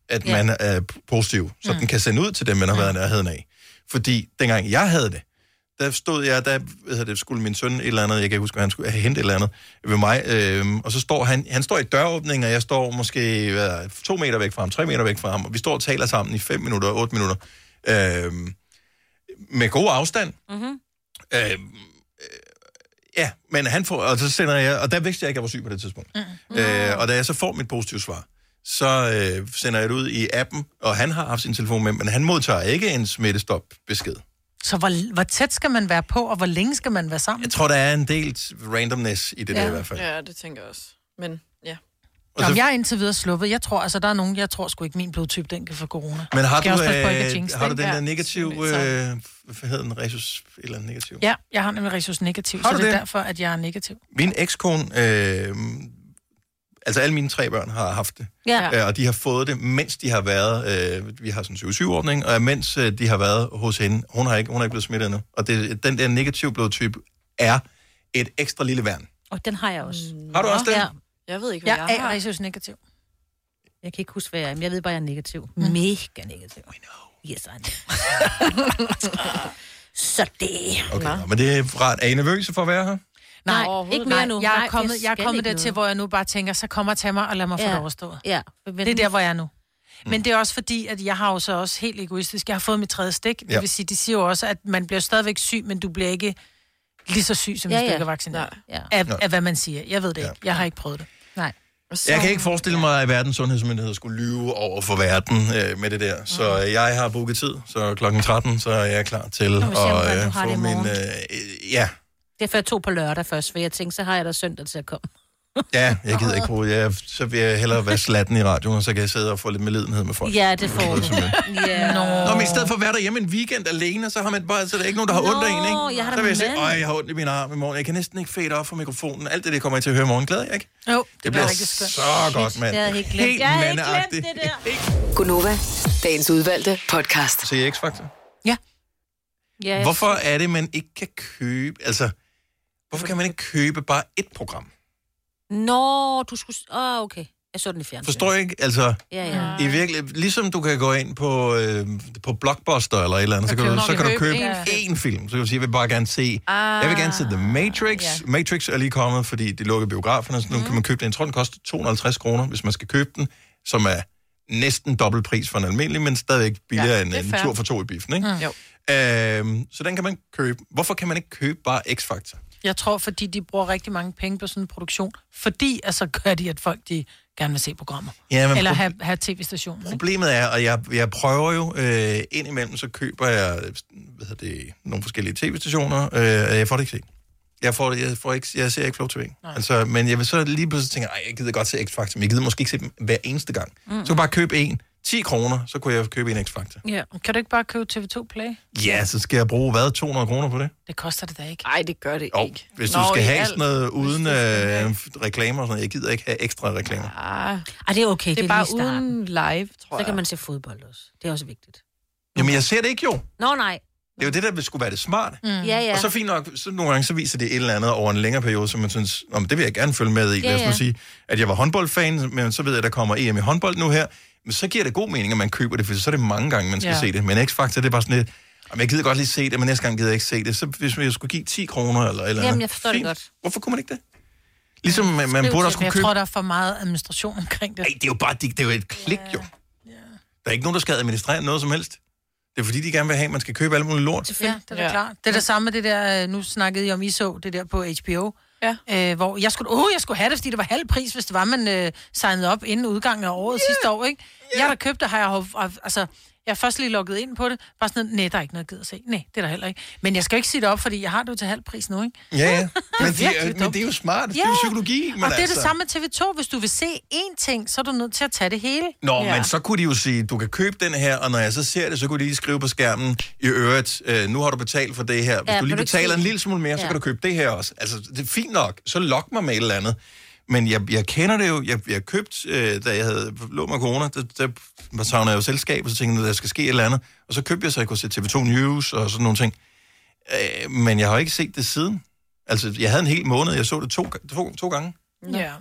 [SPEAKER 1] at
[SPEAKER 5] Ja.
[SPEAKER 1] ja. man er positiv, så mm. den kan sende ud til dem, man har været i nærheden af. Fordi dengang jeg havde det, der stod jeg, der hvad hedder det, skulle min søn et eller andet, jeg kan ikke huske, hvad han skulle hente et eller andet ved mig, øhm, og så står han, han står i døråbningen, og jeg står måske hvad, er det, to meter væk fra ham, tre meter væk fra ham, og vi står og taler sammen i fem minutter, otte minutter, øhm, med god afstand,
[SPEAKER 5] Mhm.
[SPEAKER 4] Mm-hmm.
[SPEAKER 1] Øh, øh, ja, men han får, og så sender jeg, og der vidste jeg ikke, at jeg var syg på det tidspunkt. Mm. Øh, og da jeg så får mit positive svar, så øh, sender jeg det ud i appen, og han har haft sin telefon med, men han modtager ikke en smittestop-besked.
[SPEAKER 3] Så hvor, hvor tæt skal man være på, og hvor længe skal man være sammen?
[SPEAKER 1] Jeg tror, der er en del randomness i det ja. der i hvert fald.
[SPEAKER 5] Ja, det tænker jeg også. Men ja.
[SPEAKER 3] Nå,
[SPEAKER 1] Altså-
[SPEAKER 3] men jeg er indtil videre sluppet. Jeg tror, altså, der er nogen, jeg tror sgu ikke, min blodtype, den kan få corona.
[SPEAKER 1] Men har
[SPEAKER 3] Skal jeg
[SPEAKER 1] du,
[SPEAKER 3] også passe på, ikke at
[SPEAKER 1] øh,
[SPEAKER 3] jinxe
[SPEAKER 1] har du
[SPEAKER 3] det?
[SPEAKER 1] den
[SPEAKER 3] Ja.
[SPEAKER 1] der negative, øh, hvad hedder den, resus, et eller andet negativ?
[SPEAKER 3] Ja, jeg har nemlig resus negativ,
[SPEAKER 1] Har
[SPEAKER 3] så
[SPEAKER 1] du
[SPEAKER 3] det er
[SPEAKER 1] det?
[SPEAKER 3] derfor, at jeg er negativ.
[SPEAKER 1] Min ekskone, øh, altså alle mine tre børn har haft det.
[SPEAKER 3] Ja.
[SPEAKER 1] Øh, og de har fået det, mens de har været, øh, vi har sådan en 27-ordning, og mens øh, de har været hos hende. Hun har ikke, hun er ikke blevet smittet endnu. Og det, den der negative blodtype er et ekstra lille værn.
[SPEAKER 4] Og den har jeg også.
[SPEAKER 1] Har du også den?
[SPEAKER 4] Ja. Jeg ved ikke,
[SPEAKER 3] Jeg
[SPEAKER 4] hvad
[SPEAKER 3] er
[SPEAKER 4] jeg, jeg har.
[SPEAKER 3] A-resus negativ.
[SPEAKER 4] Jeg kan ikke huske, hvad jeg er, men jeg ved
[SPEAKER 3] Mm.
[SPEAKER 4] bare, at jeg er negativ. Mega negativ. We know. Yes, I know. Så det...
[SPEAKER 1] Okay, nå, men det er rart. Er I nervøse for at være her?
[SPEAKER 3] Nej,
[SPEAKER 4] overhovedet
[SPEAKER 3] ikke mere
[SPEAKER 4] ikke.
[SPEAKER 3] nu.
[SPEAKER 4] Nej,
[SPEAKER 3] Jeg er
[SPEAKER 4] det
[SPEAKER 3] kommet, jeg
[SPEAKER 4] skal
[SPEAKER 3] er kommet
[SPEAKER 4] ikke
[SPEAKER 3] dertil,
[SPEAKER 4] noget.
[SPEAKER 3] hvor jeg nu bare tænker, så kommer til mig og lad mig få
[SPEAKER 4] Ja.
[SPEAKER 3] det overstået.
[SPEAKER 4] Ja.
[SPEAKER 3] Det er der, hvor jeg er nu.
[SPEAKER 1] Mm.
[SPEAKER 3] Men det er også fordi, at jeg har jo så også helt egoistisk, jeg har fået mit tredje stik. Det
[SPEAKER 4] Ja.
[SPEAKER 3] vil sige, de siger jo også, at man bliver stadigvæk syg, men du bliver ikke lige så syg, som ja,
[SPEAKER 4] Ja,
[SPEAKER 3] hvis du
[SPEAKER 4] ja.
[SPEAKER 3] ikke er vaccineret.
[SPEAKER 4] Ja.
[SPEAKER 3] Af,
[SPEAKER 1] Nej.
[SPEAKER 3] af, hvad man siger. Jeg ved det ikke. Jeg har ikke prøvet det. Nej.
[SPEAKER 1] Jeg kan ikke forestille mig, at verdens sundhedsmyndigheder skulle lyve over for verden øh, med det der. Så øh, jeg har booket tid, så klokken 13, så er jeg klar til
[SPEAKER 4] Mm. Nå, men se, om du
[SPEAKER 1] at øh,
[SPEAKER 4] har det
[SPEAKER 1] få
[SPEAKER 4] i
[SPEAKER 1] min...
[SPEAKER 4] morgen.
[SPEAKER 1] Øh, øh, ja,
[SPEAKER 4] Derfor jeg tog på lørdag først, for jeg tænkte, så har jeg da søndag til at komme.
[SPEAKER 1] ja, jeg gider ikke bruge det. Jeg, så vil jeg hellere være slatten i radioen, og så kan jeg sidde og få lidt medlidenhed med folk.
[SPEAKER 4] Ja, det får du. Ja.
[SPEAKER 1] Nå, men i stedet for at være derhjemme en weekend alene, så har man bare, så er der ikke nogen, der har ondt af en, ikke?
[SPEAKER 4] jeg har da
[SPEAKER 1] så vil jeg sige,
[SPEAKER 4] mad.
[SPEAKER 1] øj, jeg har ondt i min arm i morgen. Jeg kan næsten ikke fede op for mikrofonen. Alt det, det kommer jeg til at høre i morgen. Glæder jeg ikke?
[SPEAKER 3] Jo, det,
[SPEAKER 1] det bliver så godt, mand. mandeagtigt.
[SPEAKER 6] der. Gunova, dagens udvalgte podcast.
[SPEAKER 1] Se X-Factor.
[SPEAKER 4] Ja, jeg-
[SPEAKER 1] Hvorfor er det, man ikke kan købe... Altså, hvorfor kan man ikke købe bare et program?
[SPEAKER 4] Nå, du skulle... s- Åh, oh, okay. Jeg så den i fjernsynet.
[SPEAKER 1] Forstår jeg ikke? Altså,
[SPEAKER 4] Ja, ja.
[SPEAKER 1] i virkelig, ligesom du kan gå ind på, øh, på Blockbuster eller et eller andet, så kan, du, så kan du købe én film. Så kan du sige, jeg vil bare gerne se... Jeg vil gerne se The Matrix. Matrix er lige kommet, fordi det lukker biograferne, så nu kan man købe den. Jeg tror, den koster 250 kroner, hvis man skal købe den, som er næsten dobbelt pris for en almindelig, men stadigvæk billigere
[SPEAKER 5] Ja,
[SPEAKER 1] ja, end
[SPEAKER 5] det er
[SPEAKER 1] en
[SPEAKER 5] fair.
[SPEAKER 1] tur for to i biffen, ikke?
[SPEAKER 3] Mm. Jo.
[SPEAKER 1] Øhm, så den kan man købe. Hvorfor kan man ikke købe bare X-Factor?
[SPEAKER 3] Jeg tror, fordi de bruger rigtig mange penge på sådan en produktion, fordi at så gør de, at folk de gerne vil se programmer.
[SPEAKER 1] Ja, men
[SPEAKER 3] Eller
[SPEAKER 1] proble-
[SPEAKER 3] have, have tv-stationen. ikke?
[SPEAKER 1] Problemet er, og jeg, jeg prøver jo øh, indimellem, så køber jeg øh, hvad hedder det, nogle forskellige tv-stationer, øh, og jeg får det ikke set. Jeg, får det, jeg, får ikke, jeg ser ikke Flow TV. Altså, men jeg vil så lige pludselig tænke, "Ej, jeg gider godt se X-Factor, men jeg gider måske ikke se dem hver eneste gang. Mm. Så kunne jeg bare købe en. 10 kroner, så kunne jeg købe en X-Factor.
[SPEAKER 3] Ja. Kan du ikke bare købe TV2 Play?
[SPEAKER 1] Ja, så skal jeg bruge hvad? 200 kroner på det?
[SPEAKER 3] Det koster det da ikke. Nej, det gør det
[SPEAKER 1] Jo, hvis du
[SPEAKER 3] Nå,
[SPEAKER 1] skal
[SPEAKER 3] i
[SPEAKER 1] have
[SPEAKER 3] alt.
[SPEAKER 1] sådan noget uden øh, reklamer og sådan noget. Jeg gider ikke have ekstra reklamer.
[SPEAKER 5] Ah,
[SPEAKER 4] Ej, det er okay.
[SPEAKER 5] det,
[SPEAKER 4] Det
[SPEAKER 5] er
[SPEAKER 4] er
[SPEAKER 5] bare
[SPEAKER 4] lige starten.
[SPEAKER 5] uden live,
[SPEAKER 4] Så
[SPEAKER 5] tror jeg.
[SPEAKER 4] kan man se fodbold også. Det er også vigtigt.
[SPEAKER 1] Jamen, jeg ser det ikke jo.
[SPEAKER 4] Nå, nej.
[SPEAKER 1] Det er jo det, der vil- skulle være det smarte.
[SPEAKER 4] Mm. Ja, ja.
[SPEAKER 1] Og så fint nok, så nogle gange så viser det et eller andet over en længere periode, som man synes, om det vil jeg gerne følge med i.
[SPEAKER 4] Ja,
[SPEAKER 1] Lad os nu
[SPEAKER 4] ja.
[SPEAKER 1] sige, at jeg var håndboldfan, men så ved jeg, at der kommer EM i håndbold nu her. Men så giver det god mening, at man køber det, for så er det mange gange, man skal
[SPEAKER 4] Ja.
[SPEAKER 1] ja. se det. Men X-Factor, det er bare sådan lidt, om jeg gider godt lige se det, men næste gang gider jeg ikke se det. Så hvis jeg skulle give 10 kroner eller et eller andet.
[SPEAKER 3] Jamen, jeg forstår det
[SPEAKER 1] fint.
[SPEAKER 3] godt.
[SPEAKER 1] Hvorfor kunne man ikke det? Ligesom man, man
[SPEAKER 3] Skriv
[SPEAKER 1] burde
[SPEAKER 3] til
[SPEAKER 1] også
[SPEAKER 3] dem.
[SPEAKER 1] kunne
[SPEAKER 3] jeg
[SPEAKER 1] købe...
[SPEAKER 3] tror,
[SPEAKER 1] Ej,
[SPEAKER 3] der er for meget administration omkring det.
[SPEAKER 1] det er jo bare det, det er jo et klik, jo. Der er ikke nogen, der skal administrere noget som helst. Det er fordi, de gerne vil have, at man skal købe alle mulige lort.
[SPEAKER 3] Ja, det er da ja. klart. Det er det samme med det der, øh, nu snakkede I om ISO, det der på HBO. Ja. Øh, hvor jeg skulle, åh, jeg skulle have det, fordi det var halv pris, hvis det var, man øh, signede op inden udgangen af året yeah. sidste år, ikke? Yeah. Jeg der købte, har jeg jo- og- altså, jeg er først lige logget ind på det, bare sådan, noget, nej, der er ikke noget givet at se. Nej, det er der heller ikke. Men jeg skal jo ikke sige det op, fordi jeg har det jo til halv pris nu, ikke?
[SPEAKER 1] Ja, ja. Men, det,
[SPEAKER 3] virkelig
[SPEAKER 1] er, men
[SPEAKER 3] dumt.
[SPEAKER 1] det er jo smart. Det er jo psykologi.
[SPEAKER 3] og
[SPEAKER 1] Men
[SPEAKER 3] det er
[SPEAKER 1] altså.
[SPEAKER 3] det samme med TV2. Hvis du vil se én ting, så er du nødt til at tage det hele.
[SPEAKER 1] Nå, ja. men så kunne de jo sige, du kan købe den her, og når jeg så ser det, så kunne de lige skrive på skærmen, i øvrigt, øh, nu har du betalt for det her. Hvis
[SPEAKER 3] Ja,
[SPEAKER 1] ja, du
[SPEAKER 3] vil
[SPEAKER 1] lige
[SPEAKER 3] du ikke
[SPEAKER 1] betaler
[SPEAKER 3] se-
[SPEAKER 1] en lille smule mere, ja. så
[SPEAKER 3] Ja.
[SPEAKER 1] kan du købe det her også. Altså, det er fint nok, så lok mig med et eller andet. Men jeg, jeg kender det jo, jeg, jeg købte, øh, da jeg havde lå med corona, der, der savnede jeg jo selskab, og så tænkte jeg, der skal ske et eller andet. Og så købte jeg, så jeg kunne se TV2 News og sådan nogle ting. Øh, men jeg har jo ikke set det siden. Altså, jeg havde en hel måned, jeg så det to, to, to gange.
[SPEAKER 3] Ja.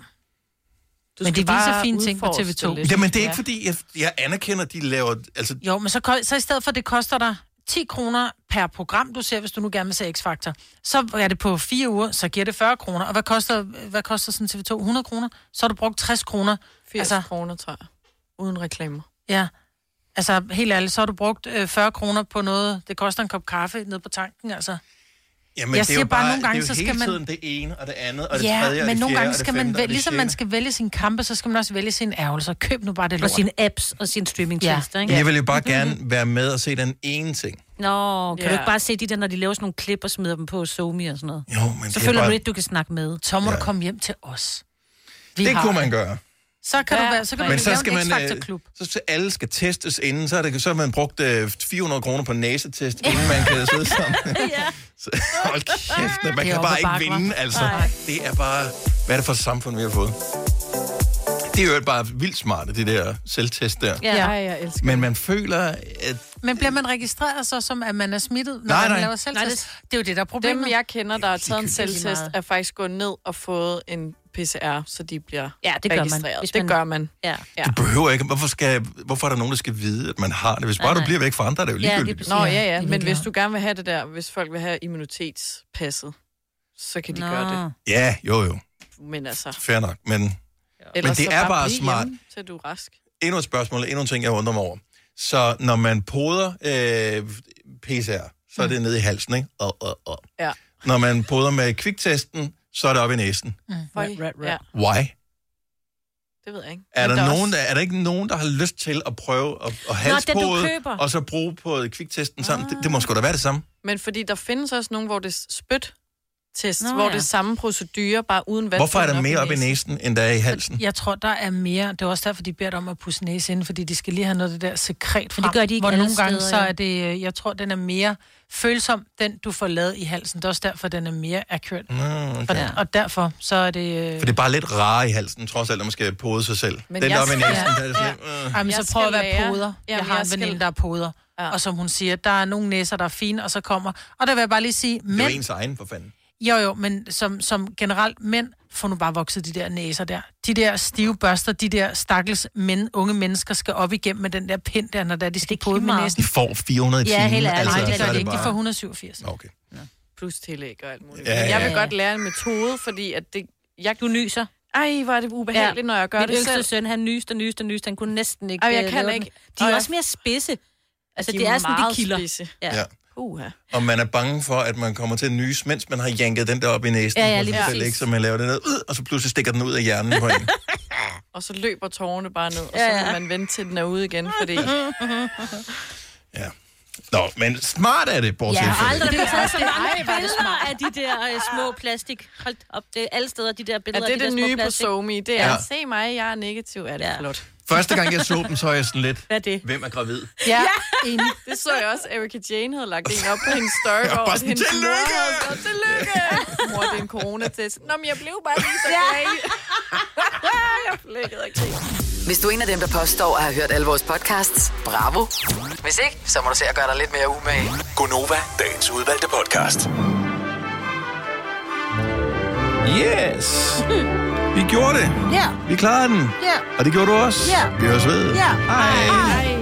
[SPEAKER 5] Du
[SPEAKER 3] men
[SPEAKER 5] skal
[SPEAKER 3] de viser
[SPEAKER 5] bare
[SPEAKER 3] fine ting på
[SPEAKER 5] udforske
[SPEAKER 3] TV2.
[SPEAKER 5] lidt.
[SPEAKER 1] Jamen, det er ikke fordi, jeg, jeg anerkender, at de laver... Altså,
[SPEAKER 3] Jo, men så, ko- så i stedet for, at det koster dig 10 kroner per program, du ser, hvis du nu gerne vil se X-Factor, så er det på fire uger, så giver det 40 kroner. Og hvad koster, hvad koster sådan TV2? 100 kroner? Så har du brugt 60 kroner. Altså-
[SPEAKER 5] 80 kroner, tror jeg. Uden reklamer.
[SPEAKER 3] Ja. Altså, helt ærligt, så har du brugt øh, 40 kroner på noget, det koster en kop kaffe nede på tanken, altså. Jeg
[SPEAKER 1] Jamen, det er
[SPEAKER 3] siger
[SPEAKER 1] jo
[SPEAKER 3] bare, nogle gange,
[SPEAKER 1] det er jo
[SPEAKER 3] så
[SPEAKER 1] hele
[SPEAKER 3] skal man-
[SPEAKER 1] tiden det ene og det andet, og det
[SPEAKER 3] ja,
[SPEAKER 1] tredje, og
[SPEAKER 3] men
[SPEAKER 1] det
[SPEAKER 3] nogle
[SPEAKER 1] fjerde,
[SPEAKER 3] gange
[SPEAKER 1] og det
[SPEAKER 3] skal man,
[SPEAKER 1] femte, og
[SPEAKER 3] vælge,
[SPEAKER 1] det
[SPEAKER 3] ligesom man
[SPEAKER 1] sjette.
[SPEAKER 3] skal vælge sine kampe, så skal man også vælge sine ærgelser. Køb nu bare det lort.
[SPEAKER 4] Og sine apps og sine streamingtjenester, ikke?
[SPEAKER 1] Men Jeg vil jo bare
[SPEAKER 3] Mm-hmm.
[SPEAKER 1] gerne være med og se den ene ting.
[SPEAKER 4] Nå, kan
[SPEAKER 3] Ja.
[SPEAKER 4] du ikke bare se de der, når de laver sådan nogle klip og smider dem på Zomi og sådan noget?
[SPEAKER 1] Jo, men
[SPEAKER 4] Så
[SPEAKER 1] det er
[SPEAKER 4] føler
[SPEAKER 1] bare-
[SPEAKER 4] du lidt, du kan snakke med.
[SPEAKER 3] Så må ja. du komme hjem til os.
[SPEAKER 1] Vi det
[SPEAKER 3] har
[SPEAKER 1] kunne
[SPEAKER 3] det.
[SPEAKER 1] man gøre.
[SPEAKER 3] Så kan ja, du være, så kan
[SPEAKER 1] men
[SPEAKER 3] du
[SPEAKER 1] så
[SPEAKER 3] lave
[SPEAKER 1] skal
[SPEAKER 3] en
[SPEAKER 1] man,
[SPEAKER 3] X-Factor-klub.
[SPEAKER 1] øh, så, så alle skal testes inden, så, er det, så har man brugt øh, 400 kroner på næsetest, inden man kan sidde sammen.
[SPEAKER 3] ja.
[SPEAKER 1] Så, hold kæft, man
[SPEAKER 3] Det er
[SPEAKER 1] kan
[SPEAKER 3] op
[SPEAKER 1] bare
[SPEAKER 3] ad bakke,
[SPEAKER 1] ikke vinde,
[SPEAKER 3] hva'?
[SPEAKER 1] altså.
[SPEAKER 3] Nej.
[SPEAKER 1] Det er bare, hvad er det for et samfund, vi har fået? Det er jo bare vildt smarte, det der selvtest der.
[SPEAKER 3] Ja. Ej, jeg elsker
[SPEAKER 1] Men man føler, at
[SPEAKER 3] Men bliver man registreret så, som at man er smittet, når
[SPEAKER 1] Nej,
[SPEAKER 3] man
[SPEAKER 1] nej.
[SPEAKER 3] laver selvtest?
[SPEAKER 5] Nej,
[SPEAKER 3] det, det er jo det, der er problemet.
[SPEAKER 5] Dem, jeg kender, der har taget en
[SPEAKER 3] ligegyldigt
[SPEAKER 5] selvtest,
[SPEAKER 3] meget.
[SPEAKER 5] er faktisk gået ned og fået en PCR, så de bliver
[SPEAKER 4] Ja, det gør man,
[SPEAKER 5] registreret.
[SPEAKER 4] hvis
[SPEAKER 5] Det
[SPEAKER 4] man-
[SPEAKER 5] gør man.
[SPEAKER 4] Ja.
[SPEAKER 5] ja.
[SPEAKER 1] Du behøver ikke. Hvorfor, skal, hvorfor er der nogen, der skal vide, at man har det? Hvis bare
[SPEAKER 5] Nej,
[SPEAKER 1] du
[SPEAKER 5] nej.
[SPEAKER 1] bliver væk fra andre, er det jo ligegyldigt.
[SPEAKER 5] Nå, ja, ja. Men hvis du gerne vil have det der, hvis folk vil have immunitetspasset, så kan de
[SPEAKER 1] Nå.
[SPEAKER 5] Nå. gøre det.
[SPEAKER 1] ja, jo, jo.
[SPEAKER 5] Men altså...
[SPEAKER 1] Fair nok. Men, men
[SPEAKER 5] ellers
[SPEAKER 1] det
[SPEAKER 5] så
[SPEAKER 1] er bare
[SPEAKER 5] bliv
[SPEAKER 1] smart.
[SPEAKER 5] Hjemme, til du er rask.
[SPEAKER 1] Endnu et spørgsmål, endnu en ting, jeg undrer mig over. Så når man poder øh, PCR, så er det nede i halsen, ikke? Og, og, og.
[SPEAKER 5] Ja.
[SPEAKER 1] Når man poder med kviktesten, så er det op i næsen.
[SPEAKER 5] Right, right, right. Ja,
[SPEAKER 1] Why?
[SPEAKER 5] det ved jeg ikke.
[SPEAKER 1] Er
[SPEAKER 5] Men
[SPEAKER 1] der,
[SPEAKER 5] er
[SPEAKER 1] nogen, der, er der ikke nogen, der har lyst til at prøve at, at halspode,
[SPEAKER 5] køber.
[SPEAKER 1] og så bruge på kviktesten sammen? Det, det må sgu da være det samme.
[SPEAKER 5] Men fordi der findes også nogen, hvor det er spyt-test,
[SPEAKER 3] Nå,
[SPEAKER 5] hvor
[SPEAKER 3] ja.
[SPEAKER 5] det er samme procedure, bare uden vand.
[SPEAKER 1] Hvorfor er der mere op i næsen, end der er i halsen?
[SPEAKER 3] Jeg tror, der er mere. Det er også derfor, de beder dig om at pusse næse ind, fordi de skal lige have noget af det der sekret frem.
[SPEAKER 4] det gør de ikke
[SPEAKER 3] hvor
[SPEAKER 4] alle
[SPEAKER 3] nogle gange,
[SPEAKER 4] steder,
[SPEAKER 3] så
[SPEAKER 4] ja.
[SPEAKER 3] er det, øh, jeg tror, den er mere følsom, den du får lavet i halsen. Det er også derfor, den er mere akkurat.
[SPEAKER 1] Mm,
[SPEAKER 3] Og,
[SPEAKER 1] okay.
[SPEAKER 3] og derfor, så er det... øh,
[SPEAKER 1] For det er bare lidt rare i halsen, trods alt, når man skal pode sig selv.
[SPEAKER 3] Men
[SPEAKER 1] Men den
[SPEAKER 3] jeg
[SPEAKER 1] der op
[SPEAKER 3] skal-
[SPEAKER 1] i næsen,
[SPEAKER 3] Ja.
[SPEAKER 1] der er det sådan, lidt, øh.
[SPEAKER 3] Ej, men
[SPEAKER 5] Jeg
[SPEAKER 3] så prøv at
[SPEAKER 5] skal
[SPEAKER 3] være
[SPEAKER 5] lære-
[SPEAKER 3] poder.
[SPEAKER 5] Jamen,
[SPEAKER 3] jeg har
[SPEAKER 5] jeg
[SPEAKER 3] en
[SPEAKER 5] skal-
[SPEAKER 3] veninde, der er poder. Ja. Og som hun siger, der er nogle næser, der er fine, og så kommer... Og der vil jeg bare lige sige,
[SPEAKER 1] det er jo
[SPEAKER 3] men...
[SPEAKER 1] ens egen, for fanden.
[SPEAKER 3] Jo, jo, men som, som generelt mænd får nu bare vokset de der næser der. De der stive børster, de der stakkels mænd, unge mennesker skal op igennem med den der pind der, når der, de skal pode med næsen.
[SPEAKER 1] De får 400 i timen.
[SPEAKER 3] Ja, helt ærligt.
[SPEAKER 1] altså,
[SPEAKER 3] Nej, det
[SPEAKER 1] så er
[SPEAKER 3] gør de ikke. De
[SPEAKER 1] bare-
[SPEAKER 3] får 187.
[SPEAKER 1] Okay.
[SPEAKER 5] Plus tillæg og alt muligt.
[SPEAKER 1] Ja,
[SPEAKER 5] Ja,
[SPEAKER 1] ja.
[SPEAKER 5] Jeg vil godt lære en metode, fordi at det... Jeg, du nyser. Ej, hvor er det ubehageligt, ja. når jeg gør
[SPEAKER 4] Min
[SPEAKER 5] det
[SPEAKER 4] yngste
[SPEAKER 5] selv.
[SPEAKER 4] søn, han nyste og nyste og nyste. Han kunne næsten ikke...
[SPEAKER 5] Ej, jeg
[SPEAKER 4] øh,
[SPEAKER 5] kan
[SPEAKER 4] lave
[SPEAKER 5] ikke.
[SPEAKER 4] den. De er
[SPEAKER 5] Ej.
[SPEAKER 4] også mere spidse. Altså,
[SPEAKER 5] De
[SPEAKER 4] de
[SPEAKER 5] er
[SPEAKER 4] det er sådan,
[SPEAKER 5] meget
[SPEAKER 4] de kilder.
[SPEAKER 5] spidse.
[SPEAKER 1] Ja.
[SPEAKER 5] Uha.
[SPEAKER 1] Og man er bange for, at man kommer til at nys, mens man har janket den der op i næsen.
[SPEAKER 5] Ja, ja,
[SPEAKER 1] på
[SPEAKER 5] lige
[SPEAKER 1] sig selv,
[SPEAKER 5] præcis.
[SPEAKER 1] ikke? Så man laver den der, ud, og så pludselig stikker den ud af hjernen på en.
[SPEAKER 5] Og så løber tårerne bare ned, og
[SPEAKER 4] Ja,
[SPEAKER 5] så
[SPEAKER 4] ja.
[SPEAKER 5] må man vente til den er ude igen, fordi...
[SPEAKER 1] Nå, men smart er det, bortset
[SPEAKER 4] Ja,
[SPEAKER 1] ja,
[SPEAKER 4] og
[SPEAKER 1] fra
[SPEAKER 4] aldrig
[SPEAKER 1] det.
[SPEAKER 4] blevet taget så
[SPEAKER 5] Ej, hvor
[SPEAKER 4] mange
[SPEAKER 5] er det
[SPEAKER 4] billeder
[SPEAKER 5] smart.
[SPEAKER 4] af de der øh, små plastik. Hold op, det er alle steder, de der
[SPEAKER 5] Ja,
[SPEAKER 4] billeder
[SPEAKER 5] det er
[SPEAKER 4] af
[SPEAKER 5] det
[SPEAKER 4] de der små
[SPEAKER 5] nye på
[SPEAKER 4] plastik.
[SPEAKER 5] Somi. Det er,
[SPEAKER 1] Ja.
[SPEAKER 5] ja. se mig, jeg er negativ. Er det ja. flot?
[SPEAKER 1] Første gang, jeg så dem, så er jeg sådan lidt,
[SPEAKER 5] Hvad er det?
[SPEAKER 1] hvem er gravid?
[SPEAKER 5] Ja, enig. Det så jeg også, Erika Jane havde lagt en op på hendes story,
[SPEAKER 1] Jeg var
[SPEAKER 5] hvor
[SPEAKER 1] bare
[SPEAKER 5] at
[SPEAKER 1] sådan,
[SPEAKER 5] hendes
[SPEAKER 1] "Tillykke!"
[SPEAKER 5] mor havde skrevet, tillykke! Mor, det er en coronatest. Nå, men jeg blev bare lige så
[SPEAKER 6] Ja.
[SPEAKER 5] glad. jeg flækkede ikke.
[SPEAKER 6] Hvis du er en af dem, der påstår at have hørt alle vores podcasts, bravo. Hvis ikke, så må du se at gøre dig lidt mere umage.
[SPEAKER 7] Gonova, dagens udvalgte podcast.
[SPEAKER 1] Yes! Vi gjorde det.
[SPEAKER 2] Ja.
[SPEAKER 1] Vi klarede den.
[SPEAKER 2] Ja.
[SPEAKER 1] Og det gjorde du også.
[SPEAKER 2] Ja.
[SPEAKER 1] Vi høres ved.
[SPEAKER 2] Ja.
[SPEAKER 1] Hej.
[SPEAKER 2] Hej.